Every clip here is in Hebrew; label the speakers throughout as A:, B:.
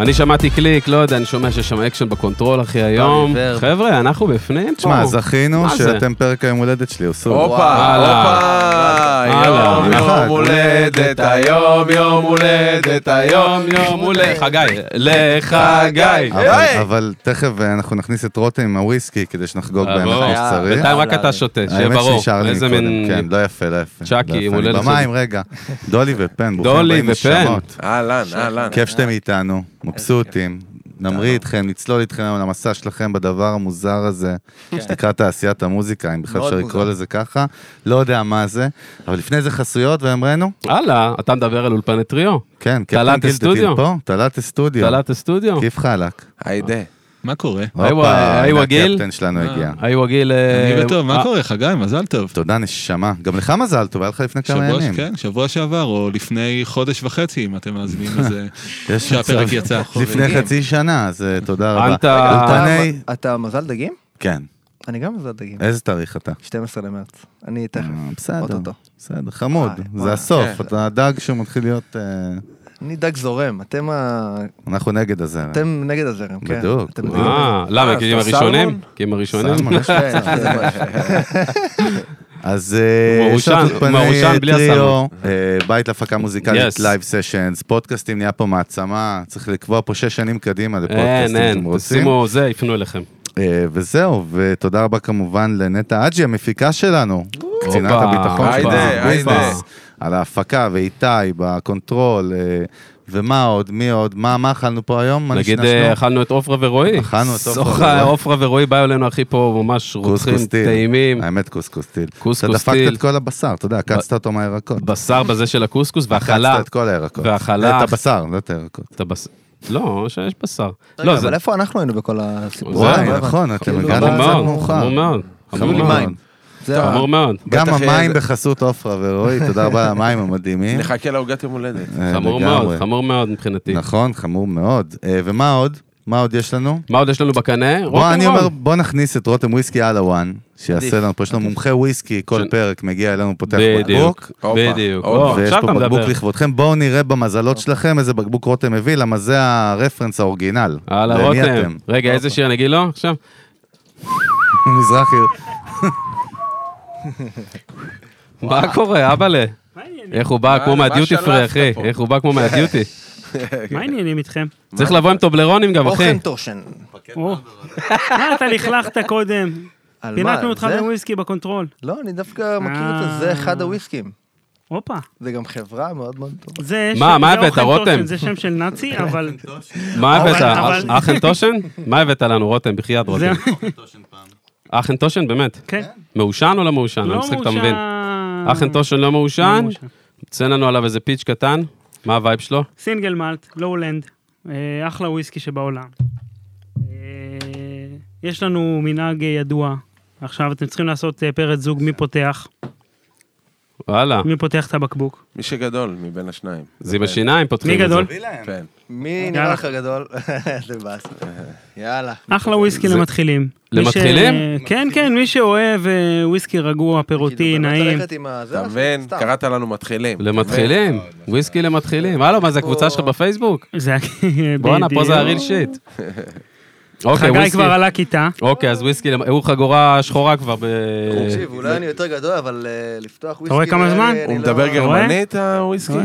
A: אני שמעתי קליק, לא יודע, אני שומע שיש שם אקשן בקונטרול, אחי, היום.
B: עיוור.
A: חבר'ה, אנחנו בפנים פה.
C: תשמע, זכינו
A: מה זה?
C: שאתם פרק היום הולדת שלי, אוסור.
B: וואו.
A: הופה,
B: הופה,
A: יום,
B: יום,
C: יום
B: יום הולדת,
C: הולדת,
B: היום, יום הולדת, היום, יום
A: יום מול
D: אוקיי.
B: הולדת.
A: חגי, לחגי.
C: אבל-
B: היי.
C: אבל תכף אה, אנחנו נכניס את רותם עם הוויסקי כדי שנחגוג
A: אה,
C: בהם
A: ברור.
C: כמו
B: היה-
C: שצריך.
A: בינתיים רק אתה שותה, שיהיה
C: האמת
A: ברור.
C: שנשאר לי
A: איזה
C: מקודם,
A: מין...
C: כן, לא יפה, לא יפה.
A: צ'אקי,
C: לא יפה.
A: עם
C: אני
A: הולדת
C: במים, רגע. דולי ופן, ברוכים
A: דולי
C: הבאים,
A: ופן.
C: נשמות.
B: אהלן, אהלן.
C: כיף שאתם איתנו, מבסוטים. נמריא איתכם, נצלול איתכם היום למסע שלכם בדבר המוזר הזה,
A: כן.
C: שנקרא תעשיית המוזיקה, אם בכלל
B: מאוד
C: אפשר לקרוא
B: מוזר.
C: לזה ככה. לא יודע מה זה, אבל לפני זה חסויות ואמרנו,
A: הלאה, אתה מדבר על אולפני טריו.
C: כן,
A: תלת
C: קפטן גילדטיל
A: הסטודיו.
C: פה, תלת הסטודיו.
A: תעלת הסטודיו.
C: כיף חלק.
B: היידה.
D: מה קורה?
A: היי, וואי, היי,
C: הנה
A: וגיל.
C: הקפטן שלנו הגיע.
A: היי וגיל... אה,
D: אני בטוב,
A: אה,
D: מה קורה? חגי, מזל טוב.
C: תודה, נשמה. גם לך מזל טוב, היה לך לפני כמה
D: שבוע,
C: ימים.
D: כן, שבוע שעבר, או לפני חודש וחצי, אם אתם מאזינים לזה, שהפרק
C: מצב-
D: יצא.
C: לפני חצי שנה, אז אה, תודה רבה.
A: אנת-
C: אולפני...
E: אתה- אתה מזל דגים?
C: כן.
E: אני גם מזל דגים.
C: איזה תאריך אתה?
E: 12 למרץ. אני תכף.
C: אה, בסדר,
E: אוטוטו.
C: בסדר, חמוד,
E: וואי,
C: זה
E: וואי.
C: הסוף,
B: כן.
C: אתה הדג שמתחיל להיות, אה,
E: אני דג זורם, אתם ה-
C: אנחנו נגד הזרם.
E: אתם נגד הזרם, כן.
C: בדיוק.
E: אתם נגד הזרם.
A: אה, למה?
B: אה,
A: כי הם
B: אתה
A: הראשונים?
B: סלמון?
A: כי הם הראשונים?
C: סלמון, יש
E: כן,
C: מצב.
E: זה משהו.
C: אז אה,
A: הוא
C: יש לנו
A: מרושן, הוא
C: אולפני
A: מרושן
C: אה,
A: בלי
C: טריו, אה, בית להפקה מוזיקלית,
A: Yes.
C: לייב סשנס, פודקאסטים נהיה פה מעצמה, צריך לקבוע פה שש שנים קדימה
A: אין,
C: לפודקאסטים, אתם
A: אין,
C: רוצים?
A: תשימו זה, יפנו אליכם.
C: אה, וזהו, ותודה רבה כמובן לנטע אג'י, המפיקה שלנו, קצינת
A: הופה,
C: הביטחון
B: היידה,
C: שלנו,
B: היידה.
C: ביזנס, על ההפקה, ואיתי בקונטרול, אה, ומה עוד, מי עוד, מה מה אכלנו פה היום? מה
A: נגיד,
C: נשנשנו?
A: אה, אכלנו את עופרה ורועי.
C: אכלנו את עופרה
A: סוחה,
C: ורועי.
A: עופרה ורועי באו אלינו, אחי, פה ממש רוצחים
C: קוסקוס טיל.
A: טעימים.
C: האמת קוסקוס טיל. אתה
A: קוסקוס
C: דפקת
A: טיל,
C: את כל הבשר, אתה יודע, עקצת אותו מהירקות.
A: בשר בזה של הקוסקוס, והחלה.
C: עקצת את כל הירקות.
A: והחלה.
C: את הבשר, לא את הירקות.
A: את הבשר. לא, שיש בשר.
E: רגע,
A: לא, זה
E: אבל איפה אנחנו היינו בכל הסיפור?
A: זה-
C: וואי,
E: לא הבנתי.
C: נכון, אתם
E: כאילו,
C: הגעתם
A: חמור
E: אבל-
C: קצת
A: מאוד,
C: מאוחר.
A: חמור מאוד. חמור
C: חמור
A: מאוד.
C: מאוד.
E: זה ה-
A: חמור מאוד.
C: גם
B: בטח
C: המים
B: שזה-
C: בחסות עופרה ורועי, תודה רבה על המים המדהימים.
B: נחכה לעוגת יום הולדת.
C: אה,
A: חמור
C: לגמרי.
A: מאוד, חמור מאוד מבחינתי.
C: נכון, חמור מאוד. אה, ומה עוד? מה עוד יש לנו?
A: מה עוד יש לנו בקנה?
C: בוא,
A: רוקנרול.
C: אני אומר, בוא נכניס את רותם וויסקי על הוואן, שיעשה
B: עדיף.
C: לנו פה, יש לנו מומחה וויסקי, כל
A: ש-
C: פרק מגיע אלינו, פותח בקבוק,
A: בדיוק,
B: הופה,
A: בדיוק.
B: הופה.
A: או,
C: ויש
A: עכשיו
C: פה
A: אתה
C: בקבוק
A: מדבר.
C: לכבודכם, בואו נראה במזלות שלכם איזה בקבוק רותם הביא, למה זה הרפרנס האורגינל.
A: הלאה,
C: למי
A: רותם.
C: אתם?
A: רגע, איזה שיר נגיד לו עכשיו?
C: מזרחי.
A: מה קורה, אבאלה? איך הוא בא כמו
B: מה
A: מהדיוטי
B: שלפת
A: פרי, אחי?
B: פה?
A: איך הוא בא כמו מהדיוטי.
E: כן,
F: מה העניינים איתכם?
A: צריך לבוא עם טובלרונים גם, אחי.
E: אוכן טושן.
A: כן,
F: או. מה אתה לכלכת קודם?
E: על מה?
F: פינקנו אותך
E: זה?
F: בוויסקי בקונטרול.
E: לא, אני דווקא מכיר את
F: אה.
E: זה, זה אחד הוויסקים.
F: הופה.
E: זה גם חברה מאוד מאוד טובה.
F: זה
A: מה,
F: שם-
A: מה
F: זה
A: הבאת,
F: אוכן
A: רותם? כן,
F: טושן, זה שם של נאצי, אבל...
A: מה
F: אבל-
A: הבאת?
F: אבל-
A: אכן טושן? מה הבאת לנו, רותם? בחייאת
F: זה-
A: רותם. אכן טושן, באמת.
F: כן.
A: מעושן או לא מעושן? אני
F: לא
A: משחק, אתה
F: מאושר.
A: מבין. אכן טושן לא מעושן?
F: לא מאושר.
A: תן לנו עליו איזה פיץ' קטן. מה הווייב שלו?
F: סינגל מאלט, לואולנד. אה, אחלה וויסקי שבעולם. אה, יש לנו מנהג אה, ידוע. עכשיו אתם צריכים לעשות אה, פרץ זוג מי פותח,
A: אה. וואלה.
F: מי פותח את הבקבוק.
B: מי שגדול מבין השניים.
A: זה עם השיניים פותחים
F: מי
A: את זה.
F: גדול?
B: כן.
E: מי נראה
F: יאללה.
E: לך גדול? זה באס. יאללה.
F: אחלה וויסקי
A: זה-
F: למתחילים. מי ש-
A: למתחילים?
F: כן, כן, מי שאוהב אה, וויסקי רגוע, פירוטי,
A: לא
E: כאילו, באמת
F: נעים.
E: ללכת עם הזה?
B: אתה מבין?
E: סתם.
B: קראת לנו מתחילים.
A: למתחילים, וויסקי למתחילים. הלו, מה זה הקבוצה שלך בפייסבוק?
F: זה היה...
A: בואנה, פה זה
F: בדיוק.
A: הריל שיט. אוקיי,
F: חגי
A: וויסקי.
F: כבר עלה כיתה.
A: אוקיי, אז וויסקי, למ- הוא חגורה שחורה כבר ב...
E: תקשיב, אולי אני יותר גדול, אבל אה, לפתוח וויסקי...
F: רואה כמה
E: נראה לי,
F: זמן?
E: אני
B: הוא
E: לא-
B: מדבר
F: רואה?
B: גרמנית, הוויסקי?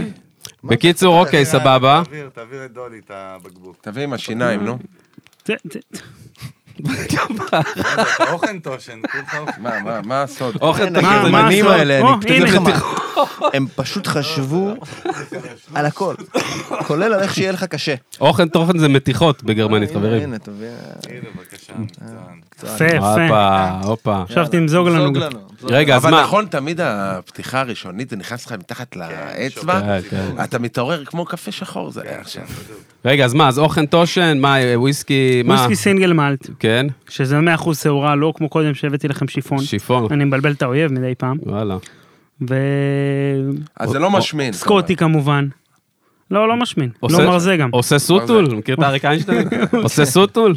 A: בקיצור, אוקיי, סבבה.
C: תעביר את דולי את הבקבוק.
B: תביא עם השיניים, נו.
F: זה- זה-
C: אוכנטושן, כולך
B: מה, מה, מה הסוד?
A: אוכל
E: מה-
A: תגיד,
F: מה
A: אני-
F: הסוד? או, אה, הנה.
E: הם פשוט חשבו על הכל, כולל על איך שיהיה לך קשה.
A: אוכן תוכן זה מתיחות בגרמנית, חברים.
E: אה, הנה, תביא...
F: יפה, יפה.
A: הופה, הופה.
F: עכשיו תמזוג לנו.
E: זוג לנו. זוג
A: רגע, אז
B: אבל
A: מה?
B: נכון, תמיד הפתיחה הראשונית, זה נכנס לך מתחת לאצבע,
A: כן, כן.
B: אתה מתעורר כמו קפה שחור זה היה עכשיו.
A: רגע, אז מה, אז אוכן תושן, מה, אה, וויסקי, מה?
F: וויסקי סינגל מאלט,
A: כן,
F: שזה 100% שעורה, לא כמו קודם שהבאתי לכם שיפון.
A: שיפון,
F: אני מבלבל את האויב מדי פעם.
A: וואלה.
F: וסקוטי
B: אז זה
A: אוקיי.
B: לא משמין.
F: כמובן. לא, לא משמין.
A: עושה-
F: לא מרזה גם.
A: עושה סוטול, מכיר את אריק איינשטיין? עושה סוטול?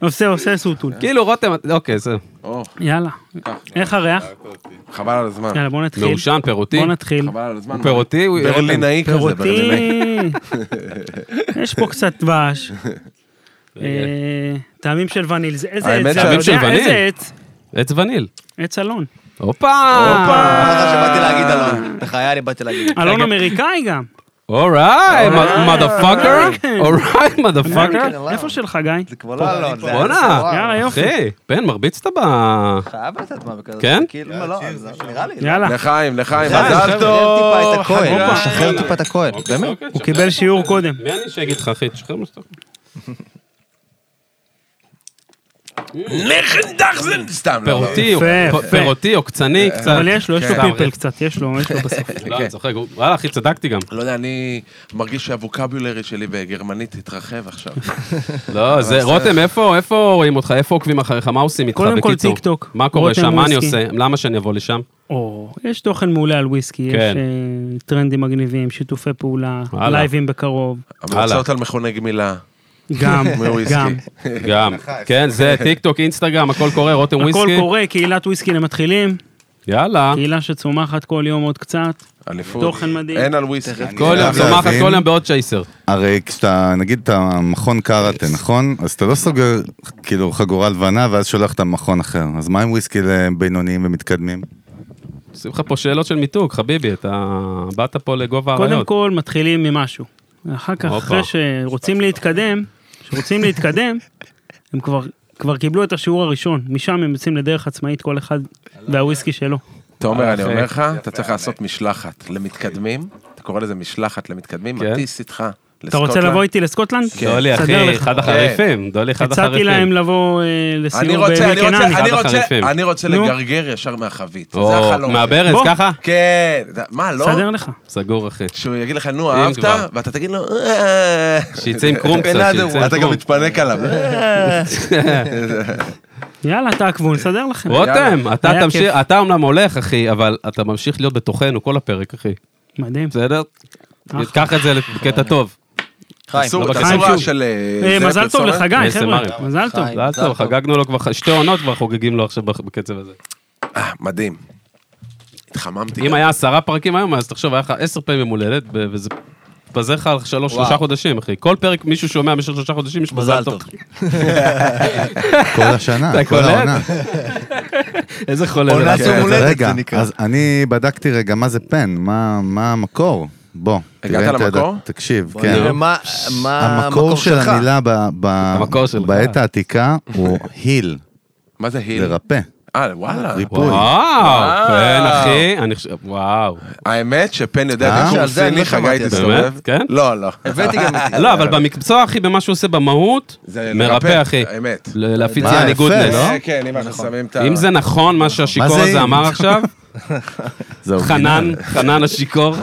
F: עושה, עושה סוטול.
A: כאילו רותם, אוקיי, זהו.
B: או,
F: יאללה.
A: אה,
F: איך הריח?
B: חבל על הזמן.
A: כן.
F: יאללה, בוא נתחיל.
A: מעושן, פירותי.
F: בוא נתחיל.
B: חבל על הזמן.
A: הוא פירותי, הוא...
B: ברלינאי כזה,
F: פירותי.
B: ברלינאי.
F: יש פה קצת דבש. אה, טעמים של וניל. זה- איזה
B: האמת
F: עץ?
B: טעמים
F: אתה
A: של
F: יודע?
A: וניל.
F: איזה עץ?
A: עץ וניל.
F: עץ אלון.
A: הופה!
E: מה שבאתי להגיד אלון? בחיי אני באתי להגיד.
F: אלון אמריקאי גם.
A: אורייט, מדה פאקר. אורייט, מדה פאקר.
E: אלון.
F: אה, איפה שלך, גיא?
E: זה כבר לא אלון. זה
A: בואנה.
E: אלון.
F: יאללה, יופי.
A: אחי, בן, מרביץ אתה ב...
E: חייב לתת מה בכזה.
A: כן?
E: כאילו, אם לא, אז זה נראה לי.
F: יאללה.
B: לחיים, לחיים,
E: חיים,
B: מזל
E: שחרר טיפה את
B: טוב.
E: הכהן.
B: חיים.
E: שחרר טיפה את הכהן. באמת.
A: אוקיי,
F: הוא קיבל שיעור קודם.
A: מי אני שיגיד לך, אחי? תשחרר מה שאתה...
B: נכן דחזן! סתם, לא. לא.
A: פירותי,
F: יפה, יפה.
A: פירותי, עוקצני קצת.
F: אבל יש לו, יש לו
A: כן.
F: פלפל קצת, יש לו, יש לו בסוף.
A: לא, אני צוחק. הוא- וואלה, אחי, צדקתי גם.
B: לא יודע, אני מרגיש שהווקבולרי שלי בגרמנית התרחב עכשיו.
A: לא, זה, רותם, איפה, איפה רואים אותך? איפה עוקבים אחריך? מה עושים איתך?
F: קודם כל
A: בקיצור?
F: טיקטוק.
A: מה קורה
F: רותם
A: שם? מה אני
F: וויסקי.
A: עושה? למה שאני אבוא לשם?
F: או, יש תוכן מעולה על וויסקי, יש
A: כן.
F: אה, טרנדים מגניבים, שיתופי פעולה,
A: וואלה.
F: לייבים בקרוב,
B: המלצות על מכוני גמילה.
F: גם,
B: מוויסקי.
F: גם.
B: נכון,
A: גם. כן, זה טיקטוק, אינסטגרם, הכל קורה, רותם
F: הכל
A: וויסקי. אה?
F: קורה, קהילת וויסקי למתחילים,
A: יאללה.
F: קהילה שצומחת כל יום עוד קצת,
B: אליפות.
F: תוכן מדהים.
B: אין על וויסקי.
A: כל יום,
C: חייב
A: צומחת
C: להבין.
A: כל יום בעוד צ'ייסר.
C: הרי כשאתה, נגיד אתה מכון קראטה, נכון? אז אתה לא סוגר כאילו חגורה לבנה ואז שולח את המכון אחר. אז מה עם וויסקי לבינוניים ומתקדמים?
A: עושים לך פה שאלות של מיתוג, חביבי, אתה באת פה לגובה
F: קודם
A: האריות.
F: כל מתחילים ממשהו, אחר כך,
A: הופה.
F: אחרי שרוצים להתקדם, שרוצים להתקדם, הם כבר... כבר קיבלו את השיעור הראשון, משם הם יוצאים לדרך עצמאית כל אחד והוויסקי
B: כן.
F: שלו.
B: תומר, אני
A: אה, יפה. אה.
B: אומר לך, אתה צריך לעשות משלחת למתקדמים. אתה קורא לזה משלחת למתקדמים,
A: כן.
B: מטיס איתך.
F: אתה רוצה
B: לסקוטלנד. כן.
F: לבוא איתי לסקוטלנד?
A: דולי,
F: סדר
A: לא אחי,
F: לך.
A: אחד
B: אוקיי.
A: החריפים. דולי, אחד
F: הצעתי
A: החריפים.
F: להם לבוא אה,
B: אני
F: לסיור
B: רוצה, אני רוצה,
F: בקנני.
B: אני
A: אחד
B: רוצה,
A: החריפים.
B: אני רוצה
F: נו.
B: לגרגר ישר מהחבית. זה
A: או,
B: החלום.
A: מהברז,
F: בוא.
A: ככה?
B: כן. זה- מה, לא?
F: סדר לך.
A: סגור, אחי.
B: שהוא יגיד לך, נו,
A: אם כבר.
B: אהבת? ואתה תגיד לו, "אה."
A: שיצא עם קרום קצת,
B: בנאדר,
A: שיצא עם אה,
B: אתה גם
A: קרום.
B: מתפנק עליו. אה.
F: יאללה, תעקבו, נסדר לכם.
A: רותם, אתה
F: היה
A: תמשיך,
F: כיף.
A: אתה אמנם הולך, אחי, אבל אתה ממשיך להיות בתוכנו כל הפרק, אחי.
F: מדהים.
A: בסדר?
F: אחלה.
A: קח את זה לקטע טוב.
E: חיים.
B: אסור,
A: בבקשה.
B: תעשו
F: חיים,
B: רעש
F: שוב.
B: של... אה,
F: אה,
B: זה
F: מזל טוב
B: פרסומת.
F: לך, גיא,
A: אה,
F: חבר'ה.
A: סמרים.
F: מזל טוב.
E: חיים.
A: מזל טוב, חגגנו לו כבר, שתי עונות כבר חוגגים לו עכשיו בקצב הזה.
B: אה, מדהים. התחממתי.
A: אם היה עשרה פרקים היום, אז תחשוב, היה לך עשר פעמים יום הולדת, ב- וזה מתפזר לך על שלוש,
E: וואו.
A: שלושה חודשים, אחי. כל פרק מישהו שומע במשך שלושה חודשים, יש מזל טוב.
C: כל השנה,
A: אתה
C: אה, כל
A: קולט?
C: העונה.
A: איזה חולה.
E: עונת
A: כן, זה.
E: יום
C: אז
E: הולדת
C: רגע,
E: זה נקרא.
C: אז אני בדקתי רגע מה זה פן, מה מה המקור. בוא.
B: הגעת
C: תראה אם אתה יודע-
B: למקור?
C: תקשיב,
E: בוא
C: כן.
E: נראה מה מה
C: המקור של המילה ב- ב-
A: המקור שלך.
C: בעת העתיקה הוא היל,
B: מה זה היל?
C: לרפא,
B: אה, וואלה.
C: ריפוי.
A: וואו, כן, אחי, אני חושב, וואו.
B: האמת שפן יודע
C: אה?
B: דיקור
E: שעל זה אני
B: סיני,
E: לא שמעתי.
B: חגי תסתובב.
A: באמת? כן?
B: לא, לא.
E: הבאתי גם אותי.
A: לא, אבל במקצוע, אחי, במה שהוא עושה במהות,
B: זה
A: מרפא, אחי.
B: האמת.
A: ל- להפיץ
C: מה, יפה,
A: יעני גודנס.
C: לא?
B: כן, כן, אם אנחנו שמים את ה...
A: אם זה נכון מה שהשיכור
C: מה זה אם?
A: הזה אמר עכשיו,
C: זה
A: חנן,
C: אורגינל.
A: חנן השיכור,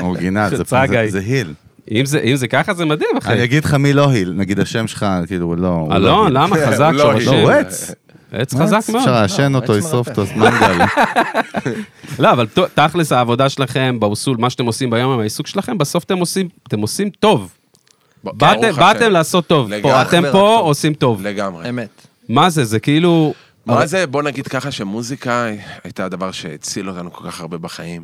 C: אורגינל, זה-
A: צגה
C: זה-
A: היא.
C: זה היל.
A: אם זה- אם זה ככה זה מדהים, אחי.
C: אני אגיד לך מי לא היל, נגיד השם שלך, כאילו, הוא לא... הוא לא
A: כן. אלון,
C: היל.
A: למה חזק
B: לא,
A: שורשים?
C: לא, הוא עץ.
A: עץ חזק מאוד.
C: אפשר לעשן אותו,
E: עץ
C: לשרוף
E: מרפא.
C: אותו, אז מנגל.
A: לא, אבל ת- תכלס העבודה שלכם, באוסול, מה שאתם עושים ביום עם העיסוק שלכם, בסוף אתם עושים, אתם עושים טוב.
B: ברוך
A: באתם
B: השם.
A: באתם לעשות טוב.
B: לגמרי.
A: פה, אתם
E: אך ורק
A: פה
E: טוב.
A: עושים טוב.
B: לגמרי.
E: אמת.
A: מה זה, זה כאילו...
B: מה זה, בוא נגיד ככה שמוזיקה הייתה הדבר שהציל אותנו כל כך הרבה בחיים.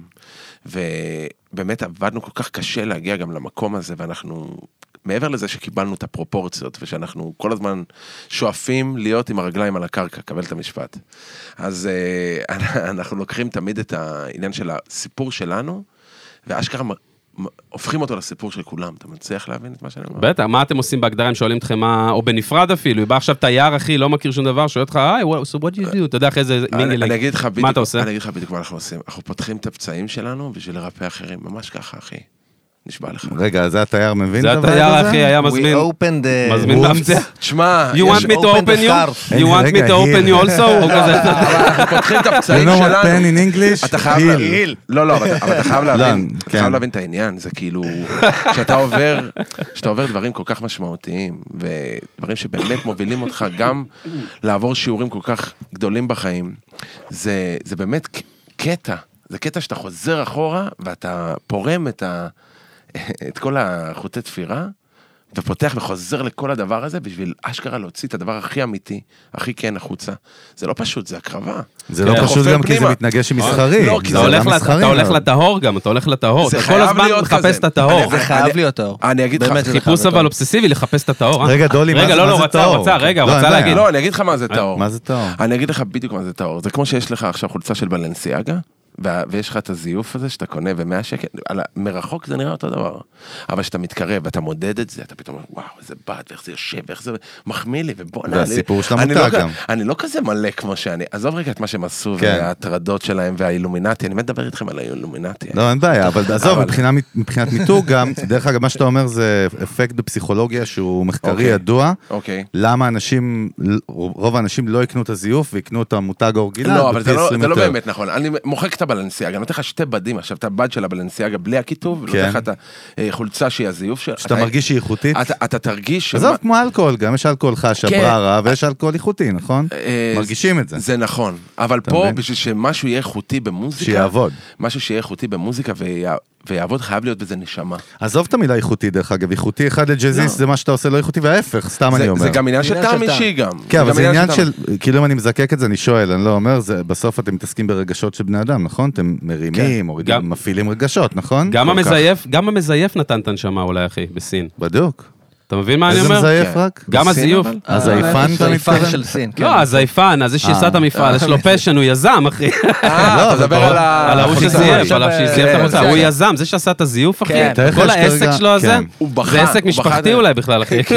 B: ובאמת עבדנו כל כך קשה להגיע גם למקום הזה, ואנחנו, מעבר לזה שקיבלנו את הפרופורציות, ושאנחנו כל הזמן שואפים להיות עם הרגליים על הקרקע, קבל את המשפט. אז אה, אנחנו לוקחים תמיד את העניין של הסיפור שלנו, ואשכרה מ- מ- הופכים אותו לסיפור של כולם. אתה מצליח להבין את מה שאני אומר?
A: בטח, מה אתם עושים בהגדרה אם שואלים אתכם מה, או בנפרד אפילו, אם בא עכשיו תייר אחי, לא מכיר שום דבר, שואל אותך, היי, וואו, so what you do, אתה יודע אחרי זה,
B: אני,
A: מינגלינג.
B: אני אגיד לך בדיוק,
A: אתה עושה?
B: אני אגיד לך בדיוק מה אנחנו עושים. אנחנו פותחים את הפצעים שלנו בשביל לרפא אחרים, ממש ככה, אחי. נשבע לך.
C: רגע, אז זה התייר מבין
A: זה
C: את הבעיה
A: התייר
C: הזה?
A: אחי, היה מזמין,
E: We opened אה, the...
A: מזמין
C: Oops.
A: מאבטח.
B: תשמע,
A: You want me to open
E: open the
A: you?
E: scarf.
A: You want me
C: רגע,
A: to open
C: היל.
A: you also? או כזה.
B: אנחנו פותחים את
C: You
B: הפצעים
C: know what pen
B: שלנו.
C: in English?
B: אתה חייב
C: היל.
B: להבין, לא לא, אבל אתה- אבל אתה חייב להבין,
C: לא,
B: אתה
C: כן.
B: חייב להבין את העניין, זה כאילו, כשאתה עובר, כשאתה עובר דברים כל כך משמעותיים, ודברים שבאמת מובילים אותך גם לעבור שיעורים כל כך גדולים בחיים, זה, זה באמת ק- קטע, זה קטע שאתה חוזר אחורה ואתה פורם את, ה, את כל החוטי תפירה, ופותח וחוזר לכל הדבר הזה בשביל אשכרה להוציא את הדבר הכי אמיתי, הכי כן החוצה. זה לא פשוט, זה הקרבה.
C: זה לא
A: כן.
B: אתה
C: פשוט
B: חופר
C: גם כי זה
B: פנימה.
C: מתנגש עם מסחרי.
B: לא, כי
A: אתה
B: זה
A: הולך
C: עולם
A: לת-
C: מסחרי
A: אתה הולך
C: מאוד.
A: לטהור גם, אתה הולך לטהור.
B: זה
A: אתה כל
B: חייב
A: הזמן
B: להיות
A: מחפש
B: כזה.
A: את הטהור.
E: זה חייב
B: אני-
E: להיות טהור.
B: אני אגיד לך,
E: אוקיי. באמת, זה חייב
A: חיפוש
E: להיות
A: אבל
E: טהור.
A: אובססיבי לחפש את הטהור. אה?
C: רגע, דולי, מה
A: רגע,
C: זה-
A: לא,
C: מה
A: לא,
C: זה
A: רצה,
C: טהור?
A: רצה, רגע,
C: לא, אין
A: רצה
C: בעיה.
A: להגיד.
B: לא, אני אגיד לך מה זה טהור.
C: אה, מה זה טהור?
B: אני אגיד לך בדיוק מה זה טהור. זה כמו שיש לך עכשיו חולצה של בלנסיאגה, וה- ויש לך את הזיוף הזה שאתה קונה ב-100 שקל, על ה- מרחוק זה נראה אותו דבר. אבל כשאתה מתקרב ואתה מודד את זה, אתה פתאום אומר, וואו, איזה בת, ואיך זה יושב, ואיך זה מחמיא לי, ובואנה. אני-
C: והסיפור של
B: אני
C: המותג
B: לא כ-
C: גם.
B: אני לא כזה מלא כמו שאני, עזוב רגע את מה שהם עשו,
C: כן.
B: וההטרדות שלהם, והאילומינטי, אני מדבר איתכם על האילומינטי.
C: לא, אין בעיה, אבל עזוב,
B: אבל-
C: מבחינה- מבחינת מיתוג גם, דרך אגב, מה שאתה אומר זה אפקט בפסיכולוגיה שהוא מחקרי
B: אוקיי.
C: ידוע.
B: אוקיי.
C: למה אנשים, רוב האנשים לא יקנו את הזיוף ויקנו את המותג האורגינל
B: לא, אבל
C: בפי
B: זה לא,
C: 20
B: זה לא
C: יותר.
B: באמת נכון. אני מוחק את הבלנסיאגה, אני נותן לך שתי בדים עכשיו, את הבד של הבלנסיאגה בלי הכיתוב,
C: כן.
B: נותן לך את החולצה שהיא הזיוף שלה.
C: שאתה מרגיש שהיא איכותית.
B: אה, אתה, אתה תרגיש...
C: עזוב, כמו אלכוהול, גם יש אלכוהול חש,
B: כן.
C: הבררה, ויש אלכוהול איכותי, נכון?
B: אה,
C: מרגישים את זה.
B: זה נכון, אבל
C: אתה
B: פה
C: מבין?
B: בשביל שמשהו יהיה איכותי במוזיקה,
C: שיעבוד.
B: משהו שיהיה איכותי במוזיקה ויה- ויעבוד חייב להיות בזה נשמה.
C: עזוב את המילה איכותי, דרך אגב, איכותי אחד לג'אזיסט
B: לא.
C: זה מה שאתה עושה לא איכותי, וההפך, סתם אני
B: זה,
C: אומר.
B: זה גם עניין של
E: עניין
B: טעם
E: של טעם.
B: אישי גם.
C: כן, אבל
B: גם
C: זה עניין
B: טעם.
C: של, כאילו אם אני מזקק את זה, אני שואל, אני לא אומר, זה- בסוף אתם מתעסקים ברגשות של בני אדם, נכון? אתם מרימים, מורידים,
A: כן. גם-
C: מפעילים רגשות, נכון?
A: גם
C: כל
A: המזייף, גם המזייף נתן את הנשמה אולי, אחי, בסין.
C: כך. בדיוק.
A: אתה מבין מה אני
C: איזה
A: אומר?
C: מזייף
B: כן.
C: רק?
A: גם
B: בסין,
A: הזיוף.
B: אבל?
E: אה,
C: אז האיפן אתה
E: האיפן
C: מתכוון?
E: של סין, כן.
A: לא, הזייפן, אז זה
C: אה,
A: שעשה את המפעל, יש לו פשן, הוא יזם, אחי.
B: אה,
C: לא, אבל
B: אתה מדבר
C: ברור.
B: על ה...
A: על ההוא
C: החוצה.
A: שזייף,
E: עכשיו,
A: עליו שזייף
B: אה,
A: את המוצר. הוא
B: כן.
A: יזם, זה שעשה את הזיוף, אחי.
E: כן.
C: תאר לך
A: כל
C: שאתה
A: העסק
C: רגע-
A: שלו הזה,
C: כן.
B: הוא בכה,
A: זה עסק
B: הוא בכה
A: משפחתי
B: דרך-
A: אולי בכלל, אחי.
B: אתה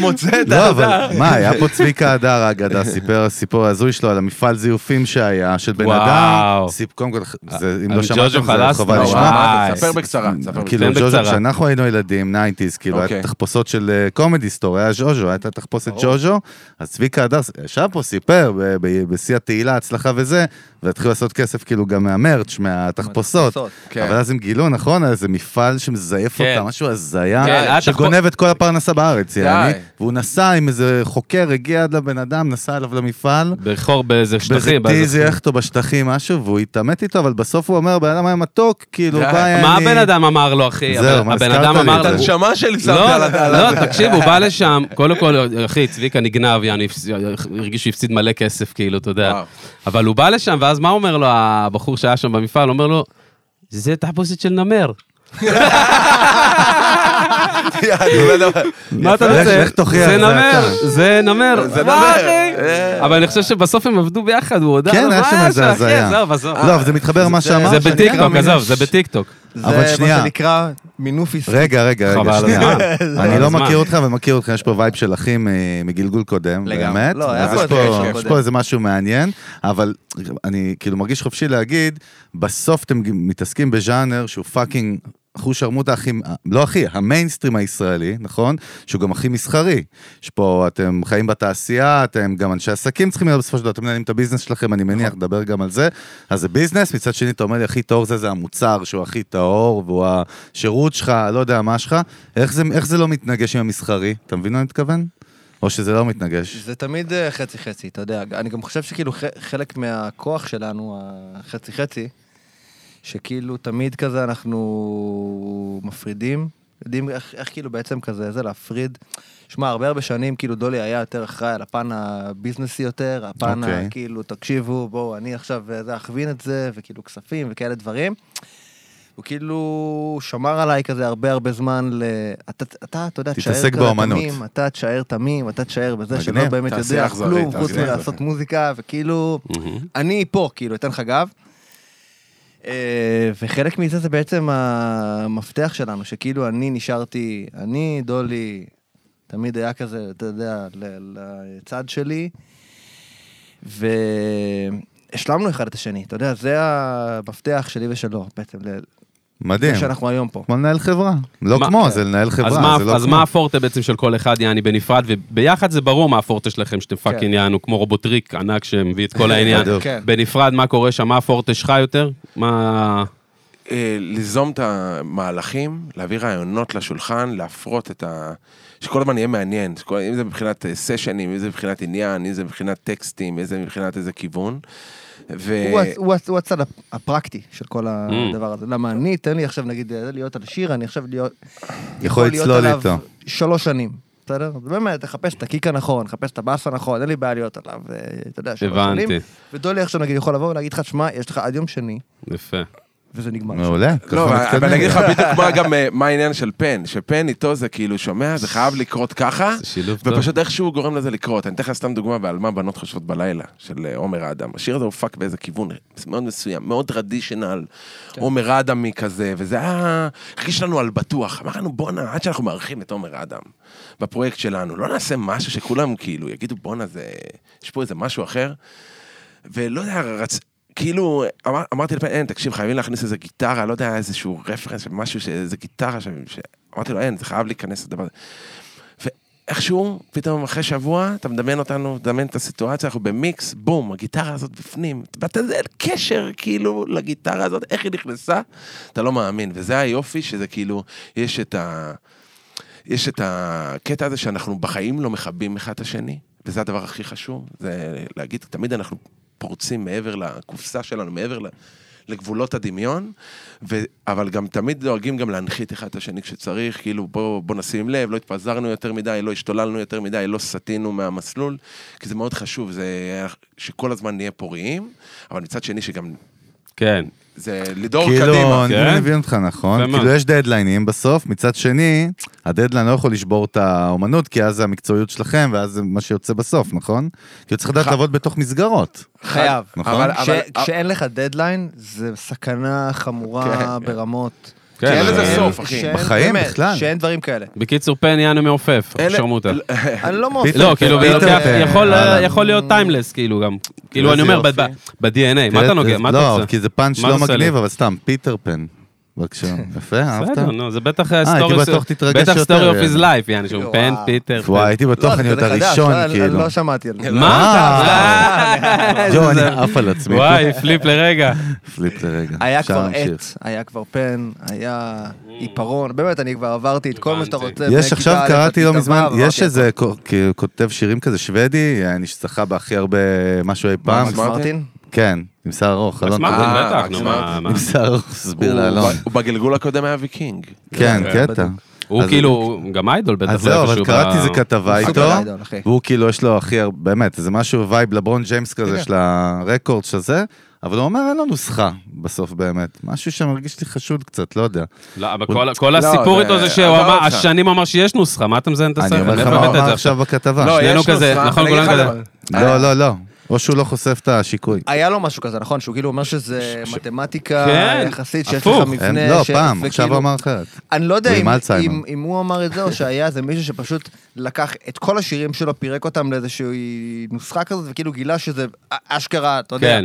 B: מוצא את
C: לא,
B: ה...
C: אבל מה, היה פה צביקה הדר האגדה, סיפר סיפור הזוי שלו על המפעל זיופים שהיה, של בן אדם.
A: וואו.
C: סיפ- קודם כל, זה- אם לא
A: על
C: שמעתם,
A: ג'וג'ו
C: זה
A: חלסטה,
C: חובה
B: לא,
C: לשמוע.
A: וואי.
B: וואי, ספר בקצרה, ספר
C: כאילו
A: כן,
C: ג'וז'ו,
A: בקצרה.
C: כשאנחנו היינו ילדים, 90's, כאילו, היה
B: אוקיי.
C: תחפושות של קומדי סטור, היה ז'וז'ו, הייתה תחפושת ג'וז'ו, אז צביקה הדר ישב פה, סיפר, ב- ב- בשיא התהילה, הצלחה וזה, והתחילו לעשות כסף כאילו גם מהמרץ', מהתחפושות.
E: מהתחפושות,
B: כן.
C: אבל אז הם גילו, נכון, היה איזה מפעל שמזייף
A: כן.
C: אותם, משהו
A: כן,
C: הזיה,
A: היה
C: שגונב את כל הפרנסה בארץ, יעני.
B: די.
C: והוא נסע עם איזה חוקר, הגיע עד לבן אדם, נסע אליו למפעל.
A: בחור באיזה
C: באיזה
A: שטחים. באיזה
C: טיזי
A: שטחים.
C: יאכטו בשטחים, משהו, והוא התעמת איתו, אבל בסוף הוא אומר, בן אדם היה מתוק, כאילו,
B: די.
C: ביי,
A: מה
C: אני...
A: הבן אדם אמר לו, אחי?
C: זהו,
A: הבן-
C: מה,
A: הבן
C: הזכרת
A: אדם
C: לי
A: אמר
C: את
A: לו...
C: זה.
B: הנשמה שלי שמת
A: לא,
B: על ה...
A: לא, תקשיב, הוא בא לשם, קודם כל, אחי, צביקה נגנב, יעני, הרגיש שהוא הפסיד מלא כסף, כאילו, אתה יודע.
B: וואו.
A: אבל הוא בא לשם, ואז מה אומר לו הבחור שהיה שם במפעל? אומר לו, זה תחפושת של נמר. מה אתה
C: יפה.
A: רוצה?
C: לך- לך תוכיח,
A: זה
C: זה
A: נמר,
C: אתה.
A: זה נמר.
B: זה
A: מה,
B: נמר.
A: אחי?
B: אה.
A: אבל אני חושב שבסוף הם עבדו ביחד, הוא הודה.
C: כן,
A: לו,
C: היה
A: מה
C: שם איזה
A: אחי?
C: הזיה.
A: עזוב, עזוב.
C: לא, אבל זה מתחבר למה שאמרת.
A: אה, זה
C: שאני
A: בטיקטוק,
C: גם
A: עזוב,
C: מבין.
A: זה בטיקטוק.
C: אבל
E: זה
C: שנייה.
E: מה שנקרא מינופיס.
C: רגע, רגע, רגע,
A: חבל על
C: שנייה.
A: הזמן.
C: אני
A: זה
C: לא
A: הזמן.
C: מכיר אותך ומכיר אותך, יש פה וייב של אחים אה, מגלגול קודם,
E: לגמרי.
C: באמת.
E: לא, היה
C: אז
E: פה
C: יש
E: את הקשר
C: יש
E: הקודם.
C: פה איזה משהו מעניין, אבל אני כאילו מרגיש חופשי להגיד, בסוף אתם מתעסקים בז'אנר שהוא פאקינג... חוש ערמות הכי, לא הכי, המיינסטרים הישראלי, נכון? שהוא גם הכי מסחרי. יש פה, אתם חיים בתעשייה, אתם גם אנשי עסקים צריכים להיות בסופו של דבר, אתם מנהלים את הביזנס שלכם, אני מניח, נדבר גם על זה. אז זה ביזנס, מצד שני אתה אומר לי, הכי טהור זה, זה המוצר שהוא הכי טהור, והוא השירות שלך, לא יודע מה שלך. איך זה, איך זה לא מתנגש עם המסחרי? אתה מבין מה אני מתכוון? או שזה לא מתנגש?
E: זה תמיד אה, חצי-חצי, אתה יודע. אני גם חושב שכאילו ח- חלק מהכוח שלנו, החצי-חצי, שכאילו תמיד כזה אנחנו מפרידים, יודעים איך, איך כאילו בעצם כזה, זה להפריד. שמע, הרבה הרבה שנים כאילו דולי היה יותר אחראי על הפן הביזנסי יותר, הפן
C: אוקיי.
E: okay. כאילו, תקשיבו, בואו, אני עכשיו אה, זה, אכווין את זה, וכאילו כספים וכאלה דברים. הוא כאילו שמר עליי כזה הרבה הרבה זמן ל... אתה, אתה, אתה יודע, תשאר
C: תתעסק
E: כזה
C: באמנות.
E: תמים, אתה תשאר תמים, אתה תשאר בזה שלא
C: מגניב.
E: באמת
B: תעשייה
E: יודע
B: אכזרית,
E: כלום, חוץ
B: תעשייה
E: מלעשות מוזיקה, וכאילו, אני פה, כאילו, אתן לך גב. אה, וחלק מזה זה בעצם המפתח שלנו, שכאילו אני נשארתי, אני, דולי, תמיד היה כזה, אתה יודע, ל- לצד שלי, והשלמנו אחד את השני, אתה יודע, זה המפתח שלי ושלו, בעצם,
C: מדהים.
E: לזה שאנחנו היום פה.
C: כמו לנהל חברה. לא
A: מה-
C: כמו, זה לנהל
A: אז
C: חברה,
A: מה-
C: זה לא
A: אז
C: כמו.
A: מה הפורטה בעצם של כל אחד, יעני, בנפרד, וביחד זה ברור מה הפורטה שלכם, שאתם
B: כן.
A: פאקינג יענו, כמו רובוטריק ענק שמביא את כל העניין.
C: בדיוק.
E: כן.
A: בנפרד, מה קורה שם, מה הפורטה שלך יותר? מה...
B: אה, ליזום את המהלכים, להביא רעיונות לשולחן, להפרות את ה... שכל הזמן יהיה מעניין, שכל... אם זה מבחינת אה, סשנים, אם זה מבחינת עניין, אם זה מבחינת טקסטים, אם זה מבחינת איזה כיוון. ו...
E: הוא הצ- הוא הצ- הוא הצד הפ- הפרקטי של כל הדבר הזה. למה אני, תן לי עכשיו, נגיד, אה, להיות על שיר, אני עכשיו להיות... יכול להיות
C: לצלול
E: עליו
C: איתו.
E: שלוש שנים. בסדר? אז באמת, תחפש את הקיק הנכון, תחפש את הבאס הנכון, אין לי בעיה להיות עליו, אה, אתה יודע, שלוש
A: הבנתי.
E: שנים. ודולי עכשיו נגיד יכול לבוא ולהגיד לך, שמע, יש לך עד יום שני,
A: יפה.
E: וזה נגמר.
C: מעולה,
B: לא,
C: ככה
B: אבל אני
C: מתקדמים.
B: אגיד לך בדיוק מה גם, אה, מה העניין של פן, שפן איתו זה כאילו, שומע, זה חייב לקרות ככה,
A: זה שילוב טוב.
B: ופשוט איכשהו גורם לזה לקרות. אני אתן לך סתם דוגמה ועל מה בנות חושבות בלילה, של אה, עומר האדם. השיר הזה הופק באיזה כיוון מאוד מסוים, מאוד רדישנל, עומר האדמי כזה, וזה היה, הרגיש לנו על בטוח. אמרנו, בואנה, עד שאנחנו מארחים את עומר האדם בפרויקט שלנו, לא נעשה משהו שכולם כאילו יגידו, בואנה, זה, יש פה איזה משהו אחר. ולא יודע, רצ... כאילו, אמר, אמרתי לפעמים, אין, תקשיב, חייבים להכניס איזה גיטרה, לא יודע, איזשהו רפרנס, משהו, ש- איזה גיטרה, ש... ש... אמרתי לו, אין, זה חייב להיכנס לדבר הזה. ואיכשהו, פתאום אחרי שבוע, אתה מדמיין אותנו, מדמיין את הסיטואציה, אנחנו במיקס, בום, הגיטרה הזאת בפנים. ואתה יודע, אין קשר, כאילו, לגיטרה הזאת, איך היא נכנסה, אתה לא מאמין. וזה היופי, שזה כאילו, יש את ה... יש את הקטע הזה שאנחנו בחיים לא מכבים אחד את השני, וזה הדבר הכי חשוב, זה להגיד, תמיד אנחנו פורצים מעבר לקופסה שלנו, מעבר ל- לגבולות הדמיון, ו... אבל גם תמיד דואגים גם להנחית אחד את השני כשצריך, כאילו בוא, בוא נשים לב, לא התפזרנו יותר מדי, לא השתוללנו יותר מדי, לא סטינו מהמסלול, כי זה מאוד חשוב, זה שכל הזמן נהיה פוריים, אבל מצד שני שגם,
A: כן.
B: זה לדור
C: כאילו,
B: קדימה.
C: אני
A: כן?
C: לא מבין אותך נכון,
A: יפה מאוד.
C: כאילו יש דדליינים בסוף, מצד שני, הדדליין לא יכול לשבור את האומנות, כי אז זה המקצועיות שלכם, ואז זה מה שיוצא בסוף, נכון? כאילו צריך לדעת
B: ח-
C: לעבוד בתוך מסגרות.
E: חייב.
C: נכון.
B: אבל-
E: כש-
B: אבל-
E: כשאין לך דדליין, זה סכנה חמורה
B: כן.
E: ברמות.
A: כן,
B: כי אין
A: אבל-
B: לזה סוף, אחי.
E: שאין-
C: בחיים
E: באמת,
C: בכלל.
E: שאין דברים כאלה.
A: בקיצור, פן יענו מעופף,
B: אלה-
A: שרמוטה.
E: אני לא מופיע.
A: לא, כאילו,
C: פיטר
A: ולוקח-
C: פן,
A: יכול-
C: אהלן.
A: יכול להיות טיימלס, כאילו, גם. כאילו, אני אומר,
C: יופי.
A: ב- ב- ב-DNA, מה אתה נוגע? מה אתה
C: לא,
A: רוצה?
C: כי זה פאנץ'
A: מה
C: לא
A: אתה עושה לי?
C: מגניב, אבל סתם, פיטר פן. בבקשה, יפה, אהבת?
A: בסדר, נו, זה בטח
C: הייתי בטוח
A: story
C: תתרגש
A: בטח
C: יותר,
A: story of
C: יעני.
A: his life, יעני, שהוא
E: וואו.
A: פן, פיטר. פן.
C: וואי, הייתי בטוח אני
E: זה
C: עוד
E: חדש,
C: הראשון,
E: לא,
C: כאילו.
E: לא שמעתי על זה.
A: מה?
C: אה,
A: איזה
C: ג'ו, אני
A: זה-
C: עף על עצמי.
A: וואי, פליפ לרגע.
C: פליפ לרגע.
E: היה
C: אפשר
E: כבר
C: להמשיך.
E: עט, היה כבר פן, היה עיפרון, באמת, אני כבר עברתי את כל מה שאתה
A: הבנתי.
E: רוצה.
C: יש
E: מכיתה
C: עכשיו,
E: א' עד
C: קראתי לא
E: כיתה
C: מזמן,
E: ו', אוקיי.
C: יש
E: אמרתי,
C: איזה כו- כ- כותב שירים כזה שוודי, אה, נשצחה בהכי הרבה משהו אי פעם.
E: מקס מרטין?
C: כן, עם שיער ארוך, אלון.
A: סמארטים,
B: אה,
A: בטח, נו, מה...
B: סמארטים.
A: מה-
C: עם שיער ארוך, תסביר
B: הוא-
C: לאלון.
B: הוא בגלגול הקודם היה ויקינג.
C: כן,
A: כן,
C: קטע.
A: הוא
C: אז-
A: כאילו, הוא גם איידול בטח.
C: אז
A: לא
C: זהו, אבל
A: איפשהו
C: קראתי
A: ב-
C: איזה כתבה
E: סופר
C: איתו,
E: איידול, אחי.
C: והוא כאילו, יש לו הכי הרבה, באמת, זה משהו וייב לברון ג'יימס כזה של הרקורד של זה, אבל הוא אומר, אין לו נוסחה בסוף באמת. משהו שמרגיש לי חשוד קצת, לא יודע.
A: לא, אבל
C: הוא-
A: כל- כל
B: לא,
A: הסיפור
B: זה-
A: איתו זה
B: עבר
A: שהוא אמר,
B: אותך.
A: השנים אמר שיש נוסחה, מה אתה מזיין את
C: אני
A: הסרט?
C: אומר לך
A: מאיפה
C: מה הוא
A: הבאת את
C: אמר
A: זה עכשיו?
C: עכשיו בכתבה.
B: לא, אה-
A: שנינו
B: יש לו
A: כזה,
B: זמן,
A: נכון,
B: אני אגיד
A: כולם
B: לך
A: כזה.
B: דבר.
C: לא, לא, לא. או שהוא לא חושף את השיקוי.
E: היה לו משהו כזה, נכון? שהוא כאילו אומר שזה מתמטיקה
A: כן,
E: יחסית, שיש
A: הפוך.
E: לך
C: הם-
E: מבנה...
C: לא,
E: אה, ש- כאילו-
C: פעם,
E: וכאילו-
C: עכשיו הוא אמר אחרת.
E: אני לא יודע
C: הוא
E: אם,
C: עם אלצהיימר.
E: אם, אם הוא אמר את זה, או שהיה איזה מישהו שפשוט לקח את כל השירים שלו, פירק אותם לאיזושהי נוסחה כזאת, וכאילו גילה שזה א- אשכרה, אתה יודע,
A: כן.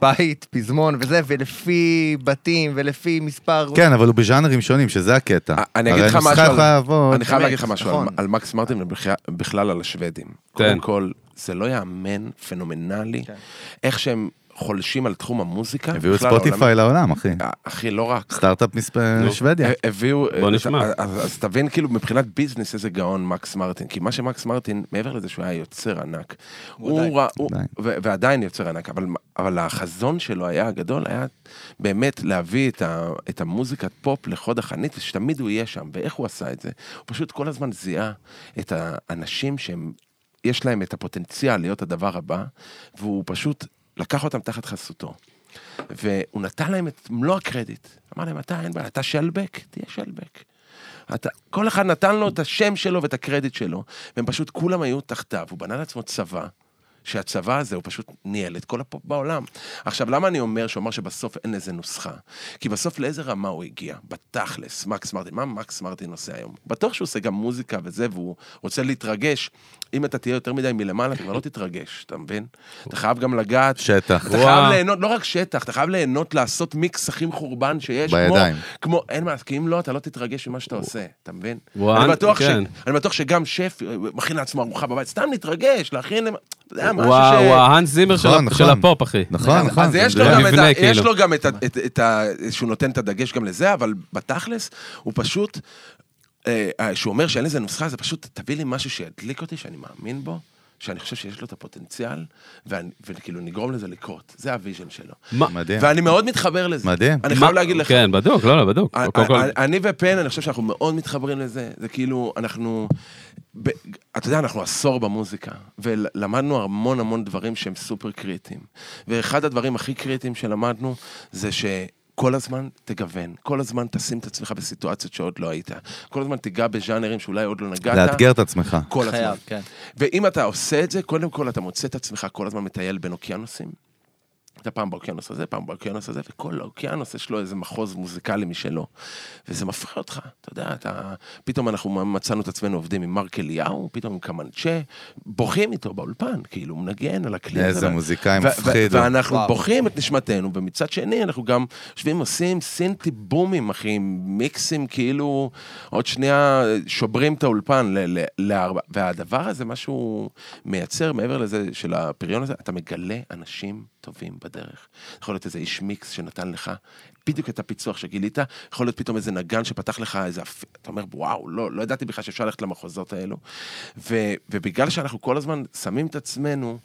E: בית, פזמון וזה, ולפי בתים, ולפי מספר...
C: כן, אבל הוא בז'אנרים שונים, שזה הקטע.
B: אה, אני אגיד
C: הרי
B: לך
C: נוסחה
B: משהו,
C: יכולה
B: על-
C: לעבוד.
B: אני חייב
E: באמת,
B: להגיד לך משהו על-
E: נכון.
B: על מקס מרטין ובכלל על השוודים. קודם כל, זה לא יאמן, פנומנלי, איך שהם חולשים על תחום המוזיקה.
C: כן. הביאו את
B: בכלל לא, העולם.
C: ספוטיפיי לעולם, אחי.
B: אה, אחי, לא רק.
C: סטארט-אפ מספ- משוודיה.
B: ה- הביאו... אה,
A: בוא נשמע.
B: אז- אז אז תבין, כאילו, מבחינת ביזנס, איזה גאון מקס מרטין. כי מה שמקס מרטין, מעבר לזה שהוא היה יוצר ענק, הוא ראה... הוא-
C: עדיין.
B: ו- ועדיין יוצר ענק, אבל- אבל החזון שלו היה הגדול, היה באמת להביא את ה- את המוזיקת פופ לחוד החנית, ושתמיד הוא יהיה שם. ואיך הוא עשה את זה? הוא פשוט כל הזמן זיהה את האנשים שהם... יש להם את הפוטנציאל להיות הדבר הבא, והוא פשוט לקח אותם תחת חסותו. והוא נתן להם את מלוא הקרדיט. אמר להם, אתה, אין בעיה, אתה שלבק, תהיה שלבק. אתה, כל אחד נתן לו את השם שלו ואת הקרדיט שלו, והם פשוט כולם היו תחתיו, הוא בנה לעצמו צבא, שהצבא הזה, הוא פשוט ניהל את כל הפופ בעולם. עכשיו, למה אני אומר שהוא אמר שבסוף אין לזה נוסחה? כי בסוף לאיזה רמה הוא הגיע? בתכלס, מקס מרטין, מה מקס מרטין עושה היום? בטוח שהוא עושה גם מוזיקה וזה, והוא רוצה להתרגש. אם אתה תהיה יותר מדי מלמעלה, אתה כבר לא תתרגש, אתה מבין? אתה חייב גם לגעת,
C: שטח.
B: אתה
A: וואו.
B: חייב ליהנות, לא רק שטח, אתה חייב ליהנות לעשות מיקס הכי מחורבן שיש. כמו-
C: בידיים.
B: כמו, אין מה, כי אם לא, אתה לא תתרגש ממה שאתה עושה, אתה מבין?
A: וואו,
B: אני בטוח ש-
A: כן.
B: אני בטוח שגם שף אה, מכין לעצמו ארוחה בבית, סתם להתרגש, להכין... למ- אתה יודע, משהו ש...
A: וואו, וואו, האנס זימר של
C: נכון,
A: ה- של
C: נכון.
A: הפופ, אחי.
C: נכון, נכון.
B: אז
C: זה
B: יש לו
C: מדויק.
B: גם את ה-
A: מבנה,
B: יש
A: כאילו.
B: לו גם את ה... את- את ה- שהוא נותן את הדגש גם לזה, אבל בתכלס, הוא פשוט... אה, אה, שהוא אומר שאין לזה נוסחה, זה פשוט, תביא לי משהו שידליק אותי, שאני מאמין בו, שאני חושב שיש לו את הפוטנציאל, ואני- וכאילו נגרום לזה לקרות. זה הוויז'ן שלו.
A: מה-
C: מדהים.
B: ואני מאוד מתחבר לזה.
C: כן. מדהים.
B: אני חייב
A: מה-
B: להגיד לך. אה,
A: כן, בדוק, לא, לא, בדוק.
B: אני-
A: קודם כל,
B: אני- אני ופן, אני חושב שאנחנו מאוד מתחברים לזה. זה כאילו, אנחנו... ב- אתה יודע, אנחנו עשור במוזיקה, ולמדנו המון המון דברים שהם סופר קריטיים. ואחד הדברים הכי קריטיים שלמדנו זה ש... כל הזמן תגוון, כל הזמן תשים את עצמך בסיטואציות שעוד לא היית. כל הזמן תיגע בז'אנרים שאולי עוד לא נגעת.
C: לאתגר את עצמך.
B: כל הזמן.
E: חייב, כן.
B: ואם אתה עושה את זה, קודם כל אתה מוצא את עצמך כל הזמן מטייל בין אוקיינוסים. אתה פעם באוקיינוס הזה, פעם באוקיינוס הזה, וכל אוקיינוס יש לו איזה מחוז מוזיקלי משלו. וזה מפריע אותך, אתה יודע, אתה... פתאום אנחנו מצאנו את עצמנו עובדים עם מרק אליהו, פתאום עם קמנצ'ה, בוכים איתו באולפן, כאילו, הוא מנגן על הכלי הזה.
C: איזה
B: ו-
C: מוזיקאי
B: ו- ו-
C: מפחיד.
B: ואנחנו
E: וואו.
B: בוכים את נשמתנו, ומצד שני אנחנו גם יושבים עושים סינטי בומים, אחי, מיקסים כאילו, עוד שנייה שוברים את האולפן ל- ל- לארבע. והדבר הזה, מה שהוא מייצר מעבר לזה של הפריון הזה, אתה מגלה אנשים טובים בדרך. יכול להיות איזה איש מיקס שנתן לך בדיוק את הפיצוח שגילית, יכול להיות פתאום איזה נגן שפתח לך איזה... אפ- אתה אומר, וואו, לא, לא ידעתי בכלל שאפשר ללכת למחוזות האלו. ו, ובגלל שאנחנו כל הזמן שמים את עצמנו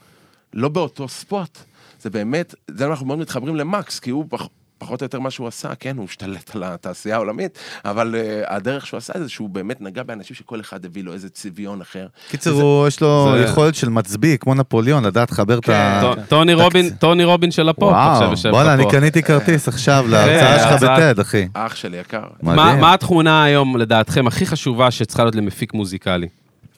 B: לא באותו ספוט, זה באמת, זה אנחנו מאוד מתחברים למקס, כי הוא פח, פחות או יותר מה שהוא עשה, כן, הוא השתלט על התעשייה העולמית, אבל uh, הדרך שהוא עשה את זה, שהוא באמת נגע באנשים שכל אחד הביא לו איזה צביון אחר.
C: קיצר, הוא- יש לו
A: זה-
C: יכולת של מצביא, כמו נפוליאון, לדעת לחבר
B: כן,
C: את
B: אה,
C: ה...
A: כן. טו- טוני רובין, טוני רובין של הפופ עכשיו
C: וואו,
A: יושב לך
C: בואנה, אני
A: פה.
C: קניתי
B: אה.
C: כרטיס עכשיו להרצאה שלך
A: הרצאה-
C: בטד, אחי.
B: אח שלי יקר,
A: מה
C: מדהים.
A: מה התכונה היום, לדעתכם, הכי חשובה שצריכה להיות למפיק מוזיקלי?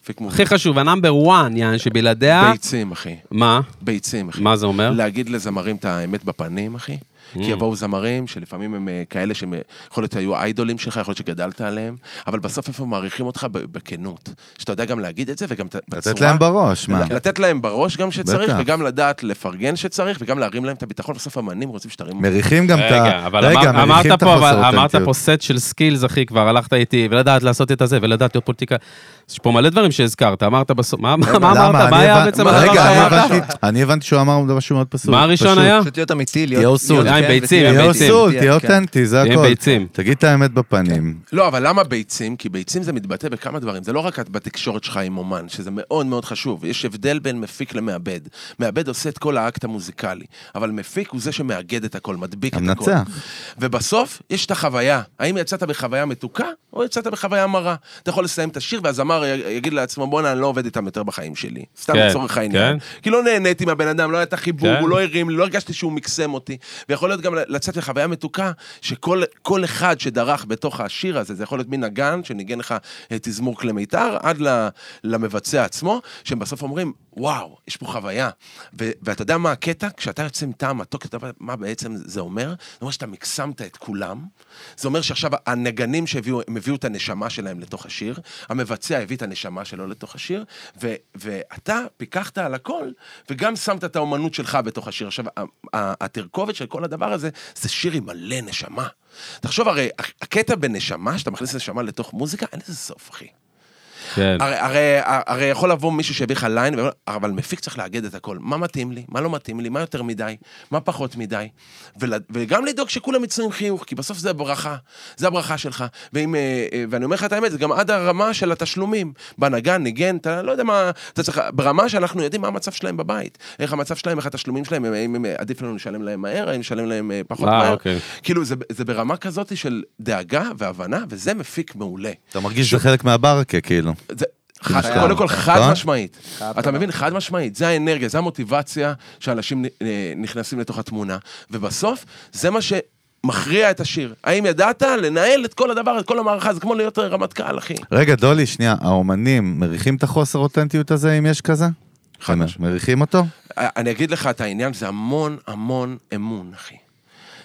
B: פיק מוזיקה.
A: הכי חשוב, הנאמבר 1, יעני, שבלעדיה...
B: ביצים, אחי.
A: מה?
B: ביצים, אחי.
A: מה זה אומר? Mm.
B: להגיד לזמרים את האמת בפנים, אחי. כי יבואו זמרים שלפעמים הם אה, כאלה שהם, אה, יכול להיות היו איידולים שלך, יכול להיות שגדלת עליהם, אבל בסוף איפה מעריכים אותך? ב- בכנות. שאתה יודע גם להגיד את זה וגם ת- בצורה...
C: לתת להם בראש, מה?
B: לתת להם בראש גם שצריך,
C: בטח.
B: וגם לדעת לפרגן שצריך, וגם להרים להם את הביטחון. בסוף אמנים רוצים שתרים...
C: מריחים גם את ה...
A: רגע, אבל אמר-
C: מריחים
A: אמרת
C: את
A: פה, אבל
C: החוסר
A: אמרת
C: אותנטיות.
A: פה סט של סקילס, אחי, כבר הלכת איתי, ולדעת לעשות את הזה, ולדעת להיות פוליטיקה. יש פה מלא דברים שהזכרת, אמרת בסוף, מה מה- מה
C: למה?
A: אמרת?
C: אני
A: מה היה
C: הבנ-
A: בעצם
C: מה-
A: הדבר
C: רגע, אני
A: שהיה?
C: הבנתי- אני הבנתי שהוא אמר משהו מאוד פסול.
A: מה הראשון
C: פשוט.
A: היה?
E: פשוט להיות אמיתי, להיות...
C: תהיה אוסול.
E: להיות
A: אה, עם
E: כן
A: ביצים,
E: וכן.
A: עם
C: תהיה
A: ביצים.
C: אוסול, תהיה
E: כן.
C: אותנטי, זה
A: תהיה
C: הכל.
A: ביצים.
C: תגיד את האמת בפנים.
B: לא, אבל למה ביצים? כי ביצים זה מתבטא בכמה דברים. זה לא רק בתקשורת שלך עם אומן, שזה מאוד מאוד חשוב. יש הבדל בין מפיק למעבד. מעבד עושה את כל האקט המוזיקלי, אבל מפיק הוא זה שמאגד את הכל, מדביק את הכל.
C: המנצח.
B: ובסוף יש את החוויה. האם יצאת בחוויה מתוקה, או יצאת בחוויה מרה. אתה יכול לסיים את השיר, והזמר י- יגיד לעצמו, בואנה, אני לא עובד איתם יותר בחיים שלי. סתם
A: כן,
B: לצורך העניין. כי לא נהניתי מהבן אדם, לא היה את החיבור,
A: כן.
B: הוא לא הרים לי, לא הרגשתי שהוא מקסם אותי. ויכול להיות גם לצאת לחוויה מתוקה, שכל כל אחד שדרך בתוך השיר הזה, זה יכול להיות מן הגן, שניגן לך אה, תזמור כלי מיתר, עד ל- למבצע עצמו, שהם בסוף אומרים, וואו, יש פה חוויה. ו- ואתה יודע מה הקטע? כשאתה יוצא עם טעם מתוק, אתה יודע מה בעצם זה אומר? זה אומר שאתה מקסמת את כולם. זה אומר שעכשיו הנגנים שהביאו, הם הביאו את הנשמה שלהם לתוך השיר, המבצע הביא את הנשמה שלו לתוך השיר, ו- ואתה פיקחת על הכל, וגם שמת את האומנות שלך בתוך השיר. עכשיו, ה- ה- התרכובת של כל הדבר הזה, זה שיר עם מלא נשמה. תחשוב, הרי הקטע בנשמה, שאתה מכניס נשמה לתוך מוזיקה, אין לזה סוף, אחי.
A: כן.
B: הרי, הרי, הרי יכול לבוא מישהו שהביא לך ליין, ואומר, אבל מפיק צריך לאגד את הכל. מה מתאים לי, מה לא מתאים לי, מה יותר מדי, מה פחות מדי. ול, וגם לדאוג שכולם יצאו עם חיוך, כי בסוף זה הברכה. זה הברכה שלך. ואם, אה, אה, ואני אומר לך את האמת, זה גם עד הרמה של התשלומים. בנגן, ניגן, אתה לא יודע מה... אתה צריך... ברמה שאנחנו יודעים מה המצב שלהם בבית. איך המצב שלהם, איך התשלומים שלהם, האם הם, אה, עדיף לנו לשלם להם מהר, האם נשלם להם אה, פחות
A: אה,
B: מהר.
A: אוקיי.
B: כאילו, זה, זה ברמה כזאת של דאגה והבנה, וזה מפיק מעולה.
C: אתה מרגיש שזה חלק מהברקה, כאילו.
B: זה- חד-
C: חייב.
B: קודם כל חד
C: נכון?
B: משמעית, אתה מבין? חד משמעית, זה האנרגיה, זה המוטיבציה שאנשים נ- אה, נכנסים לתוך התמונה, ובסוף זה מה שמכריע את השיר. האם ידעת לנהל את כל הדבר, את כל המערכה, זה כמו להיות רמטכ"ל, אחי.
C: רגע, דולי, שנייה, האומנים מריחים את החוסר אותנטיות הזה, אם יש כזה?
B: חד
C: הם
B: משמעית. כן,
C: מריחים אותו?
B: אני אגיד לך את העניין, זה המון המון אמון, אחי.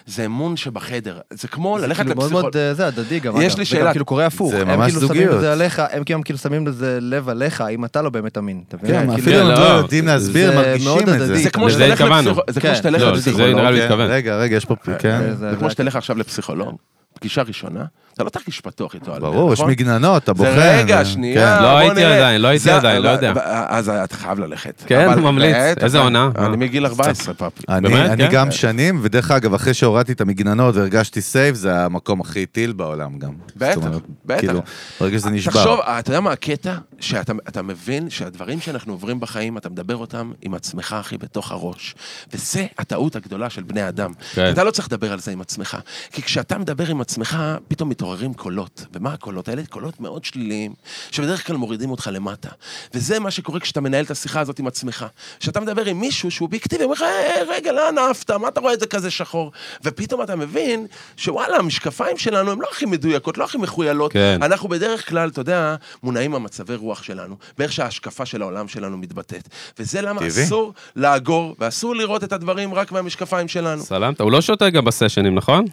B: זה אמון שבחדר, זה כמו
E: זה
B: ללכת
E: כאילו מאוד
B: לפסיכולוג.
E: מאוד אה, זה הדדי גם, אגב.
B: יש לי
E: זה גם
B: שאלה.
E: כאילו קורה הפוך.
C: זה
E: הם
C: ממש
E: כאילו שמים
C: זוגיות.
E: את זה עליך, הם כאילו כאילו שמים לזה לב עליך, אם אתה לא באמת אמין. אתה מבין?
C: כן,
E: כאילו-
C: אפילו הם
A: לא,
C: לא יודעים להסביר, הם
E: זה מאוד
C: מרגישים את זה. נכון,
E: הדדי.
B: זה כמו
A: לזה
B: שאתה הולך
A: התכוונו.
B: לפסיכולוג. זה כמו
E: כן.
B: שאתה הולך
A: לא, זה-
B: לפסיכולוג.
A: נראה לי
C: אוקיי,
A: התכוון.
B: אה,
C: רגע, רגע, יש פה... כן.
E: זה-
B: זה כמו שאתה הולך עכשיו לפסיכולוג, פגישה ראשונה, אתה לא תרגיש פתוח איתו על זה,
C: ברור, יש
B: נכון?
C: מגננות, אתה בוחן.
B: זה רגע,
C: אה,
B: שנייה,
C: כן.
A: לא
B: בוא
A: הייתי
B: נראה.
A: עדיין, לא הייתי
B: זה-
A: עדיין, לא יודע.
B: אז אתה חייב ללכת.
A: כן,
B: אבל-
A: ממליץ.
B: בטח,
A: איזה עונה?
B: אני
A: אה.
B: מגיל 14 פאפ.
C: אני,
A: באמת,
C: אני
A: כן?
C: גם שנים, ודרך אגב, אחרי שהורדתי את המגננות והרגשתי סייף, זה המקום הכי טיל בעולם גם. זאת
B: בטח,
C: אומרת,
B: בטח.
C: כאילו, ברגע שזה נשבר.
B: תחשוב, אה, אתה יודע מה הקטע? שאתה אתה מבין שהדברים שאנחנו עוברים בחיים, אתה מדבר אותם עם עצמך, אחי, בתוך הראש. וזה הטעות הגדולה של בני אדם.
A: כן.
B: אתה לא צריך לדבר על זה עם עצמך. כי כשאתה מדבר עם עצמך, פתאום מתעוררים קולות. ומה הקולות האלה? קולות מאוד שליליים, שבדרך כלל מורידים אותך למטה. וזה מה שקורה כשאתה מנהל את השיחה הזאת עם עצמך. כשאתה מדבר עם מישהו שהוא אובייקטיבי, אומר לך, "אה, רגע, לאן עפת? מה אתה רואה את זה כזה שחור? ופתאום אתה מבין שוואלה, המשקפיים שלנו הן לא הכי מדויקות, לא הכי מחוילות.
A: כן.
B: אנחנו בדרך כלל, אתה יודע, מונעים מהמצבי רוח שלנו, באיך שההשקפה של העולם שלנו מתבטאת. וזה למה
C: טבעי.
B: אסור לאגור, ואסור לראות את הדברים רק מהמשקפיים שלנו.
A: סלמת, הוא לא שותה גם בסשנים, נכון?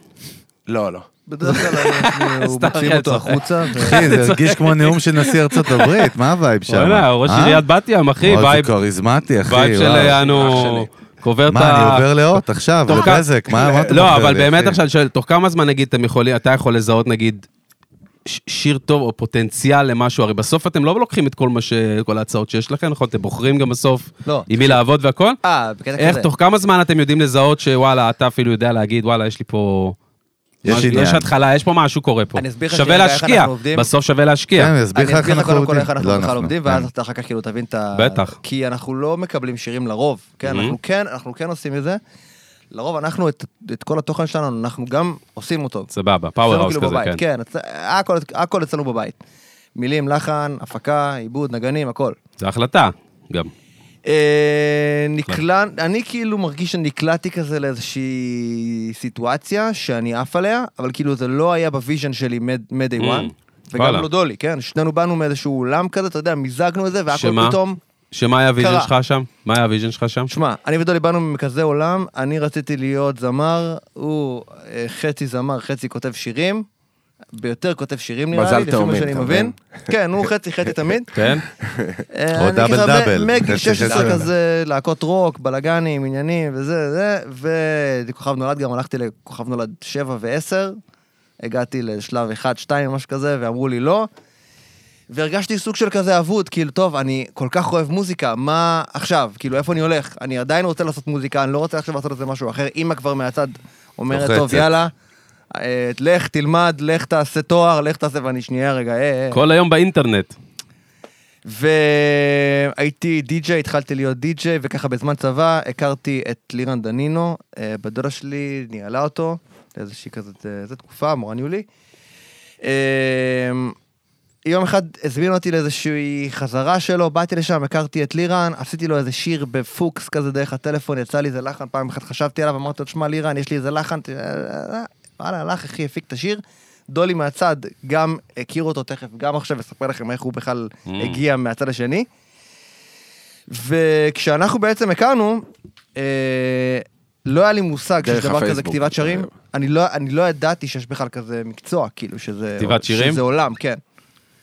B: לא, לא.
E: בדרך כלל אנחנו
A: סתם,
E: מוציאים
A: כן,
E: אותו
A: צוחק.
E: החוצה. ו-
C: אחי, זה הרגיש כמו נאום של נשיא ארצות הברית, מה הווייב שם?
A: וואלה, הוא ראש
C: אה?
A: עיריית בת ים, אחי,
C: וואו,
A: וייב
C: זה כריזמטי, אחי.
A: וייב של אה,
C: וואו.
A: יענו, קובר את
C: מה, אני
A: ה...
C: עובר לאות עכשיו,
A: תוך כמה-
C: לבזק, מה מה אתה
A: לא,
C: מוכר
A: אבל
C: לי,
A: באמת
C: אחי?
A: עכשיו אני שואל, תוך כמה זמן נגיד אתם יכולים, אתה יכול לזהות נגיד ש- שיר טוב או פוטנציאל למשהו, הרי בסוף אתם לא לוקחים את כל מה ש... כל ההצעות שיש לכם, נכון? אתם בוחרים גם בסוף
E: לא.
A: עם מי לעבוד והכל?
E: אה, בקטע כזה.
A: איך, תוך כמה זמן אתם יודעים לזהות שוואלה, אתה אפילו יודע להגיד, וואלה, יש לי פה...
C: יש
A: משהו-
C: עניין.
A: יש התחלה, יש פה משהו קורה פה.
E: אני אסביר לך
A: שווה
E: שנייה איך
A: להשקיע,
E: אנחנו עובדים.
A: בסוף שווה
C: כן,
A: להשקיע.
C: אני אסביר לך
E: אני
C: איך
E: אסביר לך
C: אנחנו
E: קודם כל
C: עובדים.
E: איך
C: לא,
E: אנחנו בכלל
C: אנחנו,
E: עובדים,
C: כן.
E: ואז אתה אחר כך כאילו תבין את ה...
A: בטח.
E: כי אנחנו לא מקבלים שירים לרוב, כן? אנחנו כן, אנחנו כן עושים את זה. לרוב אנחנו את- את כל התוכן שלנו, אנחנו גם עושים אותו.
A: סבבה, פאוור
E: אצלנו
A: האוס
E: כאילו
A: כזה,
E: בבית,
A: כן.
E: כן, אצ- הכל- הכל אצלנו בבית. מילים, לחן, הפקה, עיבוד, נגנים, הכל.
A: זו החלטה, גם.
E: אה, נקלע, אני כאילו מרגיש שנקלעתי כזה לאיזושהי סיטואציה שאני עף עליה, אבל כאילו זה לא היה בוויז'ן שלי מ- מ-day
A: Mm,
E: one, וגם
A: וואלה.
E: לא דולי, כן? שנינו באנו מאיזשהו אולם כזה, אתה יודע, מיזגנו את זה, והכל
A: שמה?
E: פתאום...
A: שמה היה הוויז'ן
E: קרה.
A: שלך שם? מה היה הוויז'ן שלך שם?
E: שמע, אני ודולי באנו מכזה עולם, אני רציתי להיות זמר, הוא אה, חצי זמר, חצי כותב שירים. ביותר כותב שירים נראה
B: מזל
E: לי, לפי מה
B: תאומים,
E: שאני
B: אתה
E: מבין. כן, הוא חצי חצי תמיד.
A: כן?
E: אה,
C: או
E: אני
C: דאבל
E: כזה
C: דאבל.
E: מגיל
C: חצי
E: 16
C: חצי.
E: כזה, להקות רוק, בלאגנים, עניינים וזה, זה, ולכוכב נולד גם הלכתי לכוכב נולד 7 ו-10, הגעתי לשלב 1, 2, משהו כזה, ואמרו לי לא. והרגשתי סוג של כזה אבוד, כאילו, טוב, אני כל כך אוהב מוזיקה, מה עכשיו? כאילו, איפה אני הולך? אני עדיין רוצה לעשות מוזיקה, אני לא רוצה עכשיו לעשות את זה משהו אחר. אימא כבר מהצד אומרת,
C: לוחצת.
E: טוב, יאללה, אה, לך, תלמד, לך תעשה תואר, לך תעשה, ואני שנייה רגע, אה, אה. אה."
A: כל היום באינטרנט.
E: והייתי די-ג'יי, התחלתי להיות די-ג'יי, וככה בזמן צבא הכרתי את לירן דנינו, אה, בת דודה שלי ניהלה אותו, לאיזושהי כזאת, אה, זו תקופה, מורה ניהולי. אה, יום אחד הזמין אותי לאיזושהי חזרה שלו, באתי לשם, הכרתי את לירן, עשיתי לו איזה שיר בפוקס כזה דרך הטלפון, יצא לי איזה לחן, פעם אחת חשבתי עליו, אמרתי לו, תשמע לירן, יש לי איזה לחן, ת- וואלה, הלך אחי, הפיק את השיר. דולי מהצד גם הכיר אותו תכף, גם עכשיו אספר לכם איך הוא בכלל
B: Mm.
E: הגיע מהצד השני. וכשאנחנו בעצם הכרנו, אה, לא היה לי מושג שיש
B: דרך
E: דבר כזה
B: הפייסבוק.
E: כתיבת שרים. אני לא, אני לא ידעתי שיש בכלל כזה מקצוע, כאילו, שזה...
A: כתיבת שירים?
E: שזה עולם, כן.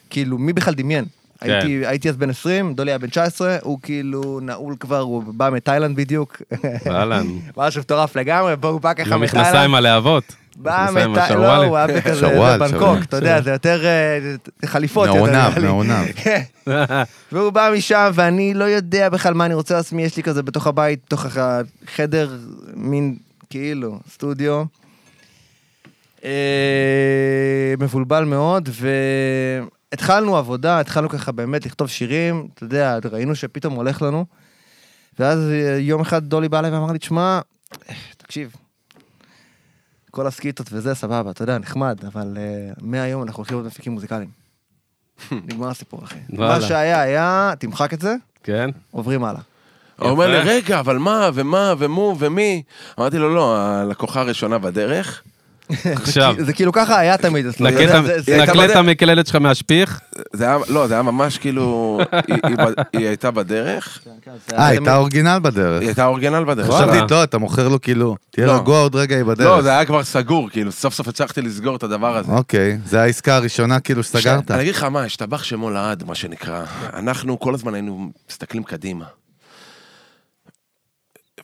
E: כאילו, מי בכלל דמיין?
A: כן.
E: הייתי, הייתי אז בן 20, דולי היה בן 19, הוא כאילו נעול כבר, הוא בא מתאילנד בדיוק.
A: אהלן.
E: משהו מטורף לגמרי, בוא, הוא בא ככה
A: לא עם
E: מתאילנד.
A: המכנסיים הלהבות.
E: בא
A: מכנסיים
E: מתא... לא,
A: השרוואלי.
E: הוא היה בכזה,
C: שרוואל,
E: בבנקוק,
C: שרוואל.
E: אתה יודע, זה יותר אה, זה חליפות. יותר,
C: מעונב,
E: נראה לי.
C: מעונב.
E: כן. והוא בא משם, ואני לא יודע בכלל מה אני רוצה לעצמי, יש לי כזה בתוך הבית, בתוך החדר, מין כאילו, סטודיו. אה, מבולבל מאוד, והתחלנו עבודה, התחלנו ככה באמת לכתוב שירים, אתה יודע, ראינו שפתאום הולך לנו. ואז אה, יום אחד דולי בא אליי ואמר לי, תשמע, אה, תקשיב, כל הסקיטות וזה, סבבה, אתה יודע, נחמד, אבל אה, מהיום אנחנו הולכים להיות מפיקים מוזיקליים. נגמר הסיפור, אחי. מה
A: וואלה.
E: שהיה, היה, תמחק את זה,
A: כן?
E: עוברים הלאה.
B: הוא אומר לי,
A: יפה.
B: רגע, אבל מה, ומה, ומו, ומי? אמרתי לו, לא, הלקוחה הראשונה בדרך.
A: עכשיו.
E: זה כאילו ככה היה תמיד אצלנו.
A: נקה
E: אתה
A: את
E: יודע,
A: ה-
E: זה- זה-
B: היא הייתה
A: נקלה את
B: בדרך.
A: המקללת שלך מהשפיך,
B: זה היה, לא, זה היה ממש כאילו, היא- היא ב- היא הייתה בדרך,
E: זה
C: אה,
E: היה
C: הייתה
E: תמיד-
C: אורגינל בדרך.
B: היא הייתה אורגינל בדרך.
A: וואלה.
C: חשבתי, לא, אתה מוכר לו כאילו, תהיה
B: לא.
C: רגוע עוד רגע היא בדרך.
B: לא, זה היה כבר סגור, כאילו, סוף סוף הצלחתי לסגור את הדבר הזה.
C: אוקיי, זה העסקה הראשונה כאילו שסגרת.
B: שת- אני אגיד לך מה, השתבח שמו לעד, מה שנקרא. אנחנו כל הזמן היינו מסתכלים קדימה.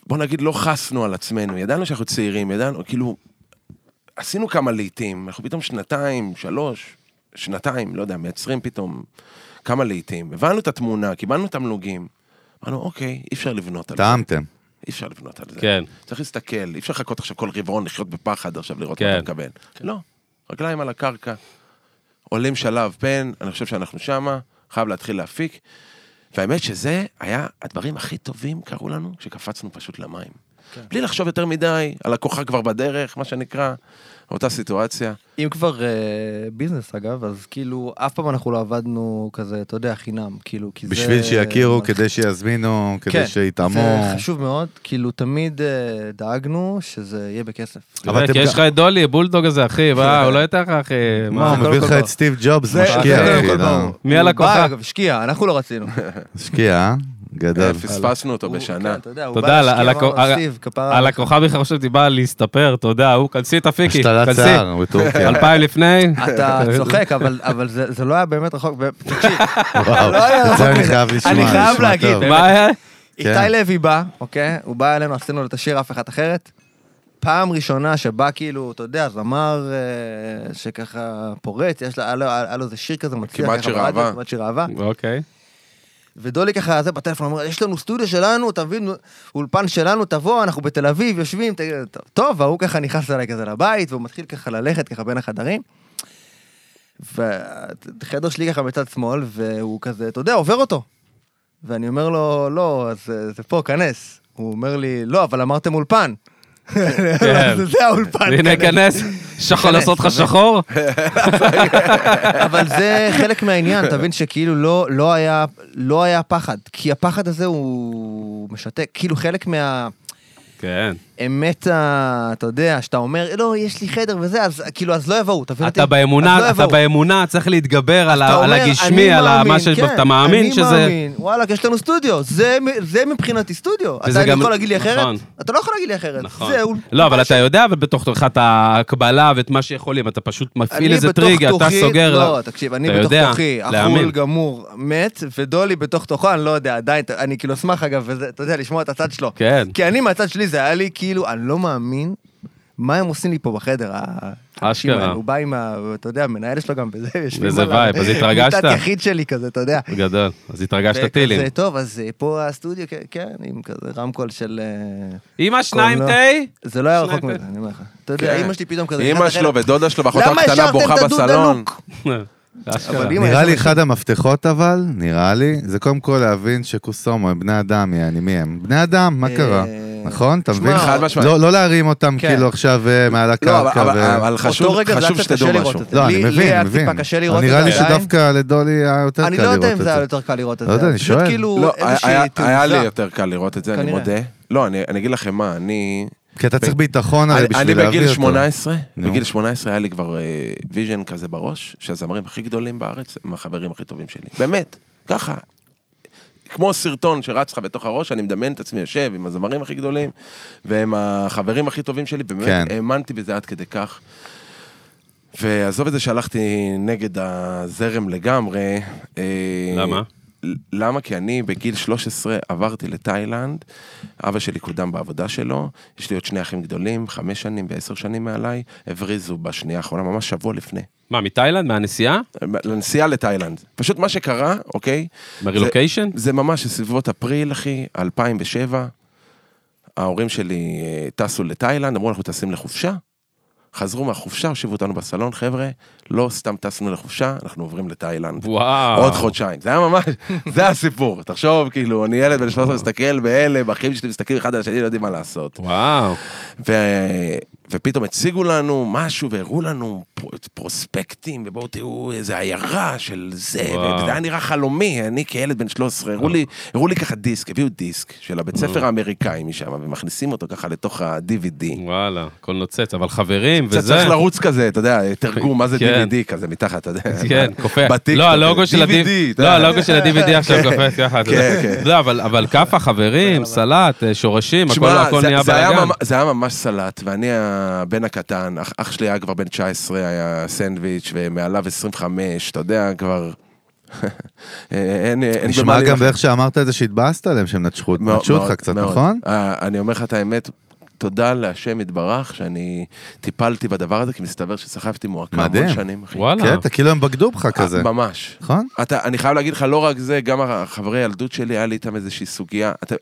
B: בוא נגיד, לא חסנו על עצמנו, ידענו שאנחנו צעירים, ידענו, כאילו... עשינו כמה לעיתים, אנחנו פתאום שנתיים, שלוש, שנתיים, לא יודע, מייצרים פתאום כמה לעיתים. הבנו את התמונה, קיבלנו תמלוגים. אמרנו, אוקיי, אי אפשר לבנות על זה.
C: טעמתם.
B: אי אפשר לבנות על זה.
A: כן.
B: צריך להסתכל, אי אפשר לחכות עכשיו כל רבעון לחיות בפחד עכשיו לראות
A: כן.
B: מה אתה מקבל. לא, רגליים על הקרקע, עולים שלב פן, אני חושב שאנחנו שמה, חייב להתחיל להפיק. והאמת שזה היה, הדברים הכי טובים קרו לנו כשקפצנו פשוט למים.
E: כן.
B: בלי לחשוב יותר מדי, הלקוחה כבר בדרך, מה שנקרא, אותה סיטואציה.
E: אם כבר אה, ביזנס אגב, אז כאילו אף פעם אנחנו לא עבדנו כזה, אתה יודע, חינם, כאילו, כי זה...
C: בשביל שיכירו, כדי שיזמינו, כדי
E: כן,
C: שיטעמו.
E: זה חשוב מאוד, כאילו תמיד אה, דאגנו שזה יהיה בכסף.
C: אבל אתם
A: כי יש
C: גם-
A: לך את דולי, הבולדוג הזה, אחי, מה, הוא לא ייתן לך, אחי.
C: מה, הוא
E: הכל
C: מביא לך
E: הכל
C: את סטיב ג'ובס,
E: זה-
C: משקיע,
E: זה-
C: אחי,
E: הכל
C: לא.
E: ברור.
A: מי
E: הוא
A: הלקוחה?
E: בא, אגב, השקיע, אנחנו לא רצינו.
C: משקיע, אה? גדול.
B: פספסנו אותו
E: הוא-
B: בשנה.
E: כן, אתה יודע, הוא
A: תודה,
E: בא
A: על- על
E: להשקיע,
A: הכ- על-
E: אמרנו, "סיב, כפרה עליך."
A: הלקוחה בכלל חושבת, היא באה להסתפר, אתה יודע, הוא, כנסי את הפיקי,
C: השתלת
A: כנסי.
C: שיער בטורקיה.
A: אלפיים לפני.
E: אתה צוחק, אבל אבל זה זה לא היה באמת רחוק, ו- תקשיב,
C: וואו,
E: לא היה
C: את זה אני
E: רחוק
C: חייב
E: מזה.
C: לשמוע,
E: אני חייב
C: נשמע
E: להגיד,
C: טוב.
A: מה היה?
B: כן.
E: איתי לוי בא, אוקיי? הוא בא אלינו, עשינו לו את השיר אף אחת אחרת. פעם ראשונה שבא כאילו, אתה יודע, זמר אה, שככה פורץ, יש לו, היה לו- היה לו איזה שיר כזה מצליח.
B: כמעט
E: ככה
B: שיר
E: ברדיו,
B: אהבה. כן.
E: כמעט שיר אהבה.
A: אוקיי.
E: ודולי ככה, זה בטלפון, אומר, יש לנו סטודיו שלנו, תבין, אולפן שלנו, תבוא, אנחנו בתל אביב, יושבים, ת... טוב, והוא ככה נכנס אליי כזה לבית, והוא מתחיל ככה ללכת ככה בין החדרים. והחדר שלי ככה בצד שמאל, והוא כזה, אתה יודע, עובר אותו. ואני אומר לו, לא, אז אה, זה פה, כנס. הוא אומר לי, לא, אבל אמרתם אולפן. אז זה האולפן.
A: הנה,
E: כנס.
A: כנס. שחור
E: כנס,
A: לעשות לך
E: אתה מבין?
A: שחור?
E: אבל זה חלק מהעניין, תבין שכאילו לא, לא, היה, לא היה פחד, כי הפחד הזה הוא משתק, כאילו חלק מהאמת,
A: כן.
E: ה, אתה יודע, שאתה אומר, לא, יש לי חדר וזה, אז כאילו, אז לא יבואו, תבין אותי?
A: אתה באמונה,
E: אז לא
A: אתה
E: יבואו.
A: באמונה צריך להתגבר על
E: אתה
A: ה- על
E: אומר,
A: הגשמי,
E: אני
A: על ה- מה
E: מאמין,
A: שיש,
E: כן,
A: אתה מאמין
E: אני
A: שזה...
E: מאמין, וואלכ, יש לנו סטודיו, זה, מ- זה מבחינתי סטודיו.
A: וזה
E: אתה
A: גם-
E: יכול להגיד לי אחרת?
A: נכון.
E: אתה לא יכול להגיד לי אחרת.
A: נכון.
E: זה, הוא-
A: לא, אבל אתה יודע, אבל בתוך תוכך את ההקבלה ואת מה שיכולים, אתה פשוט מפעיל
E: אני
A: איזה
E: בתוך
A: טריגר, אתה
E: תוכי-
A: סוגר...
E: לא,
A: לה-
E: תקשיב, אני
A: אתה
E: בתוך
A: יודע,
E: תוכי,
A: להאמין.
E: החול גמור מת, ודולי בתוך תוכו, אני לא יודע, עדיין, ת- אני כאילו אשמח אגב, וזה, אתה יודע, לשמוע את הצד שלו.
A: כן.
E: כי אני מהצד שלי, זה היה לי כאילו, אני לא מאמין מה הם עושים לי פה בחדר. ה- האנשים
A: אשכרה.
E: האלה. הוא בא עם ה... אתה יודע, המנהל שלו גם בזה, יושבים
A: וזה
E: על ה-
A: וייב, אז התרגשת?
E: מיטת יחיד שלי כזה, אתה
B: כן.
E: יודע.
A: גדול, אז התרגשת טילים.
E: וכזה, טוב, אז אה, פה הסטודיו, כן, כן, עם כזה רמקול של... אה,
A: אמא, שניים
E: קולנוע.
A: תה?
E: זה לא היה רחוק
A: שניים,
E: מזה, אני אומר לך. אתה יודע, אמא שלי פתאום כזה...
B: אמא
E: נכנסת
B: שלו
E: לחדר,
B: ודודה שלו ואחותו
E: "למה
B: הקטנה
E: השארתם
B: בוכה
E: את
B: בסלון.
E: הדודלוק?"
A: אשכרה.
E: אבל אם
C: נראה
E: היה
C: לי
B: נכון.
E: שם
C: אחד המפתחות אבל, נראה לי, זה קודם כל להבין שקוסומו הם בני אדם, יעני מי הם? בני אדם, מה
E: אה,
C: קרה? נכון? אתה
E: שמע,
C: מבין?
B: חד משמעית.
C: לא לא להרים אותם
E: כן.
C: כאילו עכשיו אה, מעל
B: לא, אבל-
C: הקרקע
B: אבל-
C: ו...
B: אבל חשוב
E: רגע זה היה
B: חשוב
E: קצת
B: שתדעו
E: קשה לראות
B: משהו.
E: את זה.
C: לא,
E: לי-
C: אני
E: לי
C: מבין,
E: היה
C: אני מבין.
E: טיפה קשה לראות
C: אבל
E: את
C: נראה לי
E: זה עדיין.
C: שדווקא לדולי היה יותר קל
E: אני לא
C: לראות
E: יודע אם
C: את
E: זה היה
C: זה.
E: יותר קל לראות את זה.
C: לא יודע, אני
E: פשוט
C: שואל.
E: כאילו
B: לא, היה-
E: איזושהי
B: היה לי
E: תעוזה.
B: יותר קל לראות את זה, אני
E: כנראה.
B: מודה. לא, אני אני אגיד לכם מה, אני...
C: כי אתה צריך ביטחון הרי
B: אני- אני
C: אה, בשביל להביא
B: בגיל
C: אותו.
B: 18,
C: נו.
B: בגיל 18 היה לי כבר אה, ויז'ן כזה בראש, שהזמרים הכי גדולים בארץ הם החברים הכי טובים שלי. באמת, ככה. כמו סרטון שרץ לך בתוך הראש, אני מדמיין את עצמי יושב עם הזמרים הכי גדולים, והם החברים הכי טובים שלי, באמת
C: כן.
B: האמנתי בזה עד כדי כך. ועזוב את זה שהלכתי נגד הזרם לגמרי. אה,
A: למה?
B: למה? כי אני בגיל 13 עברתי לתאילנד, אבא שלי קודם בעבודה שלו, יש לי עוד שני אחים גדולים, חמש שנים ועשר שנים מעליי, הבריזו בשנייה האחרונה, ממש שבוע לפני.
A: מה, מתאילנד? מהנסיעה?
B: לנסיעה לתאילנד. פשוט מה שקרה, אוקיי?
A: ברילוקיישן?
B: זה ממש בסביבות אפריל, אחי, 2007. ההורים שלי אה, טסו לתאילנד, אמרו אנחנו טסים לחופשה. חזרו מהחופשה, הושיבו אותנו בסלון, חבר'ה, לא סתם טסנו לחופשה, אנחנו עוברים לתאילנד.
A: וואו.
B: עוד חודשיים, זה היה ממש, זה הסיפור. תחשוב, כאילו, אני ילד בן 13 מסתכל בהלם, אחים שלי מסתכלים אחד על השני, לא יודעים מה לעשות.
A: וואו.
B: ו... ופתאום הציגו לנו משהו והראו לנו פר- פרוספקטים, ובואו תראו איזה עיירה של זה,
A: וואו.
B: וזה היה נראה חלומי, אני כילד בן 13, הראו לי, הראו לי ככה דיסק, הביאו דיסק של הבית
A: אוקיי.
B: ספר האמריקאי משם, ומכניסים אותו ככה לתוך ה-DVD.
A: וואלה, הכל נוצץ, אבל חברים,
B: קצת
A: וזה...
B: צריך לרוץ כזה, אתה יודע, תרגום, מה זה
A: כן.
B: DVD כזה מתחת, אתה יודע.
A: כן, קופץ.
B: בטיקטוק,
A: לא, הלוגו של
B: DVD,
A: ה-DVD,
B: אתה
A: לא,
B: יודע.
A: הלוגו של ה-DVD עכשיו קופץ ככה. אתה יודע.
B: כן, כן.
A: לא, אבל- אבל כאפה, חברים, סלט, אה, שורשים, הכל הכל
B: זה-
A: נהיה
B: זה היה
A: בלאגן.
B: ממ- זה היה ממש סלט, ואני הבן הקטן, אח, אח שלי היה כבר בן 19, היה סנדוויץ', ומעליו 25, אתה יודע, כבר... אה, אין, אין
C: נשמע גם באיך שאמרת את זה שהתבאסת עליהם, שהם נטשו
B: מאוד-
C: נטשו אותך
B: מאוד-
C: קצת,
B: מאוד.
C: נכון?
B: אה, אני אומר לך את האמת, תודה להשם יתברך שאני טיפלתי בדבר הזה, כי מסתבר שסחבתי מועקה
C: מדהים.
B: המון שנים, אחי.
E: לא.
A: וואלה.
C: קטע, כאילו הם בגדו בך
B: אה,
C: כזה,
B: ממש.
C: נכון?
B: אתה, אני חייב להגיד לך, לא רק זה, גם חברי הילדות שלי, היה לי איתם איזושהי סוגיה. אתה,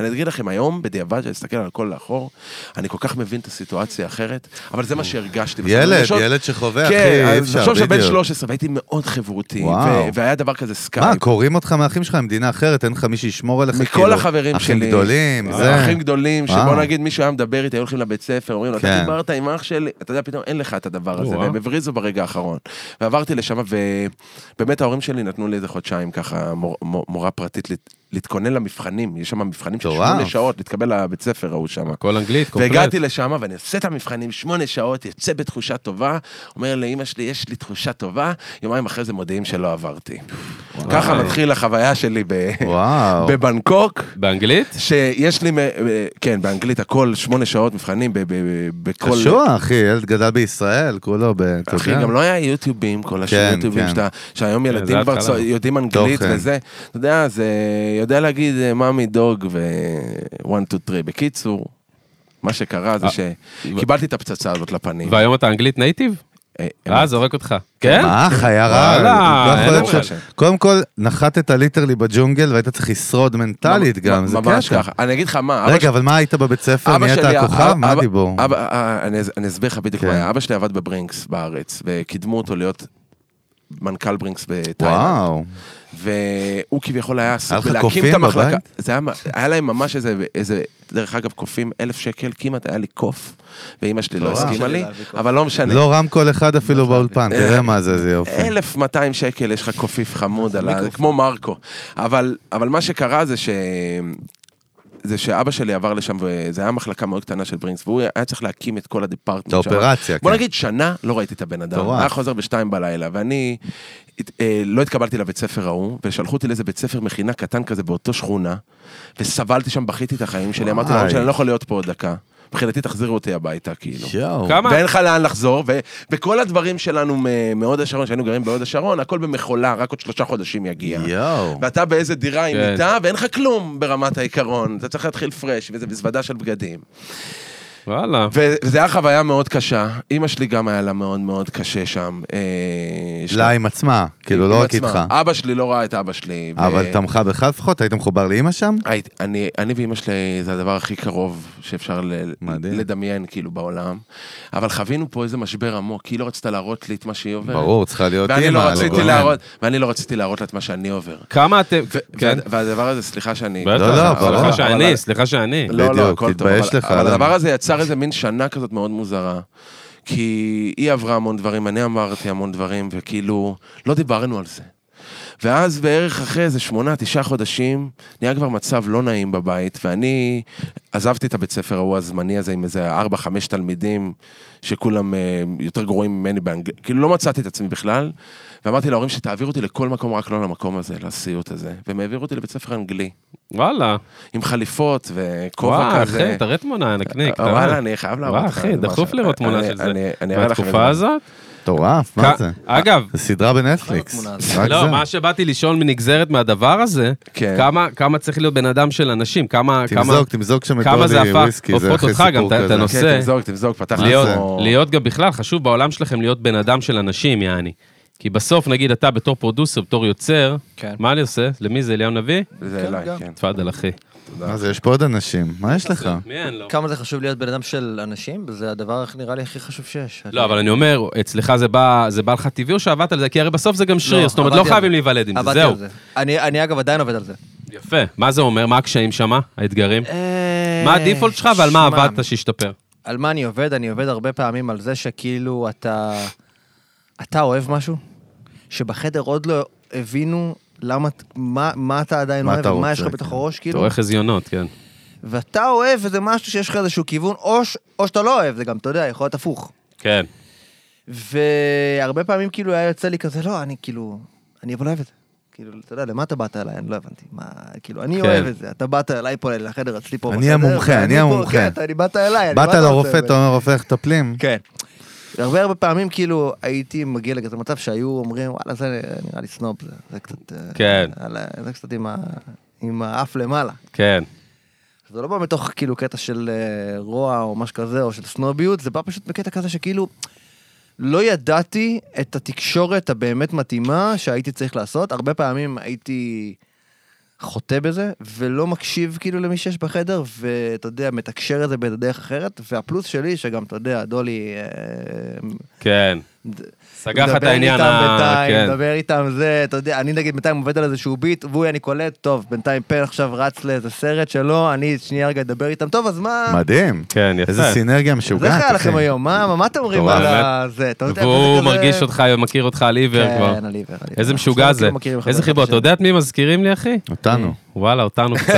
B: אני אגיד לכם, היום, בדיעבד, שאני אסתכל על הכל לאחור, אני כל כך מבין את הסיטואציה האחרת, אבל זה מה שהרגשתי.
C: ילד,
B: לחשוב-
C: ילד שחווה, אחי,
B: כן,
C: אי
B: אז
C: אפשר,
B: תחשוב שבן
C: בדיוק.
B: 13, והייתי מאוד חברותי,
C: וואו.
B: ו- והיה דבר כזה
C: מה,
B: סקייפ.
C: קוראים אותך מאחים שלך ממדינה אחרת, אין לך מי שישמור עליך,
B: מכל
C: כאילו,
B: החברים
C: אחים
B: שלי. אה,
C: גדולים, זה.
B: אחים גדולים, שבוא
C: וואו.
B: נגיד מישהו היה מדבר איתי, היו הולכים לבית ספר, אומרים לו,
C: כן.
B: אתה דיברת עם אח שלי, אתה יודע, פתאום אין לך את הדבר הזה,
A: או-אה.
B: והם הבריזו ברגע האחרון. ועברתי לשם, ובאמת ההורים שלי נתנו לי איזה חודשיים ככה, מור- מור- מורה פרטית, לת- להתכונן למבחנים, יש שם מבחנים של
C: מטורף.
B: שמונה שעות, להתקבל לבית ספר ההוא שם.
A: הכל אנגלית, קומפלט.
B: והגעתי לשם, ואני עושה את המבחנים שמונה שעות, יוצא בתחושה טובה, אומר לאימא שלי, יש לי תחושה טובה, יומיים אחרי זה מודיעים שלא עברתי. ככה מתחיל החוויה שלי ב-
C: וואו.
B: בבנקוק.
A: באנגלית?
B: שיש לי, מ- אה, כן, באנגלית הכל שמונה שעות מבחנים ב- ב- ב- בכל...
C: קשוח, אחי, ילד גדל בישראל, כולו, ב- אתה
B: אחי,
C: יודע.
B: גם לא היה יוטיובים, כל השני
C: כן,
B: יוטיובים
C: כן.
B: שאתה, שהיום ילדים
A: זה
B: כבר
A: התחלה.
B: צוע- יודעים אנגלית
C: תוכן.
B: וזה, אתה יודע, זה יודע להגיד אה, מאמי דוג ו-1, 2, 3. בקיצור, מה שקרה זה
A: אה,
B: שקיבלתי את הפצצה הזאת לפנים.
A: והיום אתה אנגלית נייטיב?
B: אה, אה,
A: אה, זורק אותך. כן?
C: מה, חיה רע?
A: וואלה,
C: לא יכול
A: אין
C: להיות ש-
B: דבר.
C: קודם כל, נחתת ליטרלי בג'ונגל והיית צריך לשרוד מנטלית גם, זה
B: אה, ממש
C: קטע.
B: ככה. אני אגיד לך מה, אבא
C: רגע, אבל מה היית בבית ספר?
B: אבא
C: נהיית
B: שלי,
C: הכוכב?
B: אבא-
C: מה
B: אבא-
C: הדיבור?
B: אבא, אה, אני אני אסביר לך בדיוק
C: כן.
B: מה היה. אבא שלי עבד בברינקס בארץ, וקידמו אותו להיות מנכ"ל ברינקס בתאילנד.
C: וואו.
B: והוא כביכול היה
C: היה
B: עסוק
C: לך
B: בלהקים
C: קופים
B: את המחלקה.
C: בבית?
B: זה היה, היה להם ממש איזה, איזה, דרך אגב, קופים אלף שקל, כמעט היה לי קוף, ואימא שלי לא
C: נורא.
B: הסכימה לי,
E: להביא קוף.
B: אבל לא משנה.
C: לא רמקול אחד אפילו באולפן, תראה מה זה, זה יופי.
B: 1,200 שקל, יש לך קופיף חמוד, על ה... כמו מרקו. אבל, אבל מה שקרה זה ש... זה שאבא שלי עבר לשם, וזו הייתה מחלקה מאוד קטנה של ברינקס, והוא היה צריך להקים את כל
C: את
B: הדיפרטמנט
C: האופרציה,
B: בוא
C: כן.
B: נגיד שנה לא ראיתי את הבן אדם,
C: מטורף.
B: היה חוזר בשתיים בלילה, ואני הת- אה, לא התקבלתי לבית ספר ההוא, ושלחו אותי לאיזה בית ספר מכינה קטן כזה באותו שכונה, וסבלתי שם, בכיתי את החיים שלי, אמרתי
C: וואי.
B: להם שאני לא יכול להיות פה עוד דקה, מבחינתי תחזירו אותי הביתה, כאילו.
C: יואו.
A: כמה?
B: ואין לך לאן לחזור, ובכל הדברים שלנו מ- מהוד השרון, שהיינו גרים בהוד השרון, הכל במחולה, רק עוד שלושה חודשים יגיע.
C: יואו.
B: ואתה באיזה דירה עם
A: כן.
B: מיטה, ואין לך כלום ברמת העיקרון. אתה צריך להתחיל פרש, וזה מזוודה של בגדים.
A: וואלה.
B: ו- וזה היה חוויה מאוד קשה. אימא שלי גם היה לה מאוד מאוד קשה שם. אה, יש לה-
C: לה עם עצמה, כאילו
B: עם
C: לא רק
B: עצמה.
E: אה,
C: איתך.
B: אבא שלי לא ראה את אבא שלי. ו-
C: אבל תמכה בך לפחות? היית מחובר לאימא שם?
B: הייתי, אני, אני ואימא שלי זה הדבר הכי קרוב שאפשר ל,
C: מדהים.
B: לדמיין כאילו בעולם. אבל חווינו פה איזה משבר עמוק, כי היא לא רצתה להראות לי את מה שהיא עוברת.
C: ברור, צריכה להיות אימא.
B: ואני לא רציתי
C: לגונן.
B: להראות, ואני לא רציתי להראות לה את מה שאני עובר.
A: כמה אתם...
B: ו-
A: כן.
B: וה- והדבר הזה, סליחה שאני...
A: בטח,
C: לא, לא,
B: אבל-
C: ברור.
A: סליחה
B: אבל-
A: שאני, סליחה שאני.
B: לא, לא,
C: בדיוק,
B: הכל טוב.
C: תתבייש
B: אבל-
C: לך,
B: אבל
C: אדם.
B: הדבר הזה יצר איזה מין שנה כזאת מאוד מוזרה. כי היא עברה המון דברים, אני אמרתי המון דברים, וכאילו, לא דיברנו על זה. ואז בערך אחרי איזה שמונה, תשעה חודשים, נהיה כבר מצב לא נעים בבית, ואני עזבתי את הבית ספר ההוא הזמני הזה עם איזה ארבע, חמש תלמידים, שכולם אה, יותר גרועים ממני באנגלית, כאילו לא מצאתי את עצמי בכלל, ואמרתי להורים שתעבירו אותי לכל מקום, רק לא למקום הזה, לסיוט הזה, והם העבירו אותי לבית ספר אנגלי,
A: וואלה.
B: עם חליפות וכובע
A: וואי,
B: כזה.
A: אחי, תראה תמונה, אה. נקניק. תראה.
B: אה, וואלה, אני חייב להראות
A: וואי,
B: לך.
A: אחי,
B: זה
A: דחוף
B: משהו.
A: לראות תמונה
B: אני-
A: של זה.
B: אני- אני אראה לכם את
A: מהתקופה
B: זה.
A: הזאת?
C: מטורף, מה
A: כ-
C: זה?
A: אגב,
C: זה סדרה בנטפליקס.
E: לא,
C: רק
A: לא,
C: זה.
A: מה שבאתי לשאול מנגזרת מהדבר הזה,
B: כן.
A: כמה- כמה צריך להיות בן אדם של אנשים, כמה... כמה-
C: תמזוג, תמזוג שם את
A: כמה זה
C: אורלי
A: הפך-
C: וויסקי, זה
A: הופכות
C: אחרי
A: אותך גם,
C: סיפור
A: אתה- אתה
C: כזה.
A: נושא-
B: כן, תמזוג, תמזוג, פתחת
A: להיות,
B: כמו-
A: להיות גם בכלל, חשוב בעולם שלכם להיות בן אדם של אנשים, יעני. כי בסוף, נגיד, אתה בתור פרודוסר, בתור יוצר,
E: כן.
A: מה אני עושה? למי זה? אליהו נביא?
B: זה אליי,
E: גם.
B: כן.
A: תפאדל, אחי.
C: מה זה, יש פה עוד אנשים, מה יש לך?
E: כן,
A: מי אין לו?
E: כמה זה חשוב להיות בן אדם של אנשים? זה הדבר נראה לי הכי חשוב שיש.
A: לא, אבל אני אומר, אצלך זה בא זה בא לך טבעי או שעבדת על זה? כי הרי בסוף זה גם שריר,
E: לא,
A: זאת אומרת,
E: עבדתי
A: לא
E: על
A: חייבים
E: זה.
A: להיוולד עם זה,
E: עבדתי
A: זהו.
E: על זה. אני, אני אגב עדיין עובד על זה.
A: יפה. מה זה אומר? מה הקשיים שמה? האתגרים? מה אה, הדיפולט שלך ועל
E: אה, שמע,
A: מה עבדת שהשתפר?
E: על מה אני עובד? אני עובד הרבה פעמים על זה שכאילו אתה... אתה אוהב משהו שבחדר עוד לא הבינו למה, מה, מה אתה עדיין
C: מה
E: אוהב,
C: אתה
E: ומה
C: רוצה,
E: יש לך בתוך
C: כן.
E: הראש,
A: אתה
E: כאילו,
A: רואה חזיונות, כן.
E: ואתה אוהב איזה משהו שיש לך איזשהו כיוון, או, ש- או שאתה לא אוהב, זה גם, אתה יודע, יכול להיות הפוך.
A: כן.
E: והרבה פעמים כאילו היה יוצא לי כזה, לא, אני כאילו, אני אבל אוהב את זה. כאילו, אתה יודע, למה אתה באת אליי? אני לא הבנתי. מה, כאילו, אני
A: כן.
E: אוהב את זה. אתה באת אליי פה לחדר אצלי פה
C: אני
E: בחדר,
C: המומחה,
E: ואני
C: אני
E: פה,
C: המומחה.
E: כן, אתה- אני באת אליי. אני
C: באת
E: מה
C: לרופא,
E: רוצה?
C: אתה אומר, רופא, איך מטפלים?
E: כן. הרבה הרבה פעמים כאילו הייתי מגיע לכזה מצב שהיו אומרים וואלה זה נראה לי סנוב זה, זה קצת אה,
A: כן.
E: אה, זה קצת עם, ה, עם האף למעלה.
A: כן.
E: זה לא בא מתוך כאילו קטע של אה, רוע או משהו כזה, או של סנוביות, זה בא פשוט בקטע כזה שכאילו... לא ידעתי את התקשורת הבאמת מתאימה שהייתי צריך לעשות. הרבה פעמים הייתי חוטא בזה, ולא מקשיב כאילו למי שיש בחדר, ואתה יודע, מתקשר את זה בדרך אחרת, והפלוס שלי, שגם, אתה יודע, דולי... אה,
A: כן.
E: ד-
A: סגר לך את העניין
E: מדבר
A: ה...
E: איתם בינתיים,
A: כן.
E: מדבר איתם זה, אתה יודע, אני נגיד בינתיים עובד על איזשהו ביט, והוא, אני קולט, טוב, בינתיים פן עכשיו רץ לאיזה סרט שלו, אני שנייה רגע אדבר איתם, טוב, אז מה...
C: מדהים.
A: כן, יפה.
C: איזה סינרגיה
E: זה
C: משוגעת.
E: איך היה לכם
C: אחי.
E: היום? מה מה אתם אומרים
A: מטורף.
E: על זה? אתה יודע,
A: והוא
E: זה כזה-
A: מרגיש אותך, מכיר אותך על עיוור כבר.
E: כן, על עיוור, על עיוור.
A: איזה משוגע
E: עכשיו
A: זה.
E: כאילו מכירים אחד
A: איזה
E: את
A: חיבור. אתה
E: השני.
A: יודע את מי מזכירים לי, אחי?
C: אותנו.
A: וואלה, אותנו קצת.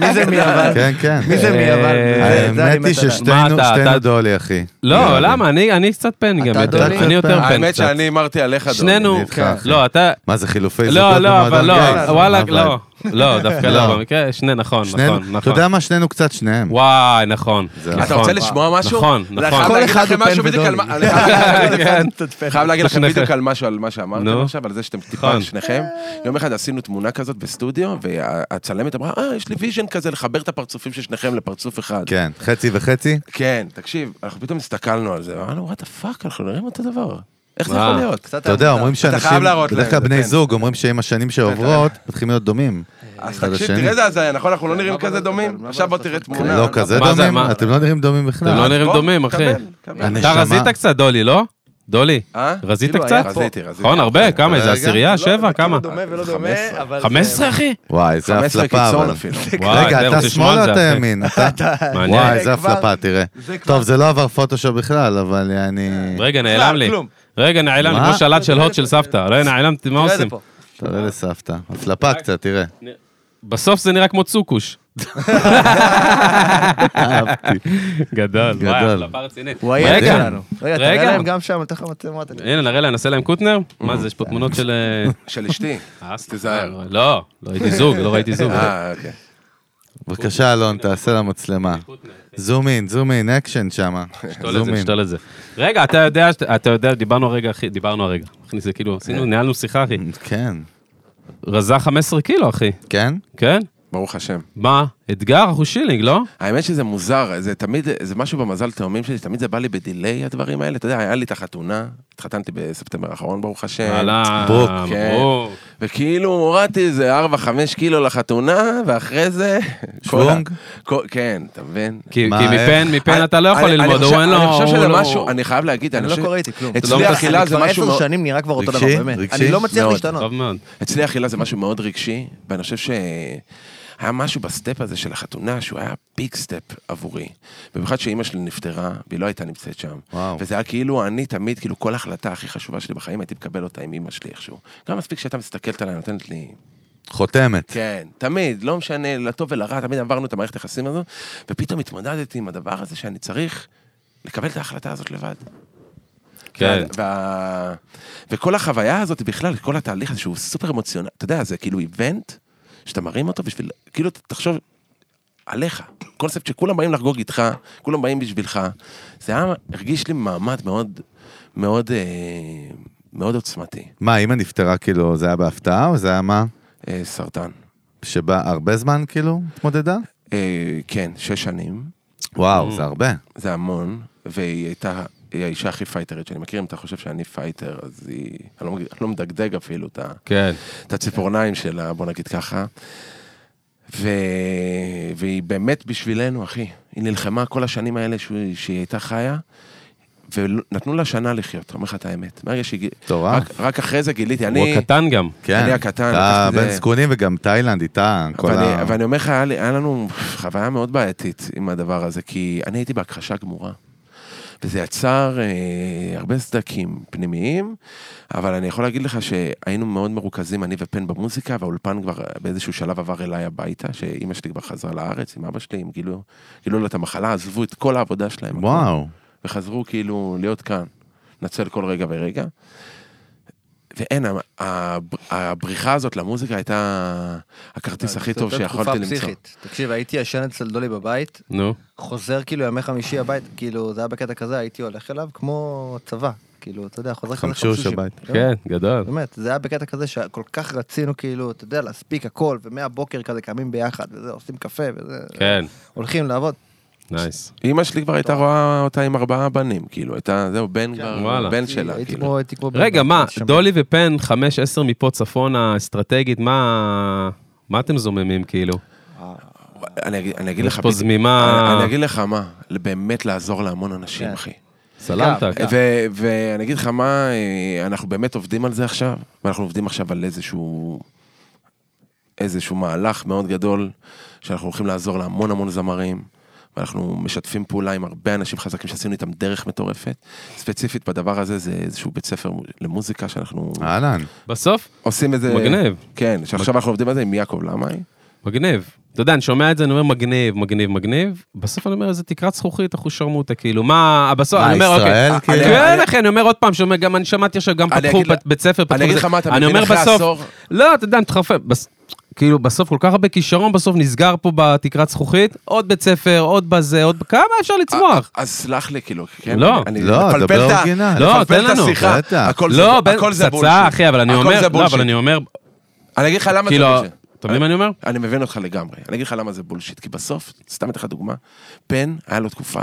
E: מי זה מי אבל?
C: כן, כן.
E: אה, מי זה מי אבל?
A: אה,
E: זה- זה אני
C: האמת היא
E: מת עליו.
A: מה
C: ששתינו
A: אתה-
C: שתינו
A: אתה-
C: דולי, אחי. נראה
A: לא,
C: לי.
A: למה? אני אני קצת פן גם.
E: אתה
A: יותר.
E: דולי?
A: אני יותר פן
B: האמת
A: קצת.
B: שאני אמרתי עליך, דודי.
A: שנינו.
C: אני איתך, אחי.
A: לא, אתה...
C: מה זה חילופי זוגות
A: לא, לא, אבל
C: במועדון
A: לא.
C: גייז?
A: וואלה,
C: מה
A: לא.
C: הווייב?
A: לא, דווקא
C: לא.
A: לא. במקרה, שני, נכון,
C: שנינו-
A: נכון,
C: אתה
A: נכון.
C: יודע מה? שנינו קצת שניהם.
A: וואי, נכון.
C: זה-
A: נכון.
B: אתה רוצה לשמוע משהו?
A: נכון,
B: אני
A: נכון.
B: חייב
E: כל
B: להגיד
E: אחד
B: לכם
E: הוא פן
B: משהו בדיוק על מה-
E: ודולי.
B: אני חייב להגיד לכם-
A: כן.
B: חייב להגיד לכם
A: שניכם.
B: בדיוק על משהו, על מה שאמרתם
A: נו.
B: עכשיו, על זה שאתם טיפה
A: נכון.
B: שניכם. יום אחד עשינו תמונה כזאת בסטודיו, והצלמת אמרה, אה, יש לי ויז'ן כזה לחבר את הפרצופים של שניכם לפרצוף אחד.
C: כן, חצי וחצי.
B: כן, תקשיב, אנחנו פתאום הסתכלנו על זה, ואמרנו, וואט פאק, אנחנו נראים אותו דבר. איך זה
A: וואו.
B: יכול להיות?
E: קצת
C: אתה יודע,
E: עבודה.
C: אומרים שאנשים,
B: חייב להראות
C: בדרך
B: להם
C: כלל
B: את זה,
C: בני
B: כן.
C: זוג אומרים שעם השנים שעוברות, מתחילים להיות דומים.
B: אז
C: אחד
B: תקשיב,
C: לשני.
B: תראה איזה הזיה, נכון? אנחנו לא נראים כזה
E: בלעשות
B: דומים?
E: אבל?
B: עכשיו
E: כן, מה
B: בוא
E: בלעשות?
B: תראה תמונה.
C: לא כזה
A: מה זה,
C: דומים?
A: מה?
C: אתם לא נראים דומים
A: אתם לא
C: בכלל.
A: נראים
B: בוא,
A: דומים, אחי.
B: קבל, קבל.
A: אתה
C: הנשמה.
A: רזית קצת, דולי, לא? דולי,
B: אה?
A: רזית
E: כאילו,
A: קצת?
E: היה פה. לא,
B: רזיתי, רזיתי.
A: נכון, הרבה, כמה?
C: רגע.
A: איזה עשירייה? שבע? כמה?
E: כאילו דומה ולא דומה,
B: 15.
E: אבל... זה-
A: 15, אחי?
C: וואי, זה
B: 15
C: הפלפה.
B: קיצון
C: אבל.
B: אפילו.
A: וואי,
C: רגע,
A: זה,
C: אתה
A: רוצה לשמוע
C: שמאל
A: על
C: או
A: זה,
C: אתה
A: אחי.
C: ימין? אתה-
A: מעניין.
C: וואי, איזה
E: זה כבר-
C: הפלפה, תראה.
E: זה כבר-
C: טוב, זה לא עבר פוטושופ בכלל, אבל אני...
A: רגע, נעלם לי.
E: כלום.
A: רגע, נעלם לי,
C: מה?
A: כמו שלט של הוט של סבתא. לא, נעלמתי, מה
E: תראה את זה
A: עושים?
E: פה.
C: תראה לסבתא. הפלפה קצת, תראה.
A: בסוף זה נראה כמו צוקוש.
C: אהבתי.
A: גדול. וואי,
C: גדול.
A: החלפה רצינית.
E: הוא הילד
A: רגע,
E: שלנו. רגע, תראה
A: רגע.
E: להם גם שם, תכף מצלמת.
A: הנה, נראה להם, נעשה להם קוטנר? מה זה, יש פה תמונות של... אה,
B: של אשתי.
A: אה, סליחה.
B: Mm-hmm. תיזהר.
A: לא, לא הייתי זוג, לא ראיתי זוג.
B: אה, אוקיי.
C: בבקשה, אלון, תעשה למצלמה. זום אין, זום אין, אקשן שמה.
A: נשתול את זה,
C: זום אין.
A: נשתול את זה. רגע, אתה יודע, אתה יודע, דיברנו הרגע, אחי, דיברנו הרגע. אחי, זה כאילו,
B: אה.
A: עשינו, ניהלנו שיחה, אחי.
C: כן.
A: רזה 15 קילו, אחי.
C: כן?
A: כן?
B: ברוך השם.
A: מה? אתגר? אנחנו שילינג, לא?
B: האמת שזה מוזר, זה תמיד, זה משהו במזל תאומים שלי, תמיד זה בא לי בדיליי הדברים האלה. אתה יודע, היה לי את החתונה, התחתנתי בספטמבר האחרון, ברוך השם.
A: אהלן,
C: ברוק,
B: כן.
A: ברוק.
B: וכאילו הורדתי איזה 4-5 קילו לחתונה, ואחרי זה...
C: שוונג?
B: כל ה- כל- כן, אתה מבין?
A: כי
C: מה,
A: כי
C: איך?
A: מפן, מפן
B: אני-
A: אתה לא יכול
B: אני- אני
A: ללמוד,
B: חושב-
A: הוא אין לו...
B: אני חושב
A: הוא
B: שזה
A: לא-
B: משהו, אני חייב להגיד,
E: אני לא
B: חושב-
E: קורא איתי כלום.
A: לא
B: אצלי אכילה זה משהו
E: אני כבר
B: מאוד...
E: עשר שנים נראה כבר אותו דבר,
C: רגשי?
E: באמת.
C: רגשי?
E: אני לא מצליח
B: מאוד.
E: להשתנות.
A: טוב מאוד.
B: אצלי אכילה זה משהו מאוד רגשי, ואני חושב שהיה משהו בסטפ הזה של החתונה, שהוא היה ביג סטפ עבורי. במיוחד שאימא שלי נפטרה, והיא לא הייתה נמצאת שם.
C: וואו.
B: וזה היה כאילו, אני תמיד, כאילו, כל החלטה הכי חשובה שלי בחיים, הייתי מקבל אותה עם אימא שלי איכשהו. גם מספיק שהייתה מסתכלת עליי, נותנת לי...
C: חותמת.
B: כן, תמיד, לא משנה, לטוב ולרע, תמיד עברנו את המערכת היחסים הזו, ופתאום התמודדתי עם הדבר הזה שאני צריך לקבל את ההחלטה הזאת לבד.
A: כן.
B: וה- וה... וכל החוויה הזאת בכלל, כל התהליך הזה שהוא סופר אמוציונלי, אתה יודע, זה כאילו איבנט שאתה מרים אותו בשביל, כאילו, ת- תחשוב עליך, קונספט שכולם באים לחגוג איתך, כולם באים בשבילך. זה היה, הרגיש לי מעמד מאוד, מאוד, אה, מאוד עוצמתי,
C: מה, אימא נפטרה כאילו, זה היה בהפתעה או זה היה מה?
B: אה, סרטן.
C: שבא הרבה זמן כאילו התמודדה?
B: אה, כן, שש שנים. Mm.
C: וואו, זה הרבה.
B: זה המון, והיא הייתה, היא האישה הכי פייטרית שאני מכיר, אם אתה חושב שאני פייטר, אז היא, אני לא, מג- אני לא מדגדג אפילו את, ה,
A: כן.
B: את הציפורניים שלה, בוא נגיד ככה. ו... והיא באמת בשבילנו, אחי. היא נלחמה כל השנים האלה שהוא- שהיא הייתה חיה, ונתנו לה שנה לחיות, אומר לך את האמת. מהרגע שהיא... גיל-
C: מטורף.
B: רק, רק אחרי זה גיליתי,
A: הוא
B: אני...
A: הקטן גם.
C: כן.
B: אני הקטן,
C: אתה
B: לקחתי את
C: בן
B: זה.
C: זקונים וגם תאילנד איתה, כל ה...
B: ואני, ואני אומר לך, היה, לי- היה לנו חוויה מאוד בעייתית עם הדבר הזה, כי אני הייתי בהכחשה גמורה. וזה יצר אה, הרבה סדקים פנימיים, אבל אני יכול להגיד לך שהיינו מאוד מרוכזים, אני ופן במוזיקה, והאולפן כבר אה, באיזשהו שלב עבר אליי הביתה, שאימא שלי כבר חזרה לארץ עם אבא שלי, הם גילו, גילו לו את המחלה, עזבו את כל העבודה שלהם. הכל.
C: וואו.
B: וחזרו כאילו להיות כאן, נצל כל רגע ורגע. ואין, הב- הב- הבריחה הזאת למוזיקה הייתה הכרטיס הכי טוב
E: זאת לא, תקופה
B: שיכולתי למצוא.
E: פסיכית. תקשיב, הייתי ישן אצל דולי בבית,
A: נו.
E: חוזר כאילו ימי חמישי הבית, כאילו זה היה בקטע כזה, הייתי הולך אליו כמו צבא. כאילו, אתה יודע, חוזר כזה
C: חמצוש
E: חמשושים.
C: הבית.
E: באמת,
A: כן, גדול.
E: באמת, זה היה בקטע כזה שכל כך רצינו, כאילו, אתה יודע, להספיק הכל, ומהבוקר כזה קמים ביחד, וזה, עושים קפה, וזה,
A: כן,
E: הולכים לעבוד.
A: נייס.
B: אימא שלי כבר
E: לא.
B: הייתה רואה אותה עם ארבעה בנים, כאילו, הייתה, זהו, בן
A: וואלה.
B: כבר, בן שלה,
E: כן. הייתי
B: כאילו.
E: כמו- הייתי כמו...
A: רגע,
E: בן-
A: מה,
E: שם.
A: דולי ופן, 5-10 מפה צפונה, אסטרטגית, מה... מה אתם זוממים, כאילו?
B: אני אגיד- אני אגיד לך,
A: יש פה
B: בדיוק-
A: זמימה...
B: אני- אני אגיד לך מה, באמת לעזור להמון אנשים,
E: כן.
B: אחי.
A: סלמת.
E: אה,
B: ו- ואני אגיד לך מה, אה, אנחנו באמת עובדים על זה עכשיו, ואנחנו עובדים עכשיו על איזשהו, איזשהו מהלך מאוד גדול, שאנחנו הולכים לעזור להמון המון זמרים, ואנחנו משתפים פעולה עם הרבה אנשים חזקים שעשינו איתם דרך מטורפת. ספציפית בדבר הזה זה איזשהו בית ספר למוזיקה שאנחנו
C: אהלן.
A: בסוף,
B: עושים את זה.
A: אה, מגניב.
B: כן, שעכשיו אנחנו עובדים על זה עם יעקב, למה?
A: מגניב. אתה יודע, אני שומע את זה, אני אומר מגניב, מגניב, מגניב, בסוף אני אומר, איזה תקרת זכוכית, אחוז שרמוטה, כאילו, מה, בסוף,
C: מה,
A: אני אומר, אוקיי.
C: ישראל?
B: אני-
C: כאילו?
A: כן,
B: אני-
A: אחי, אני אומר עוד פעם, שומע, גם אני שמעתי עכשיו, גם
B: אני
A: פתחו
B: אגיד
A: בית-
B: לה-
A: בית סבר, פתחו
B: אני אגיד
A: זה.
B: לך מה, אתה
A: אני
B: מבין
A: אומר
B: אחרי
A: בסוף,
B: עשור?
A: לא, אתה יודע, אני מתחרפן. בס- כאילו, בסוף כל כך הרבה כישרון, בסוף נסגר פה בתקרת זכוכית, עוד בית ספר, עוד בזה, עוד... כמה אפשר לצמוח?
B: אז סלח לי, כאילו, כן?
A: לא.
B: אני
C: לא,
B: מפלפל
C: דבר
B: את ה-
C: אורגינל.
A: לא,
B: מפלפל
A: תן
B: את
A: לנו.
B: השיחה,
C: בטח.
B: הכל זה-
A: לא, בן-
B: הכל זה
A: פצצה,
B: בולשיט.
A: אחי, אבל אני
B: הכל
A: אומר,
B: זה
A: לא,
B: בולשיט.
A: אבל אני אומר,
B: אני אגיד לך למה
A: כאילו,
B: זה בולשיט.
A: אתה מבין מה אני אומר?
B: אני מבין אותך לגמרי. אני אגיד לך למה זה בולשיט, כי בסוף, סתם אתן לך דוגמה, פן, היה לו תקופה,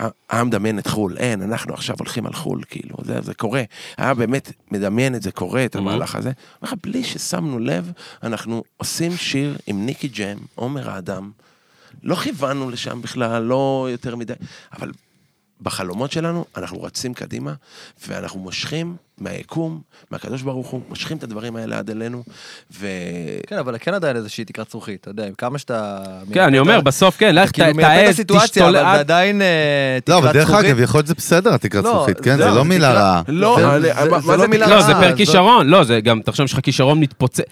B: ה- היה מדמיין את חו"ל, אין, אנחנו עכשיו הולכים על חו"ל, כאילו, זה, זה קורה. היה באמת מדמיין את זה, קורה את המהלך הזה. אומר לך, בלי ששמנו לב, אנחנו עושים שיר עם ניקי ג'ם, עומר האדם, לא כיוונו לשם בכלל, לא יותר מדי, אבל בחלומות שלנו, אנחנו רצים קדימה, ואנחנו מושכים מהיקום, מהקדוש ברוך הוא, מושכים את הדברים האלה עד אלינו, ו...
E: כן, אבל כן עדיין איזושהי תקרת זכוכית, אתה יודע, עם כמה שאתה...
A: כן, אני אומר, בסוף, כן, לך,
E: אתה כאילו
A: ת-
E: מייפה את
A: תעז,
E: הסיטואציה,
A: תשתול
E: אבל זה
A: עד...
E: עדיין אה, תקרת
C: לא,
E: זכוכית.
C: אבל דרך אגב, יכול להיות שזה בסדר, התקרת
E: לא,
C: זכוכית, כן?
E: זה-
C: זה
E: זה
C: לא מילה
E: תקרת-
C: רעה.
B: לא,
E: זה-
B: אני-
E: זה-
B: מה-
E: זה
B: מה
E: לא
B: זה
E: מילה
A: לא, זה
E: רעה,
A: פר
E: זאת-
A: כישרון, לא, זה גם, תחשוב שיש לך כישרון מתפוצץ.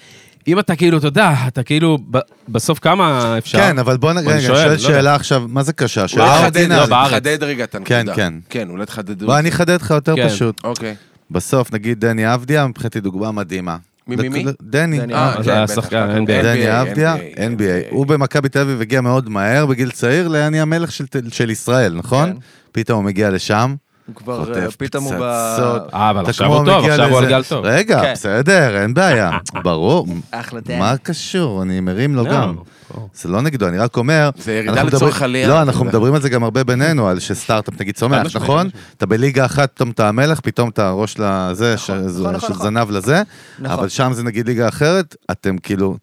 A: אם אתה כאילו, אתה יודע, אתה כאילו, ב- בסוף כמה אפשר?
C: כן, אבל בוא
A: אני
C: נגיד, אני
A: שואל, לא
C: שואל
A: יודע.
C: שאלה עכשיו, מה זה קשה? שאלה
B: אולי
A: אורגינלית.
B: תחדד-
A: לא, בארץ.
B: תחדד רגע את הנקודה.
C: כן, כן.
B: כן, אולי תחדדו.
C: בוא, אני אחדד לך יותר
A: כן.
C: פשוט.
B: אוקיי.
C: בסוף, נגיד דני אבדיה, מבחינתי דוגמה מדהימה.
B: מי, מי, מי?
C: דני.
E: דני
B: אה,
A: אז
B: כן,
A: היה
B: בטח. אוקיי.
A: שחקן NBA.
C: דני אבדיה,
B: NBA.
C: NBA. הוא במכבי תל אביב הגיע מאוד מהר בגיל צעיר, לאני המלך של תל- של ישראל, נכון?
E: כן.
C: פתאום הוא מגיע לשם.
E: הוא כבר, אה,
C: חוטף
E: פתאום הוא ב...
C: פצצות.
A: אה, אבל
C: אתה
A: עכשיו
C: כמו
A: הוא טוב,
C: מגיע
A: עכשיו הוא על
C: לאיזה- אה,
A: גל טוב.
C: רגע,
E: כן.
C: בסדר, אין בעיה. ברור.
E: אחלה דן.
C: מה קשור? אני מרים לו
A: לא,
C: גם.
A: ברור.
C: זה לא נגדו, אני רק אומר...
B: זה ירידה
C: אנחנו
B: לצורך
C: מדברים-
B: עלייה.
C: לא, אנחנו
B: אתה יודע.
C: מדברים על זה גם הרבה בינינו, על שסטארט-אפ נגיד
A: חד
C: צומח,
A: משמעית,
C: נכון? אתה בליגה אחת, פתאום אתה המלך, פתאום אתה ראש לזה, ש-
E: נכון,
C: זה-
E: נכון,
C: של
E: נכון.
C: זנב לזה,
E: נכון.
C: אבל שם זה נגיד ליגה אחרת, אתם כאילו...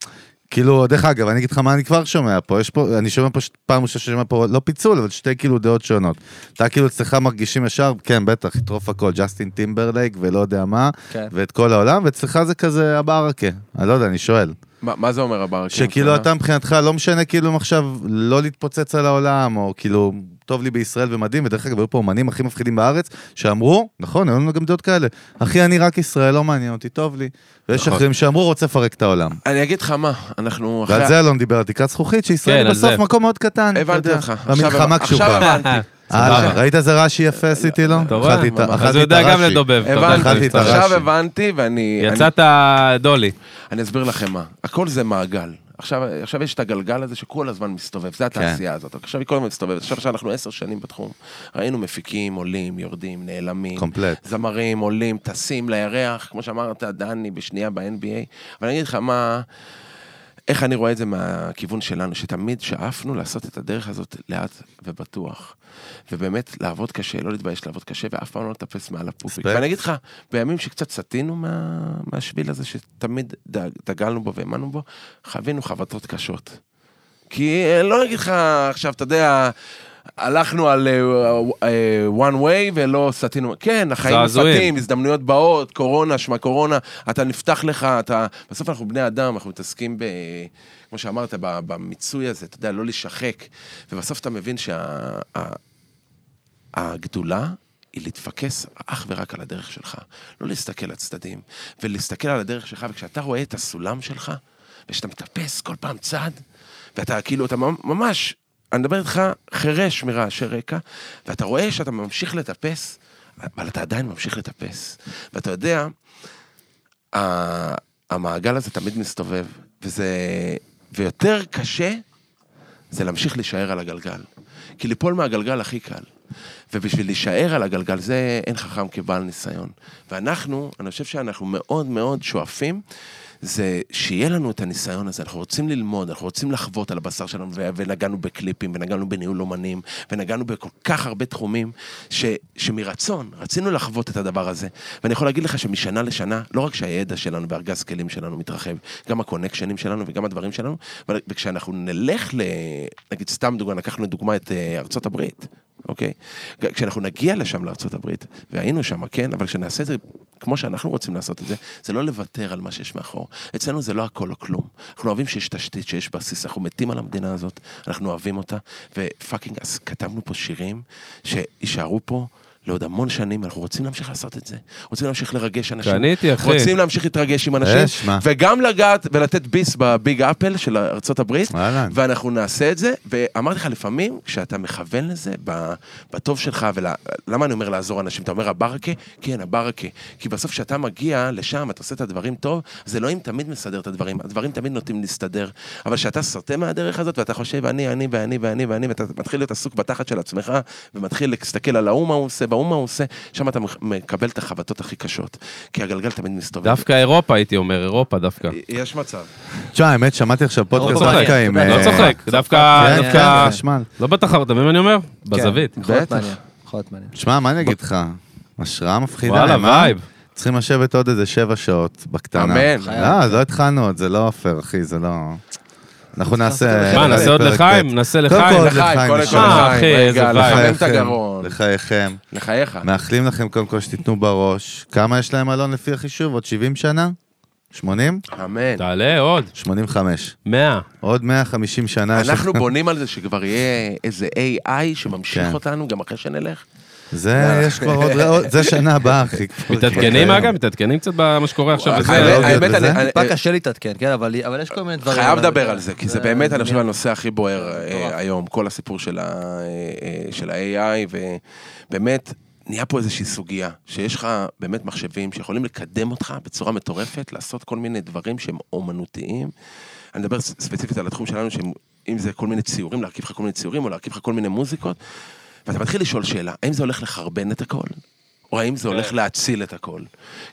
C: כאילו, דרך אגב, אני אגיד לך מה אני כבר שומע פה, יש פה, אני שומע פה, ש- פעם ראשונה ששומע פה, לא פיצול, אבל שתי כאילו דעות שונות. אתה כאילו אצלך מרגישים ישר, כן, בטח, יטרוף הכל, ג'סטין טימברלייק ולא יודע מה,
E: כן.
C: ואת כל העולם, ואצלך זה כזה הברכה, אני לא יודע, אני שואל.
B: מה מה זה אומר כן, הברקים?
C: שכאילו אתה מבחינתך לא משנה כאילו אם עכשיו לא להתפוצץ על העולם, או כאילו טוב לי בישראל ומדהים, ודרך אגב היו פה אומנים הכי מפחידים בארץ, שאמרו, נכון, היו לנו גם דעות כאלה, אחי אני רק ישראל, לא מעניין אותי, טוב לי. ויש
A: נכון.
C: אחרים שאמרו רוצה לפרק את העולם.
B: אני אגיד לך מה, אנחנו
C: ועל
B: אחרי...
C: זה אלון דיבר על תקרת זכוכית, שישראל
A: כן, על
C: בסוף
A: זה.
C: מקום מאוד קטן. אתה
B: הבנתי
C: יודע,
B: אותך. עכשיו
C: במלחמה
B: הבנ-
C: כשהוא
B: עכשיו
C: בא.
B: הבנתי.
C: הלאה,
B: סבבה.
C: ראית איזה רש"י יפה עשיתי לו?
A: אתה רואה?
C: אכלתי את ה-
A: אז
C: אכלתי
A: הוא
C: את
A: יודע גם
C: הרש"י.
A: לדובב. אתה יודע,
C: אכלתי
B: הבנתי,
C: את
A: אתה יודע.
C: הרעש.
B: עכשיו
C: הרש"י.
B: הבנתי, ואני... אני-
A: יצאת דולי.
B: אני אסביר לכם מה, הכל זה מעגל. עכשיו, עכשיו יש את הגלגל הזה שכל הזמן מסתובב,
C: כן.
B: זה התעשייה הזאת. עכשיו היא כל הזמן מסתובבת. עכשיו שאנחנו עשר שנים בתחום, ראינו מפיקים, עולים, יורדים, נעלמים.
C: קומפלט.
B: זמרים, עולים, טסים לירח, כמו שאמרת, דני, בשנייה ב-NBA. אבל אני אגיד לך מה, איך אני רואה את זה מהכיוון שלנו, שתמיד שאפנו לעשות את הדרך הזאת לאט ובטוח. ובאמת, לעבוד קשה, לא להתבייש לעבוד קשה, ואף פעם לא לטפס מעל הפופיק.
C: אספקט.
B: ואני אגיד לך, בימים שקצת סטינו מה, מהשביל הזה, שתמיד דג, דגלנו בו והאמנו בו, חווינו חבטות קשות. כי אה, לא נגיד לך עכשיו, אתה יודע, הלכנו על אה, אה, one way ולא סטינו, כן, החיים
A: זעזועים.
B: מפתים, הזדמנויות באות, קורונה, שמע קורונה, אתה נפתח לך, אתה... בסוף אנחנו בני אדם, אנחנו מתעסקים ב... כמו שאמרת, ב- במיצוי הזה, אתה יודע, לא להישחק. ובסוף אתה מבין שה... ה- הגדולה היא להתפקס אך ורק על הדרך שלך. לא להסתכל לצדדים, ולהסתכל על הדרך שלך, וכשאתה רואה את הסולם שלך, וכשאתה מטפס כל פעם צעד, ואתה כאילו, אתה ממ- ממש, אני מדבר איתך חירש מרעשי רקע, ואתה רואה שאתה ממשיך לטפס, אבל אתה עדיין ממשיך לטפס. ואתה יודע, ה- המעגל הזה תמיד מסתובב, וזה... ויותר קשה זה להמשיך להישאר על הגלגל. כי ליפול מהגלגל הכי קל. ובשביל להישאר על הגלגל זה אין חכם כבעל ניסיון. ואנחנו, אני חושב שאנחנו מאוד מאוד שואפים. זה שיהיה לנו את הניסיון הזה, אנחנו רוצים ללמוד, אנחנו רוצים לחוות על הבשר שלנו, ו- ונגענו בקליפים, ונגענו בניהול אומנים, ונגענו בכל כך הרבה תחומים, ש, שמרצון, רצינו לחוות את הדבר הזה. ואני יכול להגיד לך שמשנה לשנה, לא רק שהידע שלנו וארגז כלים שלנו מתרחב, גם הקונקשנים שלנו וגם הדברים שלנו, ו- וכשאנחנו נלך ל... נגיד, סתם דוגמה, לקחנו לדוגמה את אה, ארצות הברית, אוקיי? כ- כשאנחנו נגיע לשם, לארצות הברית, והיינו שם, כן, אבל כשנעשה את זה כמו שאנחנו רוצים לעשות את זה, זה לא לוותר על מה שיש מאחור. אצלנו זה לא הכל או כלום. אנחנו אוהבים שיש תשתית, שיש בסיס, אנחנו מתים על המדינה הזאת, אנחנו אוהבים אותה, ופאקינג, אז כתבנו פה שירים שיישארו פה. לעוד המון שנים, אנחנו רוצים להמשיך לעשות את זה. רוצים להמשיך לרגש אנשים.
A: קניתי, אחי.
B: רוצים להמשיך להתרגש עם אנשים.
C: יש, מה?
B: וגם לגעת ולתת ביס בביג אפל של ארצות הברית.
C: אהלן.
B: ואנחנו נעשה את זה, ואמרתי לך, לפעמים כשאתה מכוון לזה, ב- בטוב שלך, ולמה אני אומר לעזור לאנשים? אתה אומר הברכה? כן, הברכה. כי בסוף כשאתה מגיע לשם, אתה עושה את הדברים טוב, אז אלוהים תמיד מסדר את הדברים, הדברים תמיד נוטים להסתדר. אבל כשאתה סוטה מהדרך הזאת, ואתה חושב, אני, אני, ואני, ואני, ואני, ואתה מתחיל להיות עסוק בתחת של עצמך, ומתחיל להסתכל על ההוא מה הוא עושה, בהוא מה הוא עושה, שם אתה מקבל את החבטות הכי קשות. כי הגלגל תמיד מסתובב.
A: דווקא אירופה, הייתי אומר, אירופה דווקא.
B: יש מצב.
C: תשמע, האמת, שמעתי עכשיו פודקאסט
A: צוחק.
C: דווקא עם...
A: לא
C: אה,
A: צוחק, דווקא...
C: כן,
A: דווקא-
C: כן, חשמל.
A: לא בתחרות, אתה מבין מה אני אומר?
E: כן.
C: כן.
A: בזווית.
E: יכול להיות
B: בטח.
E: נכון, מעניין, יכול להיות מעניין.
C: תשמע, מה אני אגיד לך? השראה מפחידה.
A: וואלה,
C: מה?
A: וייב.
C: צריכים לשבת עוד איזה שבע שעות בקטנה.
B: אמן.
C: לא, אז לא התחלנו עוד, זה לא פייר, אחי, זה לא... אנחנו נעשה...
A: מה, נעשה עוד
C: פרק
A: לחיים?
C: ב'.
A: נעשה
C: אה, קודם
A: לחיים.
C: כל,
B: לחיים,
C: לחיים,
B: כל
C: נשמע.
B: הכבוד
A: אה,
B: לחיים, כן.
A: אחי, איזה
B: רגע,
A: וייב.
B: לחמם את
C: לחייכם,
B: הגרון.
C: לחייכם.
B: לחייך.
C: מאחלים לכם קודם כל שתיתנו בראש. כמה יש להם אלון לפי החישוב? עוד 70 שנה? 80?
B: אמן.
A: תעלה עוד.
C: 85.
A: 100.
C: עוד 150 שנה. יש
B: אנחנו
C: לכם-
B: בונים על זה שכבר יהיה איזה AI שממשיך
C: כן.
B: אותנו גם אחרי שנלך.
C: זה, יש כבר עוד... עוד- זה שנה הבאה, אחי.
A: מתעדכנים
C: אה,
A: אגב? מתעדכנים קצת במה שקורה עכשיו
B: וואי,
A: וזה?
B: האמת-
C: טכנולוגיות
B: האמת,
C: וזה?
B: אני- אני-
E: טיפה קשה להתעדכן, כן, אבל אבל יש כל מיני דברים.
B: חייב לדבר על זה, כי זה באמת, אני חושב,
E: מעניין.
B: הנושא הכי בוער אה, היום, כל הסיפור של ה- אה, אה, של ה-AI, ובאמת, נהיה פה איזושהי סוגיה, שיש לך באמת מחשבים שיכולים לקדם אותך בצורה מטורפת, לעשות כל מיני דברים שהם אומנותיים. אני מדבר ס- ספציפית על התחום שלנו, שהם- אם זה כל מיני ציורים, להרכיב לך כל מיני ציורים, או להרכיב לך כל מיני מוזיקות, ואתה מתחיל לשאול שאלה, האם זה הולך לחרבן את הכל? או האם זה הולך להציל את הכל?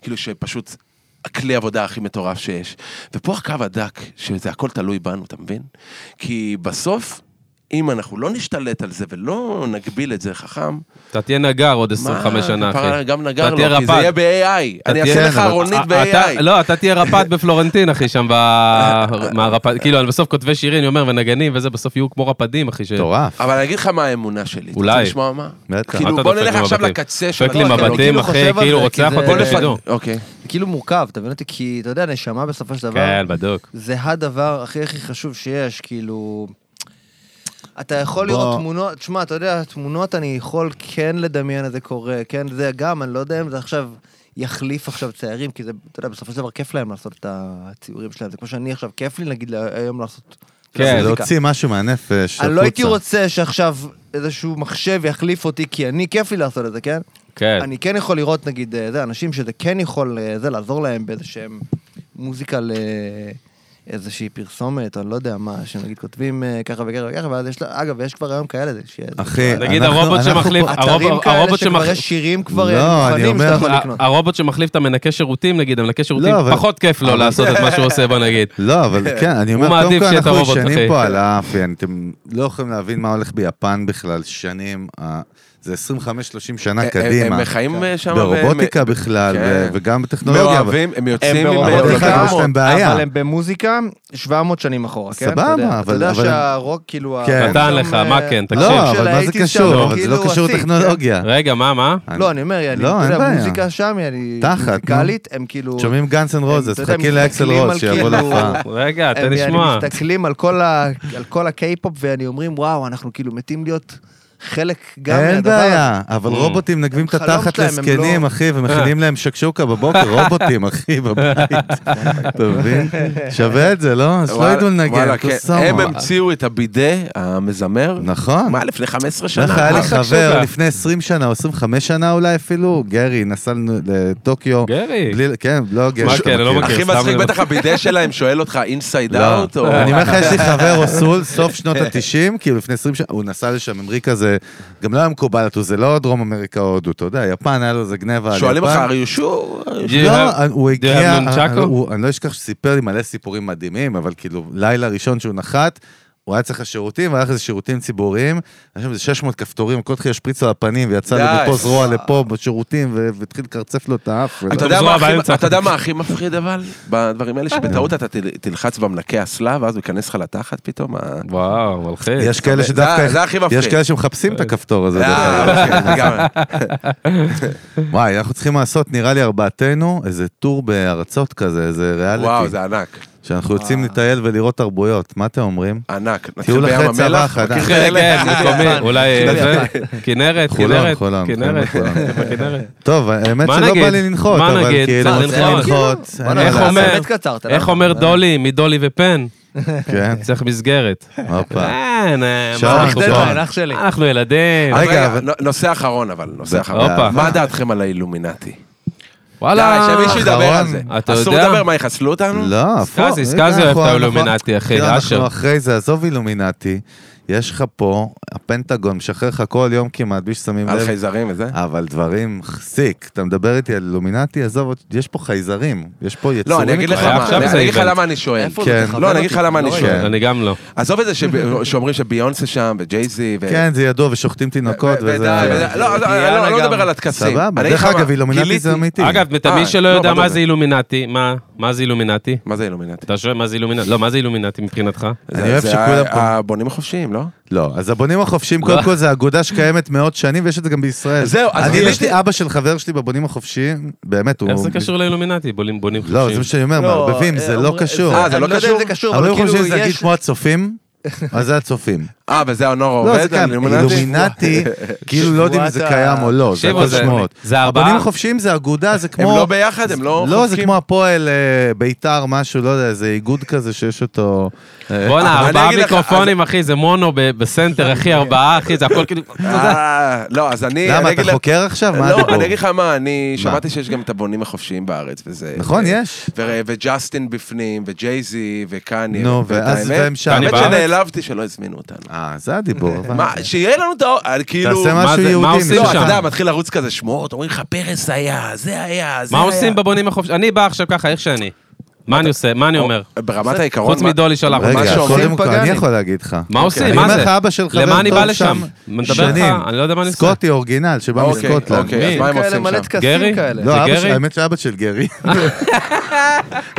B: כאילו שפשוט הכלי עבודה הכי מטורף שיש. ופה הקו הדק, שזה הכל תלוי בנו, אתה מבין? כי בסוף, אם אנחנו לא נשתלט על זה ולא נגביל את זה חכם,
A: אתה תהיה נגר עוד 25
B: מה,
A: שנה,
B: כפרה,
A: אחי.
B: גם נגר
A: אתה
B: לו,
A: תהיה
B: כי זה
A: רפד. כן,
B: יהיה ב-AI. אני
C: תהיה-
B: אעשה לך
C: אבל-
B: ארונית
A: אתה-
B: ב-AI.
A: לא, אתה תהיה רפד בפלורנטין, אחי, שם ב... מהרפד... כאילו, אני בסוף כותבי שירים, אני אומר, ונגנים וזה, בסוף יהיו כמו רפדים, אחי. ש-
C: מטורף.
B: אבל אני אגיד לך מה האמונה שלי. אתה
A: אולי.
B: רוצה לשמוע מה?
C: בטח.
A: אתה
B: כאילו, בוא
A: דופק
B: נלך
A: לי
B: עכשיו
A: מבטים.
B: לקצה של...
A: דופק לי
B: הדבר, כאילו,
A: מבטים,
E: כאילו
A: אחי,
E: חושב על
A: כאילו
E: זה, כי
A: רוצח
E: זה-
A: אותי
B: בוא
E: מבטים
A: בשידור.
B: נפ... אוקיי.
E: זה כאילו מורכב, אתה מבין אותי? כי אתה יודע, נשמה בסופו של דבר,
A: כן, בדוק.
E: זה הדבר הכי הכי חשוב שיש, כאילו... אתה יכול
C: בוא.
E: לראות תמונות, תשמע, אתה יודע, תמונות אני יכול כן לדמיין את זה קורה, כן, זה גם, אני לא יודע אם זה עכשיו יחליף עכשיו ציירים, כי זה, אתה יודע, בסופו של דבר כיף להם לעשות את הציורים שלהם, זה כמו שאני עכשיו, כיף לי נגיד לה- היום לעשות...
A: כן,
C: זה
E: מוזיקה.
C: להוציא משהו מהנפש.
E: אני לא הייתי
C: החוצה.
E: רוצה שעכשיו איזשהו מחשב יחליף אותי, כי אני, כיף לי לעשות את זה, כן?
A: כן.
E: אני כן יכול לראות, נגיד, אה, זה, אנשים שזה כן יכול, אה, זה, לעזור להם באיזה שהם מוזיקה ל... איזושהי פרסומת, או אני לא יודע מה, שנגיד כותבים אה, ככה וככה וככה, ואז יש לה, אגב, יש כבר היום כאלה, זה שיש...
C: אחי,
A: נגיד
C: אנחנו-
A: הרובוט
C: אנחנו
A: שמחליף-
C: פה-
E: אתרים
A: הרוב-
E: כאלה
A: הרובוט
E: שכבר
A: שמח-
E: יש שירים כבר
C: לא,
E: אה,
C: אני
E: מוכנים
C: אומר
E: שאתה יכול
A: ה-
E: לקנות.
A: הרובוט שמחליף את המנקה שירותים, נגיד, המנקה שירותים,
C: אבל-
A: פחות כיף לו לעשות את מה שהוא עושה, בוא נגיד.
C: לא, אבל כן, אני אומר,
A: הוא
C: קודם
A: מעדיף
C: כל
A: שיהיה את
C: אנחנו
A: הרובוט, אחי.
C: ישנים
E: כן.
C: פה על האפי, אתם לא יכולים להבין מה הולך ביפן בכלל, שנים, אה, זה 25-30
B: הם-
E: אה,
C: שנה
B: הם-
C: קדימה.
B: אה,
C: כן. לא,
B: הם חיים שם...
C: ברובוטיקה בכלל, ו-
B: כן.
C: וגם
E: לא,
C: בטכנולוגיה. אבל-
B: מאוהבים, הם
A: אה,
B: יוצאים
E: הם
C: אבל
E: ברובוטיקה,
C: דרך אגב, יש
B: בעולם.
C: להם בעיה.
E: אבל הם במוזיקה 700 שנים אחורה, כן?
C: סבבה,
E: אתה יודע-
C: אבל-
E: אתה יודע
C: אבל-
E: שהרוק, כאילו... ה-
C: כן.
A: נתן
E: שם,
A: לך,
E: אה,
A: מה כן, תקשיב.
C: לא, אבל מה זה
E: של
C: קשור?
E: ה-
C: אבל זה
E: כאילו,
C: לא קשור
E: השיא,
C: לטכנולוגיה.
A: רגע, מה, מה?
E: לא, אני אומר, אני,
C: לא,
E: אתה
C: אין
E: יודע,
C: בעיה.
E: המוזיקה שם היא
C: תחת, נו.
E: מוזיקלית, הם כאילו...
C: שומעים גאנס אנד רוזס,
E: אתה יודע,
C: חכי לאקסל
E: מסתכלים על
C: רוז שיבוא
E: כאילו-
C: להופעה.
A: אה, רגע, תן
E: הם יעני
A: לשמוע.
E: מסתכלים על כל ה- על כל הקיי-פופ, ואני אומרים, וואו, אנחנו כאילו מתים להיות חלק גם מהדבר
C: אין בעיה, אבל
A: Mm.
C: רובוטים נגבים את
E: החלום
C: התחת
E: שלהם, הם
C: לזקנים,
E: לא-
C: אחי, ומכינים להם שקשוקה בבוקר, רובוטים, אחי, בבית. אתה מבין? שווה את זה, לא? אז לא
B: וואלה,
C: ידעו לנגן,
B: וואלה, כן. הם
C: כוסומו.
B: המציאו את הבידה המזמר.
C: נכון.
B: מה, לפני 15 שנה?
C: לך היה לי
B: מה?
C: חבר לפני 20 שנה או 25 שנה אולי אפילו, גרי, נסע לנו לטוקיו.
A: גרי.
C: בלי- כן, לא גרי.
A: מה,
C: שאתה
A: כן, אני לא
C: מכיר.
A: מכיר.
B: הכי
A: סתם
B: מצחיק,
A: אני-
B: בטח הבידה שלהם שואל אותך אינסייד
C: לא,
B: אאוט, או...
C: אני אומר לך, יש לי חבר אוסול, סוף שנות ה-90, כאילו לפני 20 שנה, הוא נסע לשם עם ריק כזה זה, גם לא היה מקובל, אתה- זה לא דרום אמריקה או הודו, אתה יודע, יפן היה לו איזה גניבה. על
B: שואלים אותך,
C: יפן.
B: are you sure?
A: אה,
C: לא, הוא הגיע,
A: have nunchaku?
C: הוא- אני לא אשכח שסיפר לי מלא סיפורים מדהימים, אבל כאילו, לילה ראשון שהוא נחת, הוא היה צריך לשירותים, והלך איזה שירותים ציבוריים, היה שם איזה 600 כפתורים, הכל התחיל להשפריץ על הפנים, ויצא לו
B: די.
C: מפה זרוע לפה בשירותים, ו- והתחיל לקרצף לו את האף. ולא-
B: אתה יודע
A: זרוע
B: מה הכי-
A: באמצע.
B: אתה יודע מה הכי מפחיד אבל? בדברים האלה שבטעות אתה ת- תלחץ במנקה אסלה ואז הוא ייכנס לך לתחת פתאום? ה-
A: וואו, מלחיץ.
C: יש כאלה
B: זה-
C: שדווקא,
B: זה הכי מפחיד.
C: יש כאלה שמחפשים את הכפתור הזה. דרך אגב.
B: אה, אוקיי, לגמרי.
C: וואי, אנחנו צריכים לעשות, נראה לי, ארבעתנו, איזה טור בארצות כזה, איזה
B: וואו,
C: ריאליטי,
B: זה אה. ענק.
C: שאנחנו יוצאים לטייל ולראות תרבויות, מה אתם אומרים?
B: ענק. נתחיל
C: טיול
B: בים
C: אחרי צבא
B: המלח,
C: חדש.
B: מכיר את
A: חלק,
B: האלה?
A: כן,
B: אה,
A: מקומי, אולי... זה? כנרת,
C: חולון,
A: כנרת,
C: חולון,
A: כנרת,
C: חולון.
A: בכנרת.
C: טוב, האמת
A: מה
C: שלא
A: נגיד?
C: בא לי ננחות,
A: מה
C: אבל
A: נגיד?
C: כאילו,
A: צריך
C: צריכים
A: לנחות.
C: לנחות. אין מה
A: איך
C: לעשות.
A: אומר-
E: באמת קצרת.
A: איך
E: למה?
A: אומר
E: אה,
A: דולי, מדולי ופן?
C: כן,
A: צריך מסגרת.
C: הופה.
A: אה, נה,
E: לא,
C: שון,
A: מה
C: שון.
A: אנחנו-
E: דדליין, אח שלי.
A: אנחנו ילדים.
C: רגע,
B: רגע,
C: אבל-
B: נו- נושא אחרון אבל, נושא
A: הופה.
B: אחרון. מה דעתכם על האילומינטי?
A: וואלה.
B: די, אה, שמישהו ידבר על זה.
A: אתה
B: אסור
A: יודע?
B: לדבר, מה, יחסלו אותנו?
C: לא,
A: סקאזי,
C: פה,
A: סקאזי
C: רגע,
A: אוהב את
C: אנחנו-
A: האילומינטי, אחי,
C: אנחנו-
A: אשר.
C: אנחנו אחרי זה, עזוב אילומינטי, יש לך פה, הפנטגון משחרר לך כל יום כמעט, בלי ששמים
A: לא
B: על
C: לב.
B: חייזרים וזה?
A: אה,
C: אבל דברים, סיק, אתה מדבר איתי על אילומינטי, עזוב, יש פה חייזרים, יש פה יצורים.
B: לא, אני אגיד לך
A: היה
B: מה,
A: עכשיו
B: אני
A: זה
B: אגיד לך
A: איבנט.
B: למה אני שואל.
E: איפה
C: כן.
E: זה? תכוון
B: לא, אני אגיד
E: אותי.
B: לך למה אני
E: לא
B: שואל.
C: כן.
A: אני גם לא.
B: עזוב את זה שב- שאומרים שביונסה שם, וג'ייזי, ו...
C: כן, זה ידוע, ושוחטים תינוקות,
B: ו-
C: וזה...
B: ודי, ודי. לא, אז אני לא- אני לא מדבר על הטקסים.
C: סבבה,
B: אני אגיד
C: דרך
B: לך מה,
C: אגב, אילומינטי
B: גיליתי-
C: זה אמיתי.
A: אגב, מי
B: אה,
A: שלא
B: לא,
A: יודע
B: בדוק.
A: מה זה אילומינטי, מה מה זה אילומינטי?
B: מה זה אילומינטי?
A: אתה שואל מה זה אילומינטי? לא, מה זה אילומינטי מבחינתך?
C: אני
B: זה-
C: אוהב
B: זה
C: שכולם
B: ה-
C: פה-
B: הבונים החופשיים, לא?
C: לא, אז הבונים החופשיים,
A: לא.
C: קודם כל זה אגודה שקיימת מאות שנים, ויש את זה גם בישראל.
B: זהו, אז
C: אני,
B: גיליתי-
C: יש לי אב של חבר שלי בבונים החופשיים, באמת, הוא...
A: איך זה קשור לאילומינטי? בונים בונים
C: לא, זה
A: חופשיים.
C: מה שאני אומר,
E: לא,
C: מערבבים,
E: אה,
C: זה לא
E: אומרים-
C: קשור.
B: אה, זה
E: אני
B: לא
E: לא יודע אם זה קשור,
C: אבל
E: אבל
C: היו
E: כאילו
C: חושבים שזה נגיד
E: יש...
C: כמו הצופים, אז זה הצופים.
B: אה, וזה הנוער
C: לא, זה
B: העובד,
C: קיים,
B: האילומינטי?
C: אילומינטי, כאילו לא יודעים אם זה
E: שבועת ה-
C: קיים או לא, זה
A: תקשיבו,
C: הכל
A: זה-
C: שמועות.
A: זה
C: הבונים
A: ארבעה.
C: החופשיים זה אגודה, זה
B: הם
C: כמו...
B: לא ביחד, הם לא
C: לא, זה
B: חופקים?
C: כמו הפועל אה, בית"ר, משהו, לא יודע, איזה איגוד כזה שיש אותו... אה,
A: בואנה,
B: אני
A: ארבעה
B: אגיד לך,
A: מיקרופונים, אחי, זה מונו ב- בסנטר, אחי, ארבעה, אחי, זה הכל כאילו...
B: אה, לא, אז אני...
C: למה,
B: אני
C: אתה
B: אגיד לה-
C: חוקר עכשיו? מה
B: לא, אני
C: הדיבור?
B: אגיד לך מה, אני
C: מה?
B: שמעתי שיש גם את הבונים החופשיים בארץ, וזה...
C: נכון,
B: ו-
C: יש.
B: ו- וג'סטין בפנים, וג'ייזי, וקניה.
C: נו,
B: ואת
C: ואז
B: האמת-
C: והם שם.
B: האמת
A: קניה בארץ?
B: שנעלבתי שלא הזמינו אותנו.
C: אה, זה הדיבור. אבל-
B: מה, שיהיה לנו את האור, כאילו...
C: תעשה משהו
A: זה- מה
C: יהודי.
A: עושים
B: לא,
A: משהו
B: אתה
A: שם.
B: יודע, מתחיל לרוץ כזה שמועות, אומרים לך, פרס היה, זה היה, זה
A: מה
B: היה.
A: עושים בבונים החופשיים? אני בא עכשיו ככה, איך שאני. מה אני עושה? מה אני אומר?
B: ברמת העיקרון...
A: חוץ
B: מה-
A: מדולי שלח.
B: מה
C: רגע,
B: שאומרים
C: קודם כל, אני
B: פגאנים. אוקיי.
C: יכול להגיד לך.
A: מה עושים?
C: אני
A: מה
C: אומר
A: זה?
C: לך, אבא של חבר
A: למה אני
C: טוב
A: בא לשם?
C: שם
A: מדבר איתך,
C: שנים.
A: אני לא יודע מה אני עושה.
C: סקוטי אורגינל, שבא
B: אוקיי,
C: מסקוטלנד.
B: אוקיי, אז
A: מי?
B: מה הם
E: אה, כאלה
B: עושים
E: מלא
B: שם?
A: גרי?
E: טקסים כאלה.
A: זה
C: לא, אבא
A: גרי?
C: של- האמת שאבא של גרי.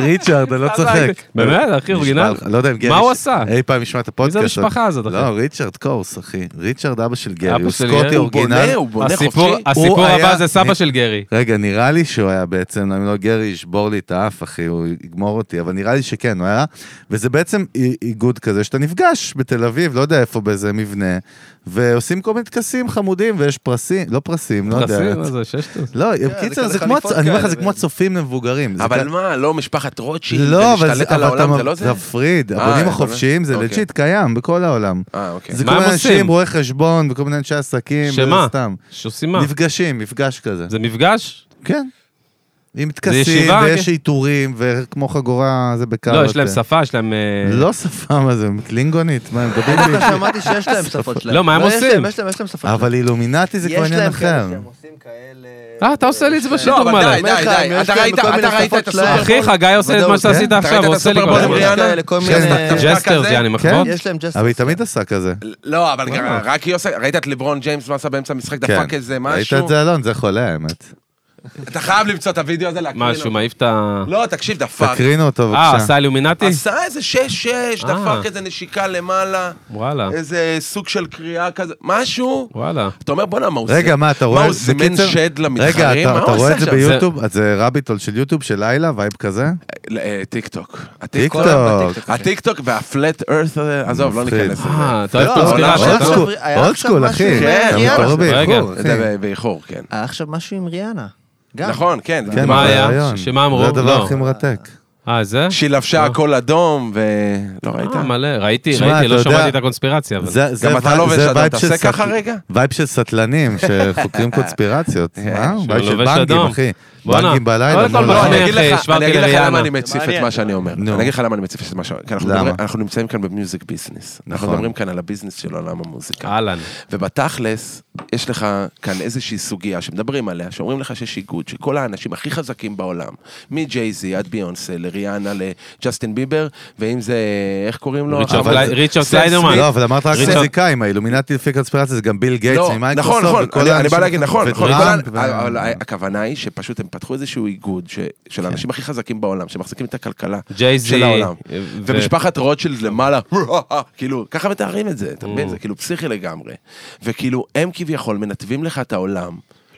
C: ריצ'רד, אני לא צוחק.
A: באמת, אחי, אורגינל?
C: נשבע לך, לא יודע אם גרי...
A: מה הוא
C: ש-
A: עשה?
C: אי פעם ישמע את הפודקאסט.
A: מי זה המשפחה הזאת, אחי?
C: לא, ריצ'רד קורס, אחי. ריצ'רד אבא של גרי,
A: אבא
C: הוא
A: של
C: סקוטי
A: גרי? הוא
C: אורגינל.
B: בונה, הוא בונה
A: הסיפור
B: חופשי.
A: הסיפור
C: הוא
A: הבא
C: היה-
A: זה סבא
C: אני-
A: של גרי.
C: רגע, נראה לי שהוא היה בעצם, אם לא גרי ישבור לי את האף, אחי, הוא יגמור אותי, אבל נראה לי שכן, הוא היה. וזה בעצם אי- איגוד כזה שאתה נפגש בתל אביב, לא יודע איפה, באיזה מבנה, ועושים כל מיני טקסים חמודים, ויש פרסים, לא פרסים, לא יודע.
A: תעשי מה זה, ששטוס.
C: לא,
E: כזה
C: בקיצר, זה כמו,
E: חליפות
C: הצ- אני אומר לך,
E: כאלה,
C: זה כמו
E: ו-
C: הצופים למבוגרים. זה
B: אבל
C: כ-
B: מה, לא משפחת רוטשילד,
C: לא, אבל זה-
B: להשתלט על
C: אבל אתה
B: העולם, זה לא
C: מב-
B: זה?
C: זה מפריד,
B: אה,
C: הבונים
B: אתה
C: החופשיים זה
B: אוקיי.
C: לג'יט קיים בכל העולם.
B: אה, אוקיי.
C: זה
A: מה
C: כל
A: הם
C: מיני
A: עושים?
C: אנשים, רואי חשבון וכל מיני אנשי
B: אה,
C: עסקים,
A: שמה?
C: סתם.
A: שעושים מה?
C: נפגשים, מפגש כזה.
A: זה מפגש?
C: כן. עם טקסים,
A: ישיבה,
C: ויש
A: כן.
C: עיטורים, וכמו חגורה, זה בקר. אוקיי.
A: לא, יש להם שפה, יש להם... אה,
C: לא שפה, מה זה, הם קלינגונית, מה הם מדברים
E: אני דווקא
C: לי?
E: שמעתי שיש להם שפות שלהם.
A: לא, מה הם
E: יש
A: עושים?
E: להם- יש להם יש להם שפות שלהם.
C: אבל אילומינטי זה
E: יש
C: כבר עניין
E: להם כאלה
C: אחר.
E: שהם עושים כאלה...
A: אה, אתה עושה לי את זה
E: יש להם-
A: בשידור
B: לא, אבל
A: מלא.
B: די, די, די, אתה ראית- אתה ראית את הסופר-
A: אחי, חגי עושה את מה
E: ודאות,
A: שעשית
C: כן?
A: עכשיו,
B: אתה
A: הוא
B: ראית את אה,
A: עושה לי
B: הסופרבול
A: כבר...
B: עם ריאנה?
E: כאלה, כל
C: כן,
E: מיני...
B: ג'סטה
A: ג'סטרס,
B: כזה?
A: יעני, מחוות?
E: יש להם ג'סטה.
C: אבל היא תמיד עושה כזה.
B: לא, אבל גם- רק היא עושה, ראית את לברון ג'יימס מה עשה באמצע המשחק, דפק איזה
C: כן. ראית
B: משהו?
C: את זה, אלון? זה חולה, האמת.
B: אתה חייב למצוא את הוידאו הזה, להקריא
A: מה, שהוא
B: לו.
A: מעיף את ה...
B: לא, תקשיב, דפק.
C: תקרינו אותו,
B: לא,
A: אה,
C: בבקשה.
A: עשה אילומינטי?
B: עשה איזה שש-שש,
A: אה.
B: דפק איזה נשיקה למעלה,
A: וואלה,
B: איזה אה, סוג של קריאה כזה, משהו.
A: וואלה.
B: אתה אומר, בואנה, מה הוא
C: רגע,
B: זה-
C: מה, אתה
B: מה,
C: רואה?
B: הוא
C: זה
B: זימן
C: קיצר-
B: שד
C: רגע,
B: למתחרים?
C: אתה-
B: מה
C: אתה
B: הוא
C: רואה את
B: עושה
C: זה
B: עכשיו?
C: ביוטיוב? אז זה רביטול של יוטיוב של לילה, וייב כזה?
B: ל- אה, טיק טוק.
C: טיקטוק.
B: הטיק טוק והפלט ארת' הזה, עזוב, לא
C: מפחיד.
B: ניכנס לזה.
A: אה, אתה אוהב את
E: לא,
A: הסקירה
B: אבל
A: שלך?
C: אולד
E: עכשיו-
C: סקול,
E: היה
C: אולד
E: עכשיו
C: סקול,
E: משהו
C: אחי.
E: עם
B: כן,
C: אתה מתעורר
B: רגע.
C: באיחור, אחי.
B: זה ב- באיחור, כן.
E: היה אה, עכשיו משהו עם ריאנה. גם.
B: נכון, כן.
C: כן,
A: מה
C: אבל
A: היה?
C: רעיון.
A: ש- שמה אמרו?
C: זה הדבר
A: לא.
C: הכי מרתק.
A: אה, זה?
B: שהיא
C: לא.
B: לבשה הכל אדום, ולא ראית?
A: אה, מלא, ראיתי,
C: שמע,
A: ראיתי,
C: אתה
A: לא
C: יודע-
A: שמעתי את הקונספירציה, אבל... לא
C: זה- זה
B: גם אתה
C: וייב-
B: לובש
C: זה
B: אדום,
C: וייב
B: תעשה
C: של
B: ככה
C: סט-
B: רגע?
C: וייב של סטלנים שחוקרים קונספירציות, מה?
A: כן, שהוא
C: וייב של
A: לובש
C: בנגים,
A: אדום.
C: אחי.
A: בואנה.
C: בנגים בלילה,
A: קודם כל,
C: מול
A: בוא,
B: לא,
C: החיים.
B: אני אגיד לך-
A: שוורקר
B: אני אגיד לך
A: לריאנה.
B: למה אני מציף את
G: מעניין.
B: מה שאני אומר.
C: אוקיי, נו.
B: אני אגיד לך למה אני מציף את מה שאני אומר. כי אנחנו
C: למה?
B: מדברים- אנחנו נמצאים כאן במיוזיק ביזנס. אנחנו
C: נכון.
B: מדברים כאן על הביזנס של עולם המוזיקה.
A: אהלן.
B: ובתכלס, יש לך כאן איזושהי סוגיה שמדברים עליה, שאומרים לך שיש איגוד, שכל האנשים הכי חזקים בעולם, מג'ייזי עד ביונסה, לריאנה, לג'סטין ביבר, ואם זה, איך קוראים לו?
A: ריצ'רד
B: אבל-
A: קלי- ריצ'רד
B: סם
A: קליידרמן.
B: סמית.
A: אני-
C: לא, אבל אמרת רק
A: ריצ'רד-
C: פיזיקאים, האילומינטי לפי קונספירציה זה גם ביל גייטס
B: לא,
C: ממייקרוסופט.
B: נכון, נכון,
C: וכל
B: אני- אני
C: האנשים
B: בא להגיד, נכון, נכון, כל ה-
C: וטראמפ ו- כן.
B: אבל הכוונה היא שפשוט הם פתחו איזשהו איגוד ש- של האנשים הכי חזקים בעולם, שמחזיקים את הכלכלה
A: ג'ייזי.
B: של העולם.
A: ו-
B: ומשפחת רוטשילד למעלה, כאילו, ככה מתארים את זה, אתה מבין? זה כאילו פסיכי לגמרי. וכאילו, הם כביכול מנתבים לך את העולם.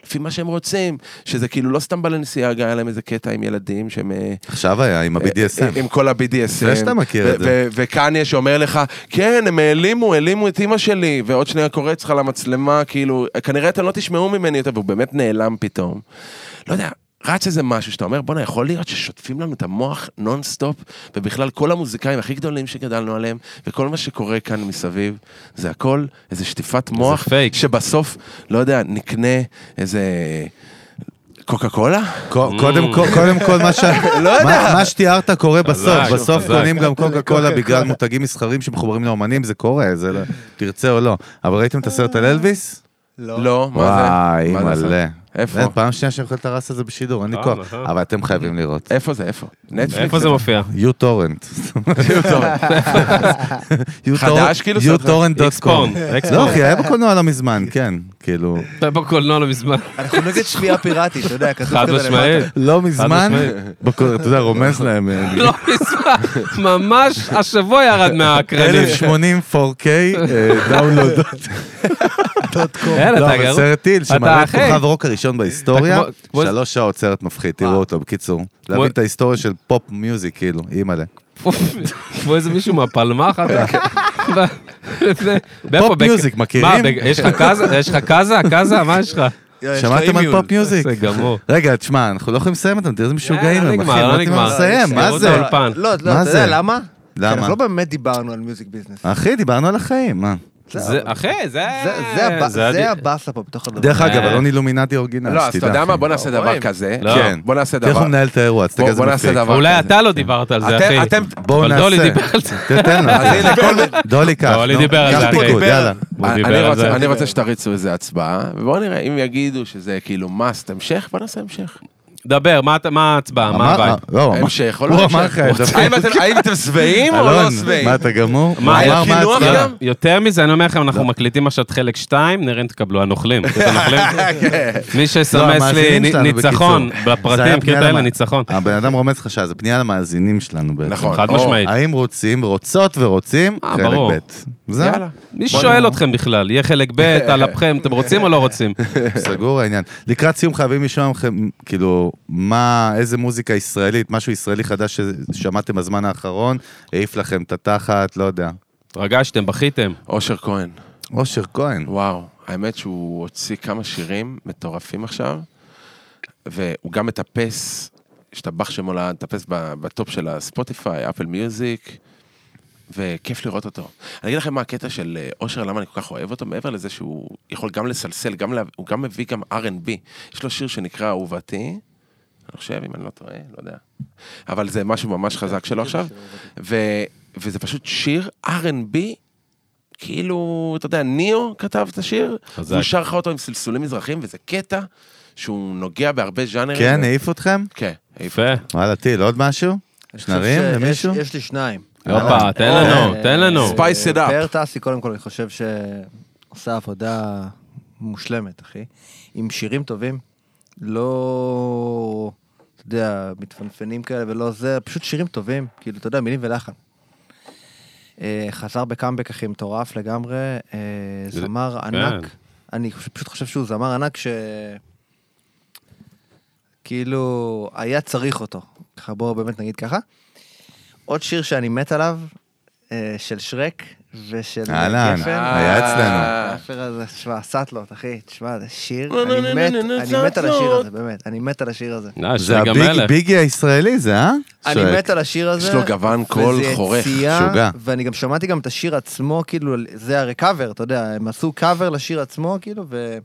B: לפי מה שהם רוצים, שזה כאילו לא סתם בלנסיאגה, היה להם איזה קטע עם ילדים שהם... אה,
C: עכשיו היה עם ה-BDSM.
B: עם כל ה-BDSM.
C: זה שאתה מכיר את
B: ו-
C: זה.
B: ו- וקניה שאומר לך, כן, הם העלימו, העלימו את אימא שלי, ועוד שנייה קורץ לך למצלמה, כאילו, כנראה אתם לא תשמעו ממני יותר, והוא באמת נעלם פתאום. לא יודע. רץ איזה משהו שאתה אומר, בואנה, יכול להיות ששוטפים לנו את המוח נונסטופ, ובכלל כל המוזיקאים הכי גדולים שגדלנו עליהם, וכל מה שקורה כאן מסביב, זה הכל איזה שטיפת מוח,
A: פייק.
B: שבסוף, לא יודע, נקנה איזה קוקה קולה?
A: אה,
C: קו- קודם כל, קודם כל, מה ש-
B: לא
C: מה- מה שתיארת קורה בסוף,
A: חזק,
C: בסוף
A: חזק.
C: קונים גם קוקה קולה בגלל מותגים מסחרים שמחוברים לאומנים, זה קורה, זה לא- תרצה או לא. אבל ראיתם את הסרט על אלוויס?
B: לא, מה זה?
C: וואי,
B: מה זה?
C: מלא.
B: איפה?
C: אין, פעם שנייה שאני אוכל את הרס הזה בשידור, אין לי
A: נכון,
C: כוח.
A: נכון.
C: אבל אתם חייבים לראות.
B: איפה זה? איפה? נטפליקס?
A: איפה זה מופיע?
C: יו טורנט.
B: חדש כאילו?
C: יו טורנט דוט
A: אקספורן.
C: קום. לא אחי, היה בקולנוע לא מזמן, כן, כאילו,
A: אתה בקולנוע לא מזמן.
E: אנחנו נגד שמיעה פיראטית, אתה יודע, כתוב
A: חד
E: כזה למטה.
A: משמעית.
C: לא מזמן,
A: משמעית.
C: בקול- אתה יודע, רומז להם, אה,
A: לא מזמן. ממש השבוע ירד
C: אה,
A: מהקרנים.
C: 1080 4K אה, דאונלוד.
A: אין, אתה
C: לא, אבל
A: גרוע.
C: סרט טיל
A: אתה
C: שמראה את
A: אחי.
C: כוכב הרוק הראשון בהיסטוריה,
A: אתה כמו- כמו-
C: שלוש שעות סרט מפחיד, תראו אותו בקיצור. להבין את ההיסטוריה של פופ מיוזיק, כאילו, אימא'לה.
A: כמו איזה מישהו מהפלמ"ח. אתה- לפני- באיפה?
C: פופ
A: בק-
C: מיוזיק,
A: מה,
C: מכירים?
A: בק- יש לך קאזה? יש לך קאזה? קאזה? מה יש לך?
E: יש לך
C: שמעתם על
E: אימיון.
C: פופ מיוזיק?
A: זה גמור.
C: רגע, תשמע, אנחנו לא יכולים לסיים אותם, תראה איזה
B: אה,
C: משוגעים
A: לא
C: הם, אחי,
A: נגמר,
C: הם
A: לא
C: לא נותנים לנו
A: נגמר.
C: לסיים, מה
A: שירות
C: זה?
A: האולפן. פן.
E: לא, לא,
C: מה
E: אתה
C: זה?
E: יודע למה? כי
A: כן,
C: למה? אה,
E: אנחנו לא באמת דיברנו על מיוזיק ביזנס.
C: אחי, דיברנו על החיים, מה?
B: אה,
A: זה- אחי, אה, זה...
E: זה- זה הבא-
A: הדי-
E: זה הבאסה פה בתוך הדבר.
C: דרך אגב,
A: אה.
C: אלון אילומינטי אורגינל,
B: לא, אז אתה
C: שתדע.
B: יודע
C: אחי.
B: מה? בוא נעשה דבר כזה.
A: לא.
C: כן.
B: בוא נעשה
C: תראה איך הוא
B: דבר.
C: מנהל את האירוע, תסתכל
B: בוא-
C: איזה
B: בוא נעשה
C: מצחיק.
B: דבר
A: אולי
B: כזה.
A: אתה לא דיברת על זה,
B: אתם-
A: אחי.
B: אתם...
C: בואו
A: אבל
C: נעשה.
A: דולי דיבר על זה.
C: תתן לו.
B: אז הנה, כל...
C: דולי קח,
A: דולי
C: נו,
A: דיבר על
C: קח
A: זה, אחי.
C: פיקוד, יאללה.
A: הוא
B: אני
A: דיבר על
B: רוצה-
A: זה.
B: אני רוצה שתריצו איזה הצבעה, ובואו נראה, אם יגידו שזה כאילו must המשך, בוא נעשה המשך.
A: דבר, מה אתה- מה
B: אה,
A: ההצבעה? מה
C: אמר-
A: הבעיה?
C: לא, אמר-
B: המשך או
C: הוא
B: לא
C: אמר
B: המשך?
C: לך, דוד.
B: האם אתם- האם אתם שבעים או לא
C: אלון,
B: שבעים?
C: מה אתה גמור?
A: מה, היה
C: אמר, לא.
B: קינוח
C: הצבעה?
B: גם?
A: יותר מזה, אני אומר לכם, אנחנו מקליטים עכשיו את חלק 2, נראה אם תקבלו הנוכלים. אתם הנוכלים? מי
C: לא,
A: שסמס לי
C: המאזינים שלנו,
A: ניצחון,
C: בקיצור. זה היה
A: בפרטים,
C: פנייה
A: קטע אלה,
C: למ-
A: ניצחון.
C: לא, הבן אדם רומז לך שעה, זה פנייה למאזינים שלנו בעצם.
B: נכון.
A: חד
B: או,
A: משמעית.
C: האם רוצים, רוצות ורוצים,
A: אה,
C: חלק
A: ברור.
C: ב'. זה
B: יאללה.
A: מי שואל אתכם בכלל? יהיה חלק ב', על אפכם, אתם רוצים או לא רוצים?
C: סגור העניין. לקראת סיום חייבים לשמוע מכם, כאילו, מה, איזה מוזיקה ישראלית, משהו ישראלי חדש ששמעתם בזמן האחרון, העיף לכם את התחת, לא יודע.
A: התרגשתם, בכיתם.
B: אושר כהן,
C: אושר כהן.
B: וואו, האמת שהוא הוציא כמה שירים מטורפים עכשיו, והוא גם מטפס, השתבח שמו לעד, מטפס ב- בטופ של הספוטיפיי, אפל מיוזיק, וכיף לראות אותו. אני אגיד לכם מה הקטע של אה, אושר, למה אני כל כך אוהב אותו, מעבר לזה שהוא יכול גם לסלסל, גם לה... הוא גם מביא גם R&B. יש לו שיר שנקרא אהובתי, אני חושב, אם אני לא טועה, לא יודע. אבל זה משהו ממש חזק שלו עכשיו, ו... וזה פשוט שיר R&B. כאילו, אתה יודע, ניאו כתב את השיר,
A: חזק.
B: והוא שר לך אותו עם סלסולים מזרחים, וזה קטע שהוא נוגע בהרבה ז'אנרים.
C: כן, העיף אתכם?
B: כן, העיף.
A: יפה.
C: וואלה, טיל, עוד משהו?
E: אני חושב
C: שנרים
E: שיש-
C: למישהו?
E: יש לי שניים.
A: הופה, תן לנו,
E: אה,
A: תן לנו.
B: Spice it up.
E: פאר טאסי, קודם כל, אני חושב שעושה עבודה מושלמת, אחי. עם שירים טובים. לא, אתה יודע, מתפנפנים כאלה ולא זה, פשוט שירים טובים. כאילו, אתה יודע, מילים ולחן. אה, חזר בקאמבק, אחי, מטורף לגמרי. אה, זמר
A: כן.
E: ענק. אני חוש- פשוט חושב שהוא זמר ענק ש... כאילו, היה צריך אותו. ככה, בואו באמת נגיד ככה. עוד שיר שאני מת עליו, אה, של שרק ושל
C: אהלן,
E: גפן.
C: היה
B: אה.
C: אצלנו.
E: האפר הזה, תשמע, סאטלות, אחי, תשמע, זה שיר, אני מת, אני מת על השיר הזה, באמת, אני מת על השיר הזה.
A: אה,
C: זה
A: שרי גם
C: הביג-
A: מלך.
C: ביגי הישראלי זה, אה?
E: אני
C: שרק.
E: מת על השיר הזה.
B: יש לו גוון קול
E: וזה
B: חורך.
E: יציאה,
C: משוגע.
E: ואני גם שמעתי גם את השיר עצמו, כאילו, זה הרי קאבר, אתה יודע, הם עשו קאבר לשיר עצמו, כאילו, ו...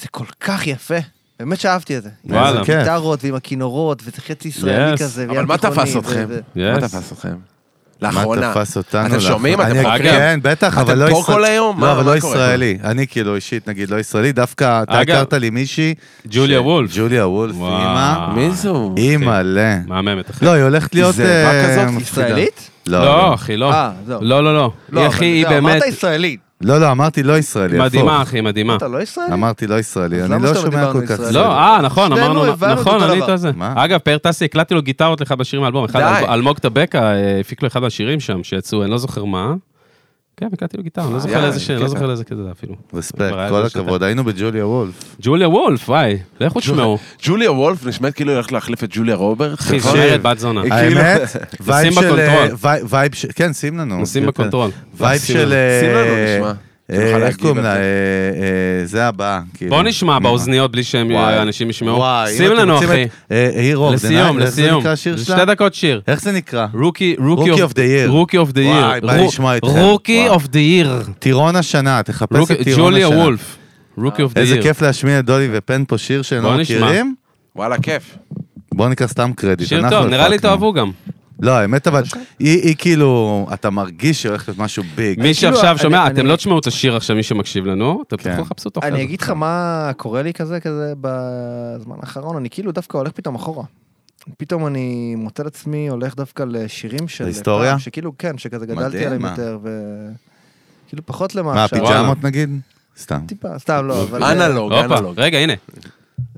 E: זה כל כך יפה. באמת שאהבתי את זה.
A: וואלה.
E: עם הגיטרות ועם הכינורות, וזה חצי ישראלי
A: Yes.
E: כזה.
B: אבל
E: וים
B: מה
E: תיכוני,
B: תפס
E: ו-
B: אתכם?
E: ו-
B: מה
A: Yes.
B: תפס אתכם?
C: מה
B: לאחרונה.
C: תפס אותנו?
B: אתם שומעים?
C: לאחרונה?
B: אתם
C: אני-
B: חוקרים?
C: כן, בטח, אבל
B: אתם
C: לא
B: פה
C: ישראל-
B: כל היום?
C: לא,
B: מה-
C: אבל
B: מה
C: לא
B: קורה
C: ישראלי. אני כאילו אישית, נגיד, לא ישראלי. דווקא אתה
A: אגב,
C: הכרת לי מישהי...
A: ג'וליה
C: ש-
A: וולף.
C: ג'וליה וולף,
A: וואו.
C: אימא.
B: מי זו?
C: אה, אימא'לה.
A: מהממת, אחי.
C: לא, היא הולכת להיות...
B: זה רק
C: אה,
B: כזאת
C: מפחידה.
E: ישראלית?
C: לא,
A: לא,
C: לא.
A: אחי, לא.
E: אה, זהו.
A: לא, לא, לא.
E: לא,
A: היא,
E: אבל
A: אחי, היא
E: זהו,
A: באמת אה.
E: אמרת ישראלית.
C: לא, לא, אמרתי לא ישראלי.
A: מדהימה,
C: הפוך.
A: אחי, מדהימה.
E: אתה לא ישראלי?
C: אמרתי לא ישראלי,
E: אז
C: אני
E: למה
C: לא
E: סתם
C: שומע
E: דיברנו
C: כל כך...
E: ישראלי?
C: זה.
A: לא, אה, נכון,
E: שנינו
A: אמרנו,
E: הבנו
A: נכון,
E: אותו
A: ענית
E: דבר.
A: על זה.
C: מה?
A: אגב, פאר טסי, הקלטתי לו גיטרות לך בשיר מאלבום. אחד,
B: די.
A: אלמוג- אלמוג טבקה אה, הפיק לו אחד מהשירים שם, שיצאו, אני לא זוכר מה. כן, הקלטתי לו גיטרה, אני
C: אה,
A: לא זוכר
B: די,
A: לאיזה שיר, אני לא
B: קטע.
A: זוכר לאיזה קטע זה אפילו.
C: רספקט,
A: כבר היה
C: כל
A: איזה שנתיים.
C: הכבוד, היינו בג'וליה וולף.
A: ג'וליה וולף, וואי, לכו תשמעו.
B: לא ג'וליה וולף נשמעת כאילו היא הולכת להחליף את ג'וליה רוברט.
A: אחי,
B: נכון?
A: זמרת בת זונה.
C: אה,
B: היא כאילו-
C: האמת, וייב של... אה,
A: בקונטרול.
C: ווי- וייב של... כן, שים לנו.
A: נשים
C: יותר.
A: בקונטרול.
C: וייב
A: נשים
C: של...
A: לנו.
C: אה,
B: שים לנו, נשמע.
C: אה,
B: נוכל
C: איך
B: להגיב
C: קוראים
B: על
C: לה?
B: זה.
C: אה, אה, זה הבאה. כאילו.
A: בוא נשמע באוזניות בלי שהם- אה,
C: וואי.
A: אנשים ישמעו.
C: וואי, אם
A: שים
C: אתם
A: לנו,
C: רוצים
A: אחי.
C: את, אה, Hero of the
A: לסיום,
C: Night, איך זה
A: לסיום.
C: נקרא השיר
A: זה
C: שלה?
A: שתי דקות שיר.
C: איך זה נקרא?
A: רוקי,
C: Rookie of the Year.
A: רוקי אוף דה ייר.
C: וואי, בא לי לשמוע אתכם.
A: רוקי
C: וואו.
A: אוף דה ייר.
C: טירון השנה, תחפש את
A: רוקי-
C: טירון השנה.
A: ג'וליה וולף. רוקי אוף דה
C: איזה
A: ייר.
C: כיף להשמיע את דולי ופן פה שיר שהם
A: בוא
C: לא
A: נשמע.
C: מכירים.
B: וואלה, כיף.
C: בואו ניקח סתם קרדיט.
A: שיר
C: אנחנו
A: טוב, נראה לי
C: הפקנו.
A: תאהבו גם.
C: לא, האמת אבל, היא היא כאילו, אתה מרגיש שהולך להיות משהו ביג.
A: מי שעכשיו
E: אני-
A: שומע,
E: אני-
A: אתם לא תשמעו את השיר עכשיו, מי שמקשיב לנו, אתם תלכו לחפשו אותו אחרי
E: אני
A: זה.
E: אגיד לך מה קורה לי כזה, כזה בזמן האחרון, אני כאילו דווקא הולך פתאום אחורה. פתאום אני מוצא לעצמי הולך דווקא לשירים של...
C: להיסטוריה?
E: פעם, שכאילו, כן, שכזה גדלתי
C: מדהים,
E: עליהם
C: מה?
E: יותר, ו... כאילו פחות למה
C: מה,
E: עכשיו.
C: פיג'מות נגיד? סתם.
E: טיפה, סתם לא, אבל...
B: אנלוג,
A: הופה,
C: אה,
B: אנלוג.
A: רגע, הנה.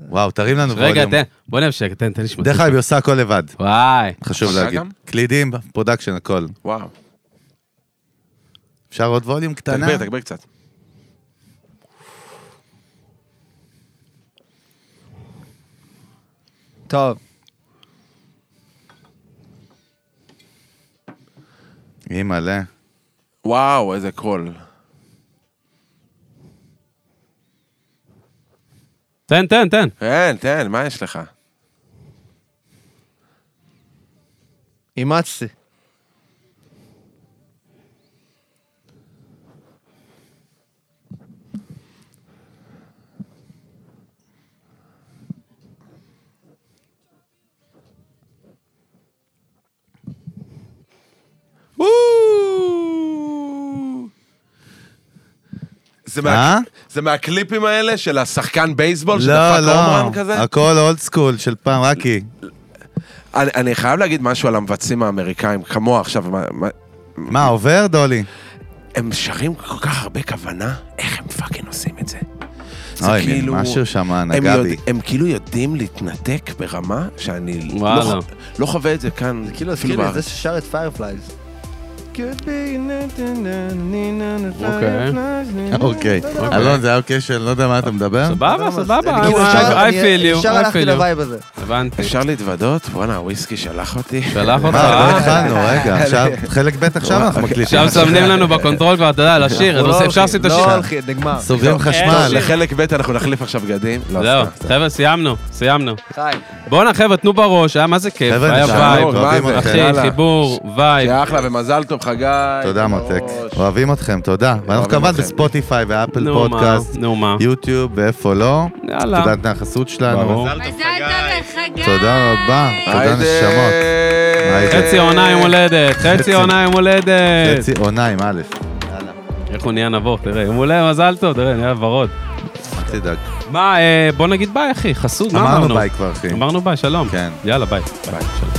C: וואו, תרים לנו
A: רגע,
C: ווליום.
A: תן, בוא נמשיך, תן, תן לשמוע.
C: דרך אגב, היא עושה הכל לבד,
A: וואי.
C: חשוב
B: עושה
C: להגיד.
B: גם?
C: קלידים, פרודקשן, הכל.
B: וואו.
C: אפשר עוד ווליום קטנה?
B: תגביר, תגביר קצת.
E: טוב,
C: אימא'לה.
B: וואו, איזה קול.
A: תן, תן, תן.
B: תן, תן, מה יש לך?
E: אימצתי.
B: זה
C: אה?
B: מה- זה מהקליפים האלה של השחקן בייסבול
C: לא,
B: שדפק הומרן כזה?
C: לא, הכל אולד סקול של פעם, רק היא.
B: אני- אני חייב להגיד משהו על המבצעים האמריקאים, כמוה עכשיו, מה- מה-
C: מה, עובר, דולי?
B: הם שרים כל כך הרבה כוונה, איך הם פאקינג עושים את זה? זה כאילו
C: אוי, משהו שם
B: הם,
C: נגע בי.
B: הם כאילו יודעים להתנתק ברמה שאני לא,
A: וואלה.
B: ח- לא חווה את זה כאן,
E: זה כאילו הזכיר לי את זה
B: בארץ.
E: ששר את פיירפלייז.
A: אוקיי.
C: אוקיי. אלון, זה היה אוקיי של לא יודע מה אתה מדבר?
A: סבבה, סבבה.
E: אני כאילו
A: I-
E: ישר-
A: I feel you,
E: ישר
A: I
E: הלכתי
A: feel you.
E: לווייב הזה.
A: הבנתי.
B: אפשר להתוודות? בואנה, הוויסקי שלח אותי.
A: שלח אותך.
C: מה,
A: אה?
C: עוד לא
A: אוקיי.
C: התחלנו, רגע, עכשיו, חלק ב' עכשיו אנחנו מקליטים.
A: עכשיו מסמנים לנו בקונטרול כבר, אתה יודע, לשיר, אז
E: אנחנו לא
A: עושה- אפשר
E: הולכים,
A: לשים את
E: לא
A: השיר.
E: הולכים, נגמר.
C: סוגרים חשמל.
B: אה, לחלק ב' אנחנו נחליף עכשיו בגדים. לא,
A: זהו,
B: סתם.
A: חבר'ה, סיימנו, סיימנו.
E: חי.
A: בואנה, חבר'ה, תנו בראש, היה מה זה כיף,
C: חבר'ה,
A: היה
C: נשארנו,
A: וייב.
C: אוהבים
B: מה זה?
C: אתכם.
A: אחי,
B: יאללה.
A: חיבור, וייב.
B: שיהיה אחלה ומזל טוב, חגי.
C: תודה מותק,
B: בראש.
C: אוהבים אתכם, תודה. ואנחנו כמובן
B: אתכם.
C: בספוטיפיי ואפל
A: נו מה,
C: פודקאסט,
A: נו מה.
C: יוטיוב ואיפה לא.
A: יאללה.
C: תודה נתנה החסות שלנו.
A: ברור.
G: מזל טוב לחגי.
C: תודה רבה, תודה
B: היידה.
C: נשמות. היידה.
A: חצי עונה עם הולדת, חצי
C: אה, חצי.
A: עונה עם הולדת.
C: חצי עונה עם א',
A: איך הוא נהיה נבוך, תראה. אם הוא עולה, מזל טוב, תראה, נהיה ורוד.
C: אל תדאג.
A: מה, אה, בוא נגיד ביי, אחי, חסות, מה אמרנו?
C: אמרנו ביי כבר אחי.
A: אמרנו ביי, שלום.
C: כן.
A: יאללה, ביי. ביי, שלום.